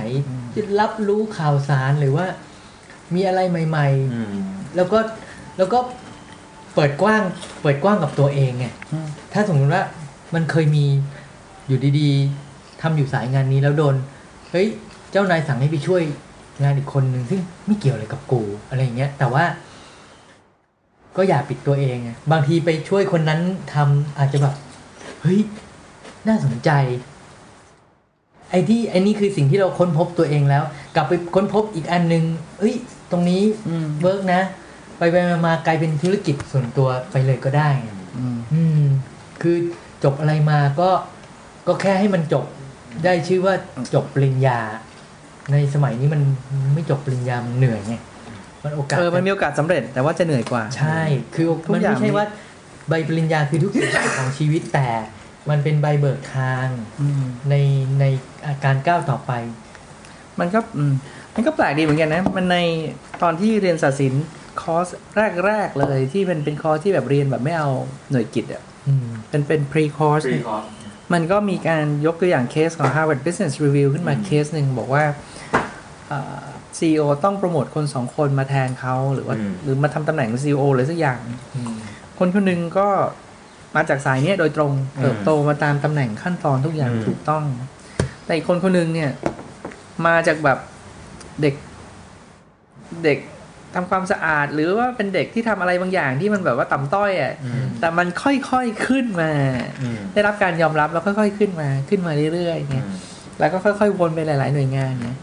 Speaker 5: ที่รับรู้ข่าวสารหรือว่ามีอะไรใหม่
Speaker 4: อืม
Speaker 5: ๆ แล้วก็แล้วก็เปิดกว้างเปิดกว้างกับตัวเองไง
Speaker 2: อืม
Speaker 5: ถ้าสมมติว่ามันเคยมีอยู่ดีๆทำอยู่สายงานนี้แล้วโดน เฮ้ย เจ้านายสั่งให้ไปช่วยงานอีกคนหนึ่งซึ่งไม่เกี่ยวอะไรกับกูอะไรอย่างเงี้ย แต่ว่า ก็อย่าปิดตัวเองไงบางทีไปช่วยคนนั้นทำอาจจะแบบ เฮ้ย น่าสนใจ ไอ้ที่ไอ้นี่คือสิ่งที่เราค้นพบตัวเองแล้ว กลับไปค้นพบอีกอันหนึ่งเอ้ย ตรงนี้
Speaker 2: อืม
Speaker 5: เวิร์กนะ ไปไปมามากลายเป็นธุรกิจส่วนตัวไปเลยก็ได้ไง
Speaker 2: อืม
Speaker 5: อืม คือจบอะไรมาก็ก็แค่ให้มันจบได้ชื่อว่าจบปริญญา ในสมัยนี้มันไม่จบปริญญามันเหนื่อยไงมันโอกาส
Speaker 2: เออ มันมีโอกาสสำเร็จแต่ว่าจะเหนื่อยกว่า
Speaker 5: ใช่ คือ
Speaker 2: ทุก
Speaker 5: มัน
Speaker 2: อย่า
Speaker 5: ไม่
Speaker 2: ง
Speaker 5: ใช่ว่า ใบปริญญาคือทุกสิ่งของชีวิตแต่ มันเป็นใบเบิกทาง
Speaker 2: อืม
Speaker 5: ในในอาการก้าวต่อไป
Speaker 2: มันก็อืมมันก็แปลกดีเหมือนกันนะ มันในตอนที่เรียนศาสตร์ศิลป์คอร์สแรก ๆ เลยที่เป็นเป็นคอร์สที่แบบเรียนแบบไม่เอาหน่วยกิจอ่ะ
Speaker 5: อืม
Speaker 2: เป็นเป็น pre course มันก็มีการยกตัวอย่างเคสของ Harvard Business Review ขึ้นมาเคสหนึ่งบอกว่าซีอ o ต้องโปรโมทคนสองคนมาแทนเขาหรือว่าหรือมาทำตำแหน่ง CEO หรือสักอย่าง
Speaker 5: อืม
Speaker 2: คนคนหนึ่งก็มาจากสายเนี้ยโดยตรงเติบโตมาตามตำแหน่งขั้นตอนทุกอย่างถูกต้อง แต่อีกคนคนหนึ่งเนี่ย มาจากแบบเด็กเด็กทำความสะอาด หรือว่าเป็นเด็กที่ทำอะไรบางอย่างที่มันแบบว่าต่ำต้อยอะ่ะแต่มันค่อยๆขึ้นมา
Speaker 4: อืม
Speaker 2: ได้รับการยอมรับแล้วค่อยๆขึ้นมาขึ้นมาเรื่อยๆ
Speaker 4: อื
Speaker 2: เนี่ย
Speaker 4: ม
Speaker 2: แล้วก็ค่อยๆวนไปหลาย ๆ หน่วยงานเนี่ย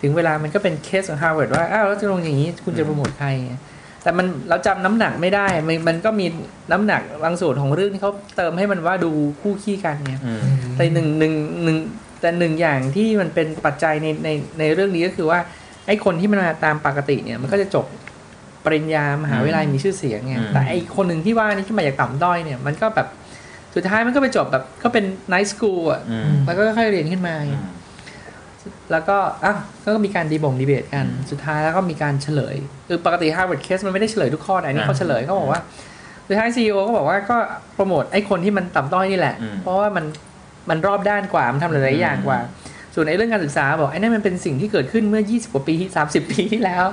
Speaker 2: ถึงเวลามันก็เป็นเคสของฮาร์วาร์ดว่าอ้าวแล้วจะลงอย่างนี้คุณจะโปรโมทใครอะแต่มันเราจำน้ำหนักไม่ได้มันมันก็มีน้ำหนักบางส่วนของเรื่องที่เขาเติมให้มันว่าดูคู่ขี้กันเนี่ย
Speaker 4: อืม
Speaker 2: แต่หนึ่งหนึ่งหนึ่งแต่หนึ่งอย่างที่มันเป็นปัจจัยในในในเรื่องนี้ก็คือว่าไอ้คนที่มันมาตามปกติเนี่ยมันก็จะจบปริญญามหาวิทยาลัยมีชื่อเสียงไงแต่ไอ้คนหนึ่งที่ว่านี่ที่มาจากต่ำด้อยเนี่ยมันก็แบบสุดท้ายมันก็ไปจบแบบก็เป็นไนท์สคูลอ่ะ
Speaker 4: อืม
Speaker 2: แล้วก็ค่อยๆเรียนขึ้นมาไงแล้วก็อ่ะก็มีการดีบ่งดีเบตกัน สุดท้ายแล้วก็มีการเฉลยคือปกติฮาร์วาร์ดเคสมันไม่ได้เฉลยทุกข้อแต่อันนี้เขาเฉลยเขาบอกว่าสุดท้ายซีอก็บอกว่าก็โปรโมทไอ้คนที่มันต่ำต้อยนี่แหละ เพราะว่ามัน มันรอบด้านกว่า มันทำหลายๆอย่างกว่า ส่วนในเรื่องการศึกษาบอกไอ้นั่นมันเป็นสิ่งที่เกิดขึ้นเมื่อ 20 กว่าปีที่30 ปีที่แล้ว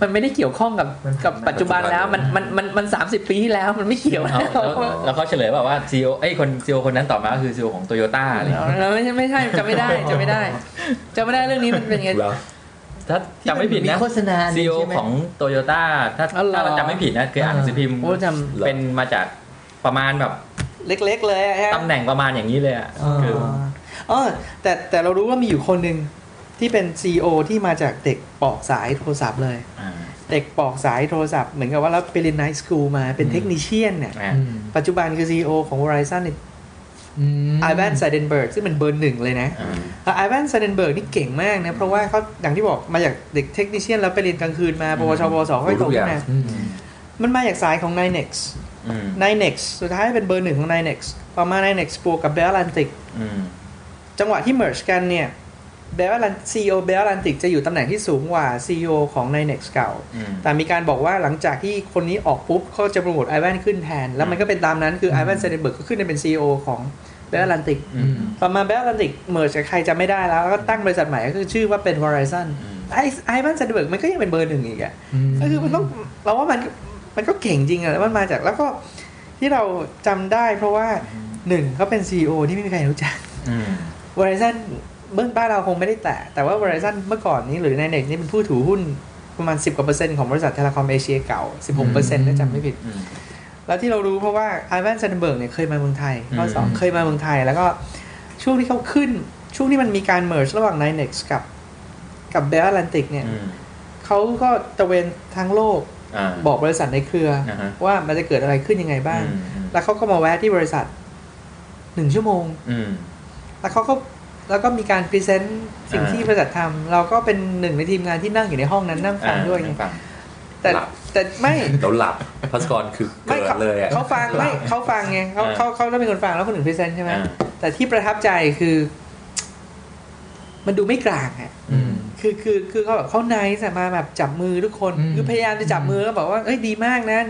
Speaker 2: มันไม่ได้เกี่ยวข้องกับกับปัจจุบันแล้วมันมันมันมันสาปีที่แล้วมันไม่เกี่ยวแล้
Speaker 3: เอา
Speaker 2: ว
Speaker 3: แล้วแล้วเขาเฉลยว่าว่าซีโอไอ้ยคนซีโอคนนั้นต่อมาก็คือซีโอของโตโยต้าอะไรอย่างเงี้ย
Speaker 2: เราไม่ใช่ไม่ใช่จะไม่ได้จะไม่ได้จะไม่ได้เรื่องนี้มันเป็นไง
Speaker 4: แล้ว
Speaker 3: ถ้าจำไม่ผิดนะ
Speaker 5: ที่มันมีโฆษณาอันหนึ่
Speaker 3: ซี
Speaker 5: ง
Speaker 3: โอ
Speaker 5: ใช่ไหม
Speaker 3: ของโตโยต้าถ้า
Speaker 2: อ๋อเหรอ
Speaker 3: ถ้าเราจำไม่ผิดนะเคยอ่านหนังสือพิมพ์
Speaker 2: โอ้จ
Speaker 3: เป็นมาจากประมาณแบบ
Speaker 2: ำเล็กๆ เลยอะฮะ
Speaker 3: ตำแหน่งประมาณอย่างนี้เลยอ่ะ
Speaker 5: อ๋อ
Speaker 3: คือ
Speaker 2: อ๋อแต่แต่เรารู้ว่ามีอยู่คนหนึ่งที่เป็น CEO ที่มาจากเด็กปอกสายโทรศัพท์เลย
Speaker 3: อ่า
Speaker 2: เด็กปอกสายโทรศัพท์เหมือนกับว่าแล้วไปเรียนไนท์สคูลมาเป็นเทคนิเชียนเนี่ย
Speaker 3: อ่า
Speaker 5: อืม
Speaker 2: ปัจจุบันคือ CEO ของ Verizon เนี่ย
Speaker 5: อืม
Speaker 2: ไอแวนไซเดนเบิร์กซึ่งเป็นเบอร์หนึ่งเลยนะแล้
Speaker 3: อ่า
Speaker 2: วไอแวนไซเดนเบิร์กนี่เก่งมากนะ เพราะว่าเขาอย่างที่บอกมาจากเด็กเทคนิเชียนแล้วไปเรียนกลางคืนมาปวชปวสค่อยตก
Speaker 4: รู้ทุกอ
Speaker 2: ขึ้
Speaker 4: ย่าง
Speaker 2: นมา
Speaker 5: อืม
Speaker 2: มันมาจากสายของ Ninex
Speaker 3: อืม
Speaker 2: Ninex สุดท้ายเป็นเบอร์หนึ่งของ Ninex ต่อมา Ninex บวกกับ Bell Atlantic
Speaker 3: อืม
Speaker 2: จังหวะที่ merge กันเนี่ย Bell Atlantic CEO Bell Atlantic จะอยู่ตำแหน่งที่สูงกว่า CEO ของ Ninex เก่า
Speaker 3: อืม
Speaker 2: แต่มีการบอกว่าหลังจากที่คนนี้ออกปุ๊บเขาจะโปรโมทไอแวนขึ้นแทน แล้วมันก็เป็นตามนั้นคือไอแวนเซเดนเบิร์กก็ขึ้นไปเป็น CEO ของเบลลันติก
Speaker 3: อืม
Speaker 2: ต่อมาเบลลันติกเมิร์จกับใครจะไม่ได้แล้วแล้วก็ตั้งบริษัทใหม่ก็คือชื่อว่าเป็น Verizon ไอไอแวนเซเดนเบิร์กมันก็ยังเป็นเบอร์หนึ่งอีกอะก็คือมันต้องเราว่ามันมันก็เก่งจริงอะแล้วมันมาจากแล้วก็ที่เราจำได้เพราะว่าหนึ่งเขาเป็น CEO ที่ไม่มีใครรู้จัก
Speaker 3: อืม
Speaker 2: Verizon เบื้องบ้านเราคงไม่ได้แตะแต่ว่า Verizon เมื่อก่อนนี้หรือในเน็ตนี่เป็นผู้ถือหุ้นประมาณ 10กว่าเปอร์เซ็นต์ของบริษัทเทเลคอมเอเชียเก่า 16เปอร์เซ็นต์ถ้าจำไม่ผิด
Speaker 3: อืม
Speaker 2: แล้วที่เรารู้เพราะว่าไอแวนเซนเบิร์กเนี่ยเคยมาเมืองไทย
Speaker 3: อืม
Speaker 2: ข้อสองเคยมาเมืองไทย แล้วก็ช่วงที่เขาขึ้น ช่วงที่มันมีการเมิร์ชระหว่าง Ninex กับกับเบลแลนติกเนี่ย
Speaker 3: อืม
Speaker 2: เขาก็ตระเวนทั้งโลก
Speaker 3: อ่า
Speaker 2: บอกบริษัทในเครืออา
Speaker 3: ฮะ
Speaker 2: ว่ามันจะเกิดอะไรขึ้นยังไงบ้าง
Speaker 3: อืมอืม
Speaker 2: แล้วเขาก็มาแวะที่บริษัทหนึ่งชั่วโมง
Speaker 3: อืม
Speaker 2: แล้วเขาก็แล้วก็มีการพรีเซนต์สิ่ง
Speaker 3: อ่า
Speaker 2: ที่บริษัททำเราก็เป็นหนึ่งในทีมงานที่นั่งอยู่ในห้องนั้นนั่งฟังด้วยไง
Speaker 3: อ่าฟัง
Speaker 2: แต่
Speaker 4: หลับ
Speaker 2: แต่ไม่
Speaker 4: เราหลับพัสกรคือ
Speaker 2: ไม่
Speaker 4: เกิด
Speaker 2: เขา
Speaker 4: เลยอ่ะ
Speaker 2: เขาฟังไม่เขาฟังไงเขา
Speaker 3: อ่า
Speaker 2: เขาเขาต้องเป็นคนฟังแล้วคนอื่นพรีเซนต์ใช่ไหม
Speaker 3: อ่า
Speaker 2: แต่ที่ประทับใจคือ มันดูไม่กลางอ่ะ
Speaker 3: อืม
Speaker 2: คือคือคือเขาแบบเขาไนส์อะมาแบบจับมือทุกคน
Speaker 5: อืม
Speaker 2: คือพยายามจะจับมือก็บอกว่าเอ้ยดีมากนะ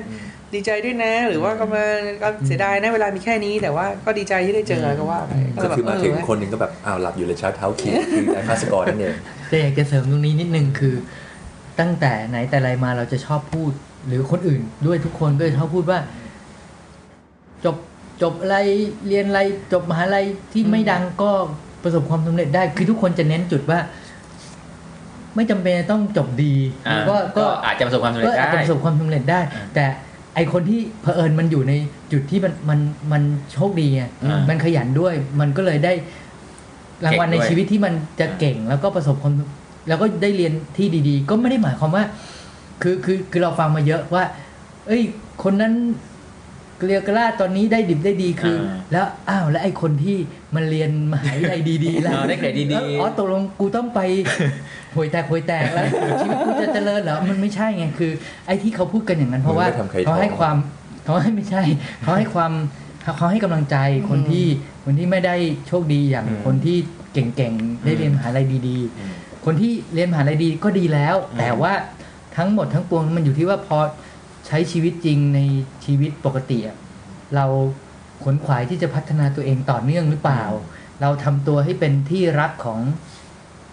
Speaker 2: ดีใจด้วยนะ หรือว่าก็มาก็เสียดายนะเวลามีแค่นี้แต่ว่าก็ดีใจที่ได้เจอก็ว่าไป
Speaker 4: ก็
Speaker 2: เลย
Speaker 4: คือมา
Speaker 2: เ
Speaker 4: ถึงคนหนึ่งก็แบบอ้าวหลับอยู่เลยเช้าเท้าเขียวคือไอ้พัสกรนั่นเอง
Speaker 5: แต่อยากจะเสริมตรงนี้นิดนึงคือ ตั้งแต่ไหนแต่ไรมาเราจะชอบพูด หรือคนอื่นด้วยทุกคนก็จะชอบพูดว่า จบจบอะไรเรียนอะไรจบมหาลัยที่ไม่ดังก็ประสบความสำเร็จได้ คือทุกคนจะเน้นจุดว่า ไม่จำเป็นต้องจบดี
Speaker 3: อ่า
Speaker 5: ก็
Speaker 3: ก็
Speaker 5: ก็
Speaker 3: อาจจะประสบความสำเร็จ
Speaker 5: เอออาจ
Speaker 3: ได้
Speaker 5: จะประสบความสำเร็จได้
Speaker 3: อ่า
Speaker 5: แต่ไอคนที่เผอิญมันอยู่ในจุดที่มันมันมันโชคดีไง
Speaker 3: อ่ามั
Speaker 5: มันขยันด้วย มันก็เลยได้รางวัล
Speaker 3: เก่
Speaker 5: ใน
Speaker 3: งด้วย
Speaker 5: ชีวิตที่มันจะ
Speaker 3: อ่า
Speaker 5: เก่งแล้วก็ประสบความแล้วก็ได้เรียนที่ดีๆ ก็ไม่ได้หมายความว่า คือคือคือเราฟังมาเยอะว่า เอ้ย คนนั้นเกลียกล่าตอนนี้ได้ดิบได้ดีคืออแล้วอ้าวแล้วไอคนที่มันเรียนมหาวิทยาลัยดีๆแล้ว
Speaker 3: เออได้เกรดดี
Speaker 5: อ๋อตกลงกูต้องไป [LAUGHS] หวยแตกหวยแตกแล้ว [LAUGHS] ชีวิตกูจะเจริญเหรอ มันไม่ใช่ไงคือ ไอ้ที่เขาพูดกันอย่างนั้นเพราะว่าเขาให้ความเขาให้ไม่ใช่เขาให้ความเขาให้กำลังใจคนที่คนที่ไม่ได้โชคดีอย่าง
Speaker 3: อืม
Speaker 5: คนที่เก่งๆได้เรียนมหาลัยดี
Speaker 3: อืม
Speaker 5: ๆ คนที่เรียนมหาลัยดีก็ดีแล้ว
Speaker 3: อืม
Speaker 5: แต่ว่าทั้งหมดทั้งปวงมันอยู่ที่ว่าพอใช้ชีวิตจริงในชีวิตปกติอะเราขนขวายที่จะพัฒนาตัวเองต่อเนื่องหรือเปล่า เราทำตัวให้เป็นที่รักของ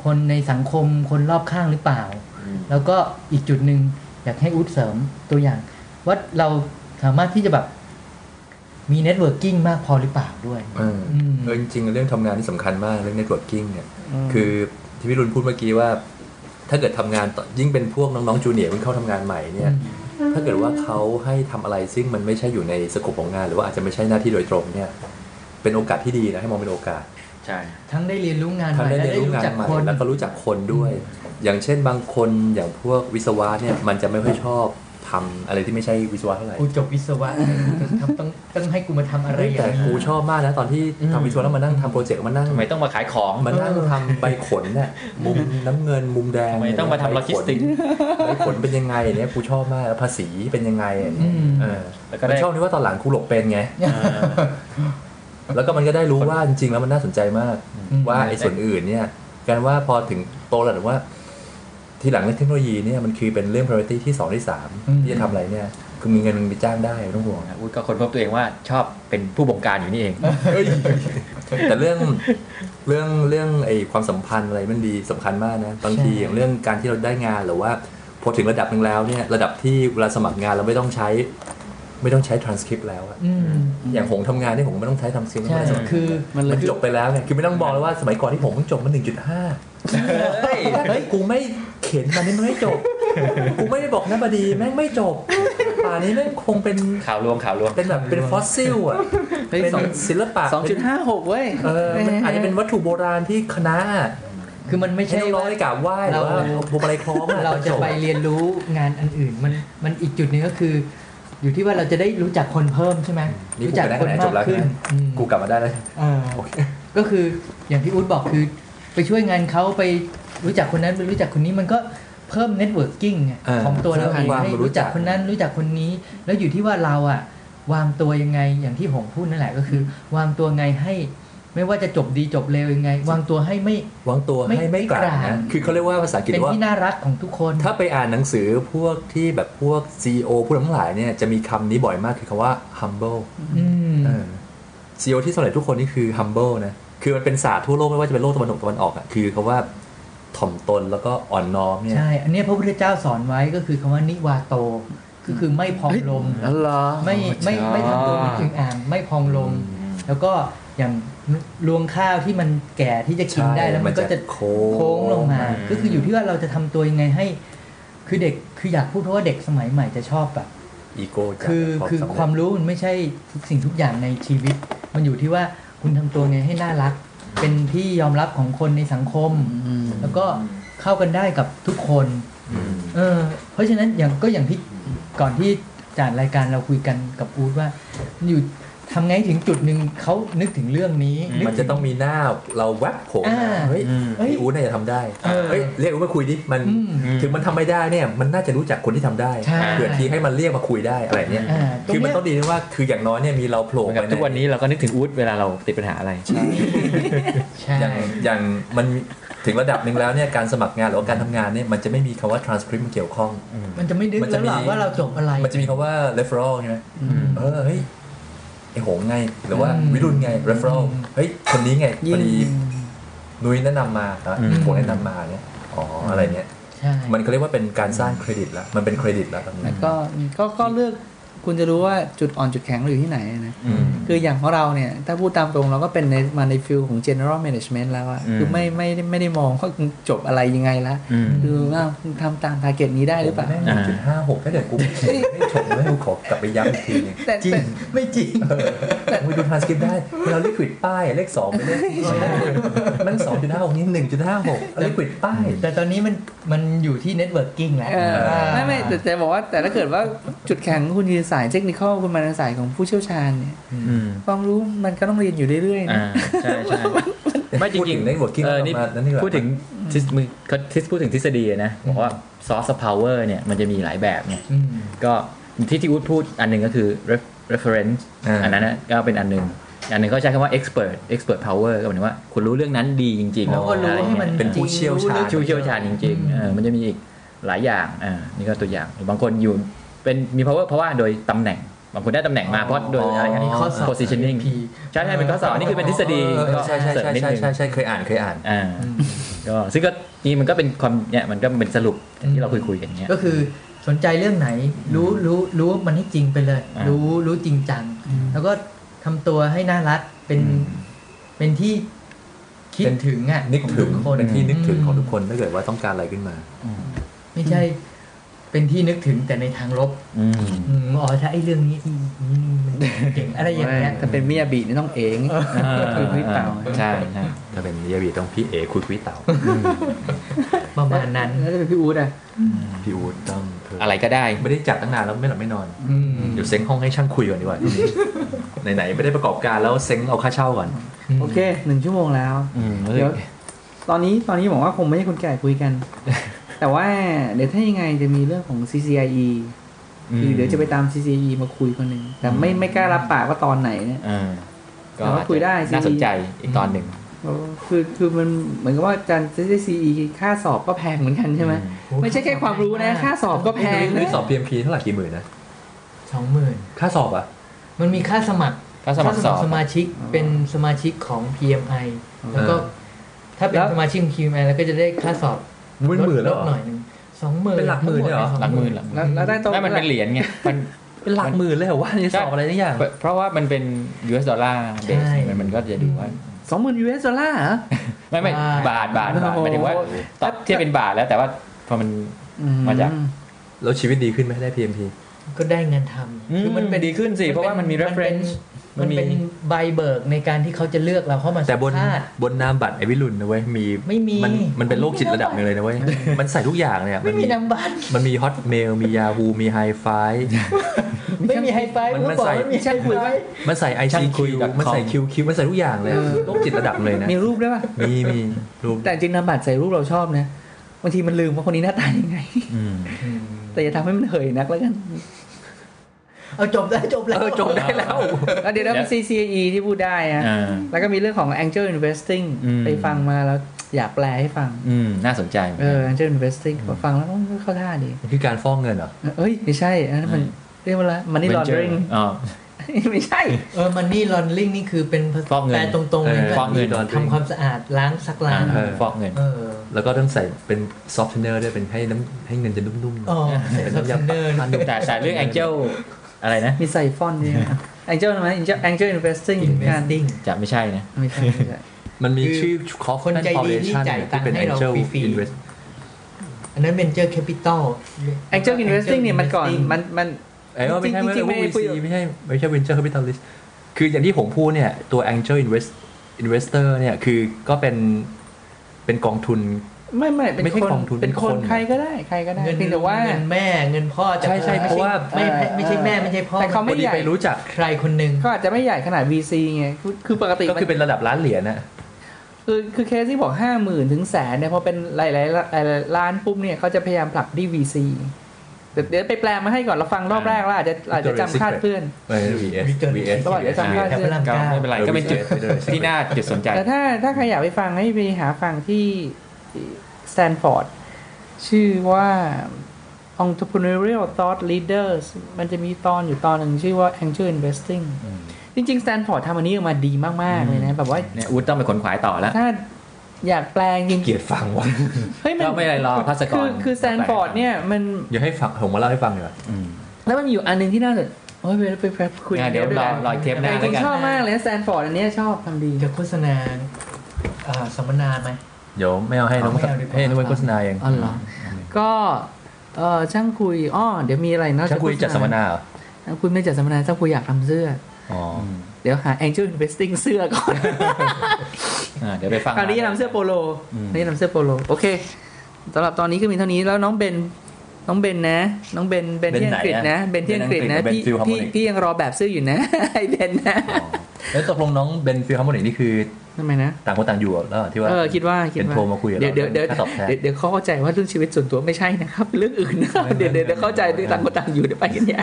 Speaker 5: คนในสังคมคนรอบข้างหรือเปล่า
Speaker 3: อืม
Speaker 5: แล้วก็อีกจุดหนึ่งอยากให้อุดเสริมตัวอย่าง ว่าเราสามารถที่จะแบบมีเน็ตเวิร์กิ่งมากพอหรือเปล่าด้วย
Speaker 4: เอออ
Speaker 5: ม
Speaker 4: เออจริงๆเรื่องทำงานที่สำคัญมากเรื่อง networking เนี่ย
Speaker 2: ม
Speaker 4: คือที่พี่รุนพูดเมื่อกี้ว่า ถ้าเกิดทำงานต่อยิ่งเป็นพวกน้องๆจูเนียร์เพิ่งเข้าทำงานใหม่เนี่ย ถ้าเกิดว่าเขาให้ทำอะไรซึ่งมันไม่ใช่อยู่ในสกปของงาน หรือว่าอาจจะไม่ใช่หน้าที่โดยตรงเนี่ย เป็นโอกาสที่ดีนะให้มองเป็นโอกาส
Speaker 3: ใช่
Speaker 5: ทั้งได้เรียนรู้งานให
Speaker 4: ทั้ง
Speaker 5: ม่
Speaker 4: ได้
Speaker 5: และ
Speaker 4: เรียน
Speaker 5: ได้
Speaker 4: รู้
Speaker 5: รู้
Speaker 4: งาน
Speaker 5: จัก
Speaker 4: ใหม่
Speaker 5: คน
Speaker 4: แล้วก็รู้จักคนด้วย อย่างเช่นบางคนอย่างพวกวิศวะเนี่ยมันจะไม่ค่อยชอบทำอะไรที่ไม่ใช่วิศวะเท่าไหร่
Speaker 5: กูจบวิศวะทำต้องต้องให้กูมาทำอะไร
Speaker 4: เฮ้ย
Speaker 5: อย่า
Speaker 4: แต่
Speaker 5: งนี้
Speaker 4: กูชอบมากนะตอนที่ทำวิศวะแล้วมานั่งทำโปรเจกต์มานั่ง
Speaker 3: ทำไมต้องมาขายของ
Speaker 4: มานั่งทำใบขน
Speaker 3: [LAUGHS]
Speaker 4: เนี่ยมุมน้ำเงินมุมแดง
Speaker 3: ทำไมต้องมาทำโลจิสติกส์
Speaker 4: ใบขนเป็นยังไงเนี่ยกูชอบมากแล้วภาษีเป็นยังไงอันเนี้
Speaker 5: อื
Speaker 4: ย
Speaker 5: ม
Speaker 4: เออ
Speaker 3: แล้วก็ได้
Speaker 4: มันชอบที่ว่าตอนหลังครูหลบเป็นไง [LAUGHS] แล้วก็มันก็ได้รู้ว่าจริงๆแล้วมันน่าสนใจมาก
Speaker 5: อืม
Speaker 4: ว่าไอ้ส่วนอื่นเนี่ยการว่าพอถึงโตแล้วหรือว่า ทีหลังเรื่องเทคโนโลยีเนี่ยมันคือเป็นเรื่อง priority ที่2ที่
Speaker 5: อืม
Speaker 4: 3ที่จะทำอะไรเนี่ย คือมีเงินมีจ้างได้ไม่ต้องห่วง
Speaker 3: อ่ะอุ๊ยก็คนพบตัวเองว่าชอบเป็นผู้บงการอยู่นี่เอง
Speaker 4: แต่เรื่องเรื่องเรื่องไอ้ความสัมพันธ์อะไรมันดีสำคัญมากนะบางที
Speaker 5: ใช่
Speaker 4: อย่างเรื่องการที่เราได้งานหรือว่าพอถึงระดับหนึ่งแล้วเนี่ยระดับที่เวลาสมัครงานเราไม่ต้องใช้ ไม่ต้องใช้ transcript แล้วอะ
Speaker 5: อืม
Speaker 4: อย่างผมทำงานเนี่ยผมไม่ต้องใช้ transcript ไม่
Speaker 5: ใช่
Speaker 4: ต้องใช้
Speaker 5: คือ
Speaker 2: มันเลย
Speaker 4: มันจบไปแล้วไงคือไม่ต้องบอกแล้วว่าสมัยก่อนที่ผมเพิ่งจบมันหนึ่งจุดห้าเฮ้ยเฮ้ย กูไม่เข็นมันนี่มันไม่จบ กูไม่ได้บอกนะบดีแม่งไม่จบ ป่านนี้แม่งคงเป็น
Speaker 3: ข่าวลวงข่าวลวง
Speaker 4: เป็นแบบเป็นฟอสซิลอ่ะ
Speaker 2: เฮ้ย
Speaker 4: เป็น
Speaker 2: สอง
Speaker 4: ศิลปะ
Speaker 2: สองจุดห้าหกเว้ย
Speaker 4: เออมันอาจจะเป็นวัตถุโบราณที่คณะ
Speaker 5: คือมันไม่
Speaker 4: ให้
Speaker 5: ใช่
Speaker 4: น้อง
Speaker 5: ว่า
Speaker 4: ๆได้กราบไหว้หรือ
Speaker 5: เรา
Speaker 4: ว่าพวงมาลัยคล้องอ
Speaker 5: เราจะ
Speaker 4: จบ
Speaker 5: ไปเรียนรู้งานอันอื่น มันมันอีกจุดหนึงก็คือ อยู่ที่ว่าเราจะได้รู้จักคนเพิ่มใช่ไหม
Speaker 4: นี่
Speaker 5: รู้
Speaker 4: กู
Speaker 5: จัก
Speaker 4: ไปได้คะ
Speaker 5: คน
Speaker 4: แนนจ
Speaker 5: มาก
Speaker 4: บแล้ว
Speaker 5: ขึ้น
Speaker 4: นะ
Speaker 5: อืม
Speaker 4: กูกลับมาได้แล้ว
Speaker 5: เออ
Speaker 4: โอเค
Speaker 5: ก็คืออย่างที่อู๊ดบอกคือ ไปช่วยงานเขาไปรู้จักคนนั้นไปรู้จักคนนี้มันก็เพิ่มเน็ตเวิร์กิ่ง
Speaker 4: เออ
Speaker 5: ของตัวเรา
Speaker 4: ส
Speaker 5: เอ
Speaker 4: ร้าง
Speaker 5: ง
Speaker 4: ความ
Speaker 5: ให้
Speaker 4: รู้
Speaker 5: รู้
Speaker 4: จั
Speaker 5: จั
Speaker 4: ก
Speaker 5: กคนนั้นรู้จักคนนี้ แล้วอยู่ที่ว่าเราอะวางตัวยังไงอย่างที่ผมพูดนั่นแหละก็คือ วางตัวไงให้ ไม่ว่าจะจบดีจบเลวยังไง วางตัวให้ไม่
Speaker 4: วางตัวให้
Speaker 5: ไม่
Speaker 4: ไม่กลาง
Speaker 5: ไม่กลา
Speaker 4: นะ
Speaker 5: ง
Speaker 4: คือเขาเรียกว่าภาษาอังกฤษ
Speaker 5: เป็น
Speaker 4: ว่า
Speaker 5: ที่น่ารักของทุกคน
Speaker 4: ถ้าไปอ่านหนังสือพวกที่แบบพวก CEO ผู้นำทั้งหลายเนี่ยจะมีคำนี้บ่อยมากคือคำว่า humble
Speaker 5: อืม
Speaker 4: เออ CEO ที่สำเร็จทุกคนนี่คือ humble นะ คือมันเป็นศาสตร์ทั่วโลกไม่ว่าจะเป็นโลกตะวันตกตะวันออกอ่ะคือคำว่าถ่อมตนแล้วก็อ่อนน้อมเนี่ย
Speaker 5: ใช่ อันเนี้ยพระพุทธเจ้าสอนไว้ก็คือคำว่านิวาโต ก็คือไม่พองลม
Speaker 2: อ๋อเหรอ
Speaker 5: ไม่ไม่ไม่ทำตัวเหมือนอึ่งอ่าง ไม่พองลม แล้วก็อย่างรวงข้าวที่มันแก่ที่จะกินได้แล้วมันก็จะ
Speaker 4: โค้
Speaker 5: โค้งลงมา
Speaker 3: อืม
Speaker 5: ก็คืออยู่ที่ว่าเราจะทำตัวยังไงให้ คือเด็กคืออยากพูดเพราะว่าเด็กสมัยใหม่จะชอบแบบ
Speaker 4: อีโก้จัด
Speaker 5: คือ
Speaker 4: ว
Speaker 5: คือ
Speaker 4: สำเร็จ
Speaker 5: ความรู้มันไม่ใช่ทุกสิ่งทุกอย่างในชีวิต มันอยู่ที่ว่าคุณทำตัวไงให้น่ารัก เป็นที่ยอมรับของคนในสังคม
Speaker 2: อืม
Speaker 5: แล้วก็เข้ากันได้กับทุกคน เออเพราะฉะนั้นอย่างก็อย่างที่ก่อนที่จานรายการเราคุยกันกับอู๊ดว่าอยู่ ทำไงถึงจุดหนึ่งเขานึกถึงเรื่องนี้
Speaker 3: อืม
Speaker 5: นึก
Speaker 4: มันจะต้องมีหน้าเราแวบโผม
Speaker 5: อ่า
Speaker 4: เฮ้ย
Speaker 3: อืม
Speaker 5: เฮ้ย
Speaker 4: พี่อู๊ดน่าจะทำได้
Speaker 5: เออ
Speaker 4: เฮ้ยเรียกอู๊ดมาคุยดิมัน
Speaker 5: อืม
Speaker 4: ถึงมันทำไม่ได้เนี่ยมันน่าจะรู้จักคนที่ทำได้
Speaker 5: ใช่
Speaker 4: เผื่อทีให้มันเรียกมาคุยได้อะไรเนี่ย
Speaker 5: อ่าตร
Speaker 4: คือ
Speaker 5: เย
Speaker 4: มันต้องดีนะว่าคืออย่างน้อยเนี่ยมีเราโผล่
Speaker 3: เหมือน
Speaker 4: ไป
Speaker 3: กับทุกวันนี้เราก็นึกถึงอู๊ดเวลาเราติดปัญหาอะไร
Speaker 5: ใช่
Speaker 4: อย่างอย่างมันถึงระดับหนึ่งแล้วเนี่ยการสมัครงานหรือว่าการทำงานเนี่ยมันจะไม่มีคำว่า transcript มาเกี่ยวข้อง
Speaker 5: มันจะไม่นึก
Speaker 4: มัน
Speaker 5: แล้
Speaker 4: จะ
Speaker 5: ว
Speaker 4: มี
Speaker 5: หรอว่าเราจบอะไร
Speaker 4: มันจะมีคำว่า referral ใช่ไหมเออเฮ้ยไอโหงไงหรือว่า
Speaker 5: อืม
Speaker 4: วิรุณไง referral
Speaker 5: อืม
Speaker 4: เฮ้ยคนนี้ไงพ
Speaker 2: ยิ่
Speaker 4: อง ดีนุ้ยแนะนำมาอ่ะ
Speaker 3: อืม
Speaker 4: ผมแนะนำมาเนี่ยอ๋ออะไรเนี่ย
Speaker 5: ใช่
Speaker 4: มันเขาเรียกว่าเป็นการสร้างเครดิตแล้ว มันเป็นเครดิตแล้วตรง
Speaker 2: แล้
Speaker 4: นี้
Speaker 2: วก็ก็ก็เลือกคุณจะรู้ว่าจุดอ่อนจุดแข็งเราอยู่ที่ไหนนะ
Speaker 3: อืม
Speaker 2: คืออย่างของเราเนี่ย ถ้าพูดตามตรงเราก็เป็นในมาในฟิลของ general management แล้วอะ
Speaker 3: อืม
Speaker 2: คือไม่ไม่ไม่ได้มองว่าคุณจบอะไรยังไงละ
Speaker 3: อืม
Speaker 2: คือว่าคุณทำตาม target นี้ได้หรือเปล่า
Speaker 4: แม่ง
Speaker 3: อ่า
Speaker 4: จุดห้าหกถ้าเกิดกูไม่ชมไม่กูขอกลับไปย้ำอีกทีหนึง
Speaker 2: แต่
Speaker 5: จริง
Speaker 2: แต่
Speaker 5: ไม่จริง
Speaker 4: แต่กูดูทรานสคริปต์ได้เวลาลิควิดป้ายเลขสองไปเลขมันสองจุดห้าหกนี่หนึ่งจุดห้าหกลิควิดป้าย
Speaker 5: แต่ตอนนี้มันมันอยู่ที่ networking แล้ว
Speaker 2: เออ
Speaker 5: อ่า
Speaker 2: ไม่ไม่แต่แต่บอกว่าแต่ถ้าเกิดว่าจุดแข็งคุณยืนสายเทคนิคคุณมาในสายของผู้เชี่ยวชาญเนี่ย
Speaker 3: อืม
Speaker 2: ความรู้มันก็ต้องเรียนอยู่เรื่อยๆนะ
Speaker 3: อ่าใช่ใช่ [LAUGHS] ไม่จ
Speaker 4: พูดถึ
Speaker 3: ริง
Speaker 4: ง
Speaker 3: ๆ
Speaker 4: networking
Speaker 3: เออนี่
Speaker 4: เรามานั่นดีกว่า
Speaker 3: พูดถึงทฤษมือเขาทฤษพูดถึงทฤษฎีนะบอกว่า source of power เนี่ยมันจะมีหลายแบบไง
Speaker 5: อืม
Speaker 3: ก็ที่ที่อูดพูดอันหนึ่งก็คือ ref- reference
Speaker 4: อ่า
Speaker 3: อันนั้นนะก็เป็นอันหนึ่งอันหนึ่งเขาใช้คำว่า expert expert power ก็หมายถึงว่าคุณรู้เรื่องนั้นดีจริงๆแล้ว
Speaker 5: อ๋อก็รู้ให้มัน
Speaker 4: เป็นผู้เชี่ยวชาญ
Speaker 3: ชูเชี่ยวชาญจริงๆเออมันจะมีอีกหลายอย่างอ่านี่ก็ตัวอย่างหรือบางคนอยู่เป็นมี power เพราะว่าโดยตำแหน่ง บางคนได้ตำแหน่งมาเพราะโดยอะไรอย่างนี้
Speaker 5: อ๋อข้อสอบ
Speaker 3: positioning ใช่ใช่เป็นข้อสอบนี่คือเป็นทฤษฎี
Speaker 4: เออ
Speaker 3: ก็
Speaker 4: ใช่ใช่
Speaker 3: เสริม
Speaker 4: ใช่
Speaker 3: นิด
Speaker 4: ใช่
Speaker 3: นึง
Speaker 4: ใช่ใช่เคยอ่านเคยอ่าน
Speaker 3: อ่าก็ซึ่งก็นี่มันก็เป็นความเนี่ยมันก็เป็นสรุปอย่างที่เราคุยคุยๆกันเนี่ย
Speaker 5: ก็คือสนใจเรื่องไหน รู้รู้รู้มันให้จริงไปเลย
Speaker 3: อ่ารู้
Speaker 5: รู้รู้จริงจัง แล้วก็ทำตัวให้น่ารักเป็นเป็นที่คิด
Speaker 4: เป็น
Speaker 5: ถึงอ่ะ
Speaker 4: นึก
Speaker 5: ของ
Speaker 4: ถึ
Speaker 5: ทุ
Speaker 4: ง
Speaker 5: กคน
Speaker 4: เป็นที่นึกถึงของทุก
Speaker 5: ม
Speaker 4: คนถ้าเกิดว่าต้องการอะไรขึ้นมา
Speaker 5: ไม่ใช่ เป็นที่นึกถึงแต่ในทางลบ
Speaker 3: อืม
Speaker 5: อืมอ๋อถ้าไอ้เรื่องนี้อืมอืมมันเจ๋งอะไรอย่างเงี้ย
Speaker 2: ถ้าเป็นมิยาบินี่ต้องเองคือพี่เปล่า
Speaker 3: ใช่ใช่
Speaker 4: ถ้าเป็นยาบีต้องพี่เอคุยคุยเต่า
Speaker 5: ประมาณนั้น
Speaker 2: แล้วถ้าเป็นพี่อู๊ดอะ
Speaker 4: พี่อูดต้องเธอ
Speaker 3: อะไรก็ได้
Speaker 4: ไม่ได้จัดตั้งนานแล้วไม่หลับไม่นอน
Speaker 5: อืม
Speaker 4: เดี๋ยวเซ็งห้องให้ช่างคุยก่อนดีกว่า [LAUGHS] ไหนๆไม่ได้ประกอบการแล้วเซ็งเอาค่าเช่าก่อน
Speaker 2: โอเคหนึ่งชั่วโมงแล้ว
Speaker 3: อืม
Speaker 2: เดี๋ยวตอนนี้ตอนนี้ผมว่าคงไม่ให้คนแก่คุย
Speaker 3: [LAUGHS]
Speaker 2: กัน แต่ว่าเดี๋ยวถ้ายังไงจะมีเรื่องของ CCIE คือเดี๋ยวจะไปตาม CCIE มาคุยคนหนึ่งแต่ไม่ไม่กล้ารับปากว่าตอนไหนเนี่ย
Speaker 3: อ่าก็
Speaker 2: แต่ว่าคุยได้
Speaker 3: น่าสนใจอีกตอนหนึ่ง
Speaker 2: คือคือมันเหมือนกับว่าการจะได้ CE ค่าสอบก็แพงเหมือนกันใช่ไหมไม่ใช่แค่ความรู้นะ ค่าสอบก็แพง
Speaker 4: นี่
Speaker 2: นะ
Speaker 4: สอบ PMP เท่าไหร่กี่หมื่นนะ
Speaker 5: สองหมื่น
Speaker 4: ค่าสอบอ่ะ
Speaker 5: มันมีค่าสมัคร
Speaker 3: ถ้าสมัครสอบ
Speaker 5: สมาชิกเป็นสมาชิกของ PMI แล้วก็
Speaker 4: เออ
Speaker 5: ถ้าเป็นสมาชิกของ PMI แล้วก็จะได้ค่าสอบ
Speaker 4: หมื่นหมื่น
Speaker 5: ล
Speaker 4: แล้ว
Speaker 5: ด
Speaker 4: เหรอ
Speaker 5: หน่อยหนึงสองหมื่น
Speaker 4: เป็นหลักหมื่นเลยเหรอ
Speaker 3: หลักหมื่นหลักหมื่น
Speaker 2: แล้วแล้วได้โต๊ะ
Speaker 3: ไม่มันเป็นเหรียญไงมัน
Speaker 4: เป็นหลักหมื่นเลยเหรอว่านี่
Speaker 3: ใช่
Speaker 4: สอบอะไรนี่อย่าง
Speaker 3: เพราะว่ามันเป็น US ดอลลาร์เบสมันมันก็จะดูว่า
Speaker 2: สองหมื่น US ดอลลาร์เหรอ
Speaker 3: ไม่ไม่บาทบาทบาทหมายถึงว่า
Speaker 2: โอ้โห
Speaker 3: ตอนเทียบเป็นบาทแล้วแต่ว่าพอมัน
Speaker 2: อื
Speaker 3: [LAUGHS] มาจาก
Speaker 4: แล้วชีวิตดีขึ้นไหมได้ PMP
Speaker 5: ก็ได้งานท
Speaker 3: อื
Speaker 5: ำ
Speaker 3: มดีขึ้นสิเพราะว่ามันมี
Speaker 5: เป็
Speaker 3: reference มั
Speaker 5: มันน
Speaker 3: มี
Speaker 5: เป็นใบเบิกในการที่เขาจะเลือกเราเข้ามา
Speaker 4: แต่บน
Speaker 5: สัมภาษณ์
Speaker 4: บนนามบัตรไอวิรุณนะเว้ยมี
Speaker 5: ไม่มี
Speaker 4: นมันเป็นโรคจิตระดับหนึงเลยนะเว้ย มันใส่ทุกอย่างเนี่ย
Speaker 5: ไม่มีนามบัตร
Speaker 4: มันมีฮอตเมลมียาฮูมีไฮไฟ
Speaker 5: ไม่มีไฮไฟ
Speaker 4: มั
Speaker 5: เขา
Speaker 4: นมัน
Speaker 5: บอก
Speaker 4: ใส่
Speaker 5: ไม่มีไฮไฟ
Speaker 4: มันใส่
Speaker 3: ช่าง
Speaker 4: ICQ
Speaker 3: คุย .com
Speaker 4: มันใส่ QQ มันใส่ทุกอย่างเลยโรคจิตระดับหนึ่งเลยนะ
Speaker 2: มีรูปได้วยป่ะ
Speaker 4: มีมีรูป
Speaker 2: แต่จริงนามบัตรใส่รูปเราชอบนะบางทีมันลืมว่าคนนี้หน้าตายังไง
Speaker 3: อืม
Speaker 2: แต่อย่าทำให้มันเหยนักแล้ว
Speaker 3: [LAUGHS]
Speaker 2: กัน
Speaker 5: เอาจบแล้วจบแล้ว
Speaker 4: เออจบได้แล้ว
Speaker 2: แล้วเดี๋ยวเราเป็น CCIE ที่พูดได้นะ
Speaker 3: อ่า
Speaker 2: แล้วก็มีเรื่องของ Angel Investing
Speaker 3: อืม
Speaker 2: ไปฟังมาแล้วอยากแปลให้ฟัง
Speaker 3: อืมน่าสนใจเหมือน
Speaker 2: เอ
Speaker 3: กัน
Speaker 2: อ Angel Investing พอฟังแล้วมันก็เข้าท่าดี
Speaker 4: มันคือการฟ้องเงินเหรอ
Speaker 2: เอ้ย ไม่ใช่อันนั้นมัน
Speaker 3: อืม
Speaker 2: เรียกว่าอะไรมันนี่ลอนเด
Speaker 3: Venture
Speaker 2: ริง
Speaker 3: อ๋อ
Speaker 2: [LAUGHS] ไม่ใช่
Speaker 5: เออมันนี่ลอนลิงนี่คือเป็น
Speaker 3: ฟอกเงิน
Speaker 5: แปลตรงๆเลย
Speaker 3: เออฟอกเงิน
Speaker 5: ทำความสะอาดล้างซักล้าง
Speaker 4: เออ
Speaker 3: ฟอกเงิน
Speaker 5: เออ
Speaker 4: แล้วก็ต้องใส่เป็นซอฟต์เนอร์ด้วยเป็นให้น้ำให้เงินจะนุ่มๆ
Speaker 5: อ๋อ
Speaker 4: เป็นน้ำยา
Speaker 5: เนอร์
Speaker 4: ปะ
Speaker 3: แต่แต่เรื่องแองเจลอะไรนะ
Speaker 2: มีใส่ฟอนต์ด้วยแองเจิลไหมแองเจิลอินเวสติ้ง
Speaker 5: กา
Speaker 2: การ ร
Speaker 5: ดิ้ง
Speaker 3: จะไม่ใช่นะ
Speaker 2: ไม่ใช่ไม่ใช่
Speaker 4: มันมีชื่อคอ
Speaker 5: คนใจดีที่จ่ายตังค์ให้เราฟรีๆ อันนั้นเ e นเจอร์แคปิตอล
Speaker 2: แองเจิลอินเวสติ้งเนี่ยมันก่อนมันมัน
Speaker 4: เอ้ยว่าไม่ใช่ไม่
Speaker 2: จริ
Speaker 4: ใช่
Speaker 2: งๆ
Speaker 4: ไม่
Speaker 2: ไม่ได้พูด
Speaker 4: ใช่ไม่ใช่ไม่ใช่ venture capitalist คืออย่างที่ผมพูดเนี่ยตัว angel invest investor เนี่ยคือก็เป็นเป็นกองทุน
Speaker 2: ไม่ไม่เป็น
Speaker 4: ไม่ใช่
Speaker 2: คน
Speaker 4: กองทุน
Speaker 2: เป็นคน
Speaker 4: เป็นคน
Speaker 2: ใครก็ได้ใครก็ได้
Speaker 5: เงิน
Speaker 2: เพียงแต่ว่า
Speaker 5: เงินแม่เงินพ่อจาก
Speaker 2: ใช่ใช่
Speaker 5: ไม่
Speaker 2: เพราะว่า
Speaker 5: ไม่ไม่
Speaker 2: เออ
Speaker 5: ไม่ใช่แม่ไม่ใช่พ่อ
Speaker 2: แต่เขาไม่
Speaker 4: วันนี้ไปรู้จัก
Speaker 5: ใครคนหนึ่ง
Speaker 2: ก็อาจจะไม่ใหญ่ขนาด VC ไงคือคือปกติ
Speaker 4: ก็
Speaker 2: มัน
Speaker 4: คือเป็นระดับล้านเหรียญนะ
Speaker 2: คือคือเคสที่บอกห้าหมื่นถึงแสนเนี่ยพอเป็นหลายหลายหลายๆล้านปุ๊บเนี่ยเขาจะพยายามผลักที่ VC แต่เดี๋ยวไปแปลมาให้ก่อนเราฟังรอบแรกแล้วอาจจะอาจจะจำคาดเพื่อน
Speaker 4: ไม่ VS
Speaker 5: Return
Speaker 4: VS
Speaker 2: ระหว่างเดี๋ยวจำได้
Speaker 5: แถวพระราม
Speaker 3: ก็
Speaker 5: เก้า
Speaker 3: ไม่เป็นไรก็เป็นจุด
Speaker 4: เออ
Speaker 3: ที่น่าจุดสนใจ
Speaker 2: แต่ถ้าถ้าใครอยากไปฟังให้ไปหาฟังที่สแตนฟอร์ดชื่อว่า entrepreneurial thought leaders มันจะมีตอนอยู่ตอนหนึ่งชื่อว่า angel investing จริงๆ Stanford ทำอันนี้ออกมาดีมาก ๆ เลยนะ แบบว่า
Speaker 3: เนี่ยอูดต้องไปขนขวายต่อแล้ว
Speaker 2: ถ้าอยากแปลจริง
Speaker 4: เกลียดฟังวะ
Speaker 2: ๆเฮ้ยมัน
Speaker 3: ก็ไม่เป็นไรรอพัสก
Speaker 2: คื
Speaker 3: ร
Speaker 2: อคือ Stanford เนี่ยมัน
Speaker 4: เดี๋ยวให้ฟังผมมาเล่าให้ฟังดีกว่า
Speaker 3: อืม
Speaker 2: แล้วมันมีอยู่อันหนึงที่น่าสนโอ้ยไปไปไปคุย
Speaker 3: อ่ะเดี๋ยวรอรออีกเทปหน้า
Speaker 2: แต่จริง
Speaker 3: แล้วกัน
Speaker 2: ๆชอบมากเลยแซนฟอร์ดอันเนี้ยชอบทำดี
Speaker 5: จะโฆษณาอ่าสัมมนาไหม
Speaker 4: เดี๋ยวไม่เอาให้น้อง
Speaker 5: เอาไม่เอาดีกว่า
Speaker 4: ให้น้องโฆษณาเอง
Speaker 2: อ๋อเหรอ ก็เออช่างคุยอ้อเดี๋ยวมีอะไรเนาะ
Speaker 4: ถ้าคุยจัดสัมมนาเหรอ
Speaker 2: ช่างคุยไม่จัดสัมมนาช่างคุยอยากทำเสื้อ
Speaker 4: อ๋ออ
Speaker 2: เดี๋ยวหา Angel Investing เสื้อก่อน
Speaker 3: อ่าเดี๋ยวไปฟัง
Speaker 2: คราวนี้จะนำเสื้อโปโล
Speaker 3: อืม
Speaker 2: นี่นำเสื้อโปโล โอเคสำหรับตอนนี้ก็มีเท่านี้แล้วน้องเบน น้องเบนนะ น้องเบน เบนที่อังกฤษนะ เบนที่อังกฤษนะ พี่พี่พี่ยังรอแบบเสื้ออยู่นะ [LAUGHS] ไอเบนนะ
Speaker 4: แล้วตกลงน้องเบนฟิลฮาร์โมนิกนี่คือ
Speaker 2: ทำไมนะ
Speaker 4: ต่างคนต่างอยู่แล้วเหรอที่ว่า
Speaker 2: เออ คิดว่า คิด
Speaker 4: เป็น
Speaker 2: ว่า
Speaker 4: โทรมาคุยกับ
Speaker 2: เดี๋ยวเดี๋ยวเดี๋ยว
Speaker 4: เราค่าตอบแทน
Speaker 2: เดี๋ยวเดี๋ยวเขาเข้าใจว่าเรื่องชีวิตส่วนตัวไม่ใช่นะครับเป็นเรื่องอื่นนะครับ
Speaker 4: ไม่ไม่
Speaker 2: เดี๋ยวเดี๋ยว
Speaker 4: ไม่
Speaker 2: เดี๋ยวเข้าใจต่างคนต่างอยู่เดี๋ยวไปกันใหญ่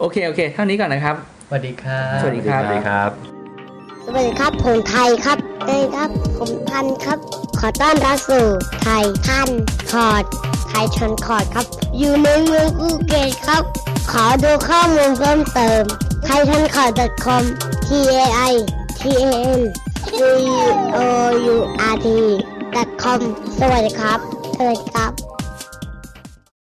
Speaker 2: โอเค โอเค เท่านี้ก่อนนะครับ
Speaker 5: สวัสดีครับ
Speaker 2: สวัสดีครับ
Speaker 4: สวัสดีครับ
Speaker 6: สวัสดีครับ ผมไทยครับเอ้ยครับ ผมทันครับ ขอต้อนรับสู่ไทยทันคอร์ดไทยทันคอร์ดครับ อยู่ในเมืองภูเก็ตครับ ขอดูข้อมูลเพิ่มเติมไทยทันคอร์ด .com t a i t a n c o u r t .com สวัสดีครับสวัสดีครับ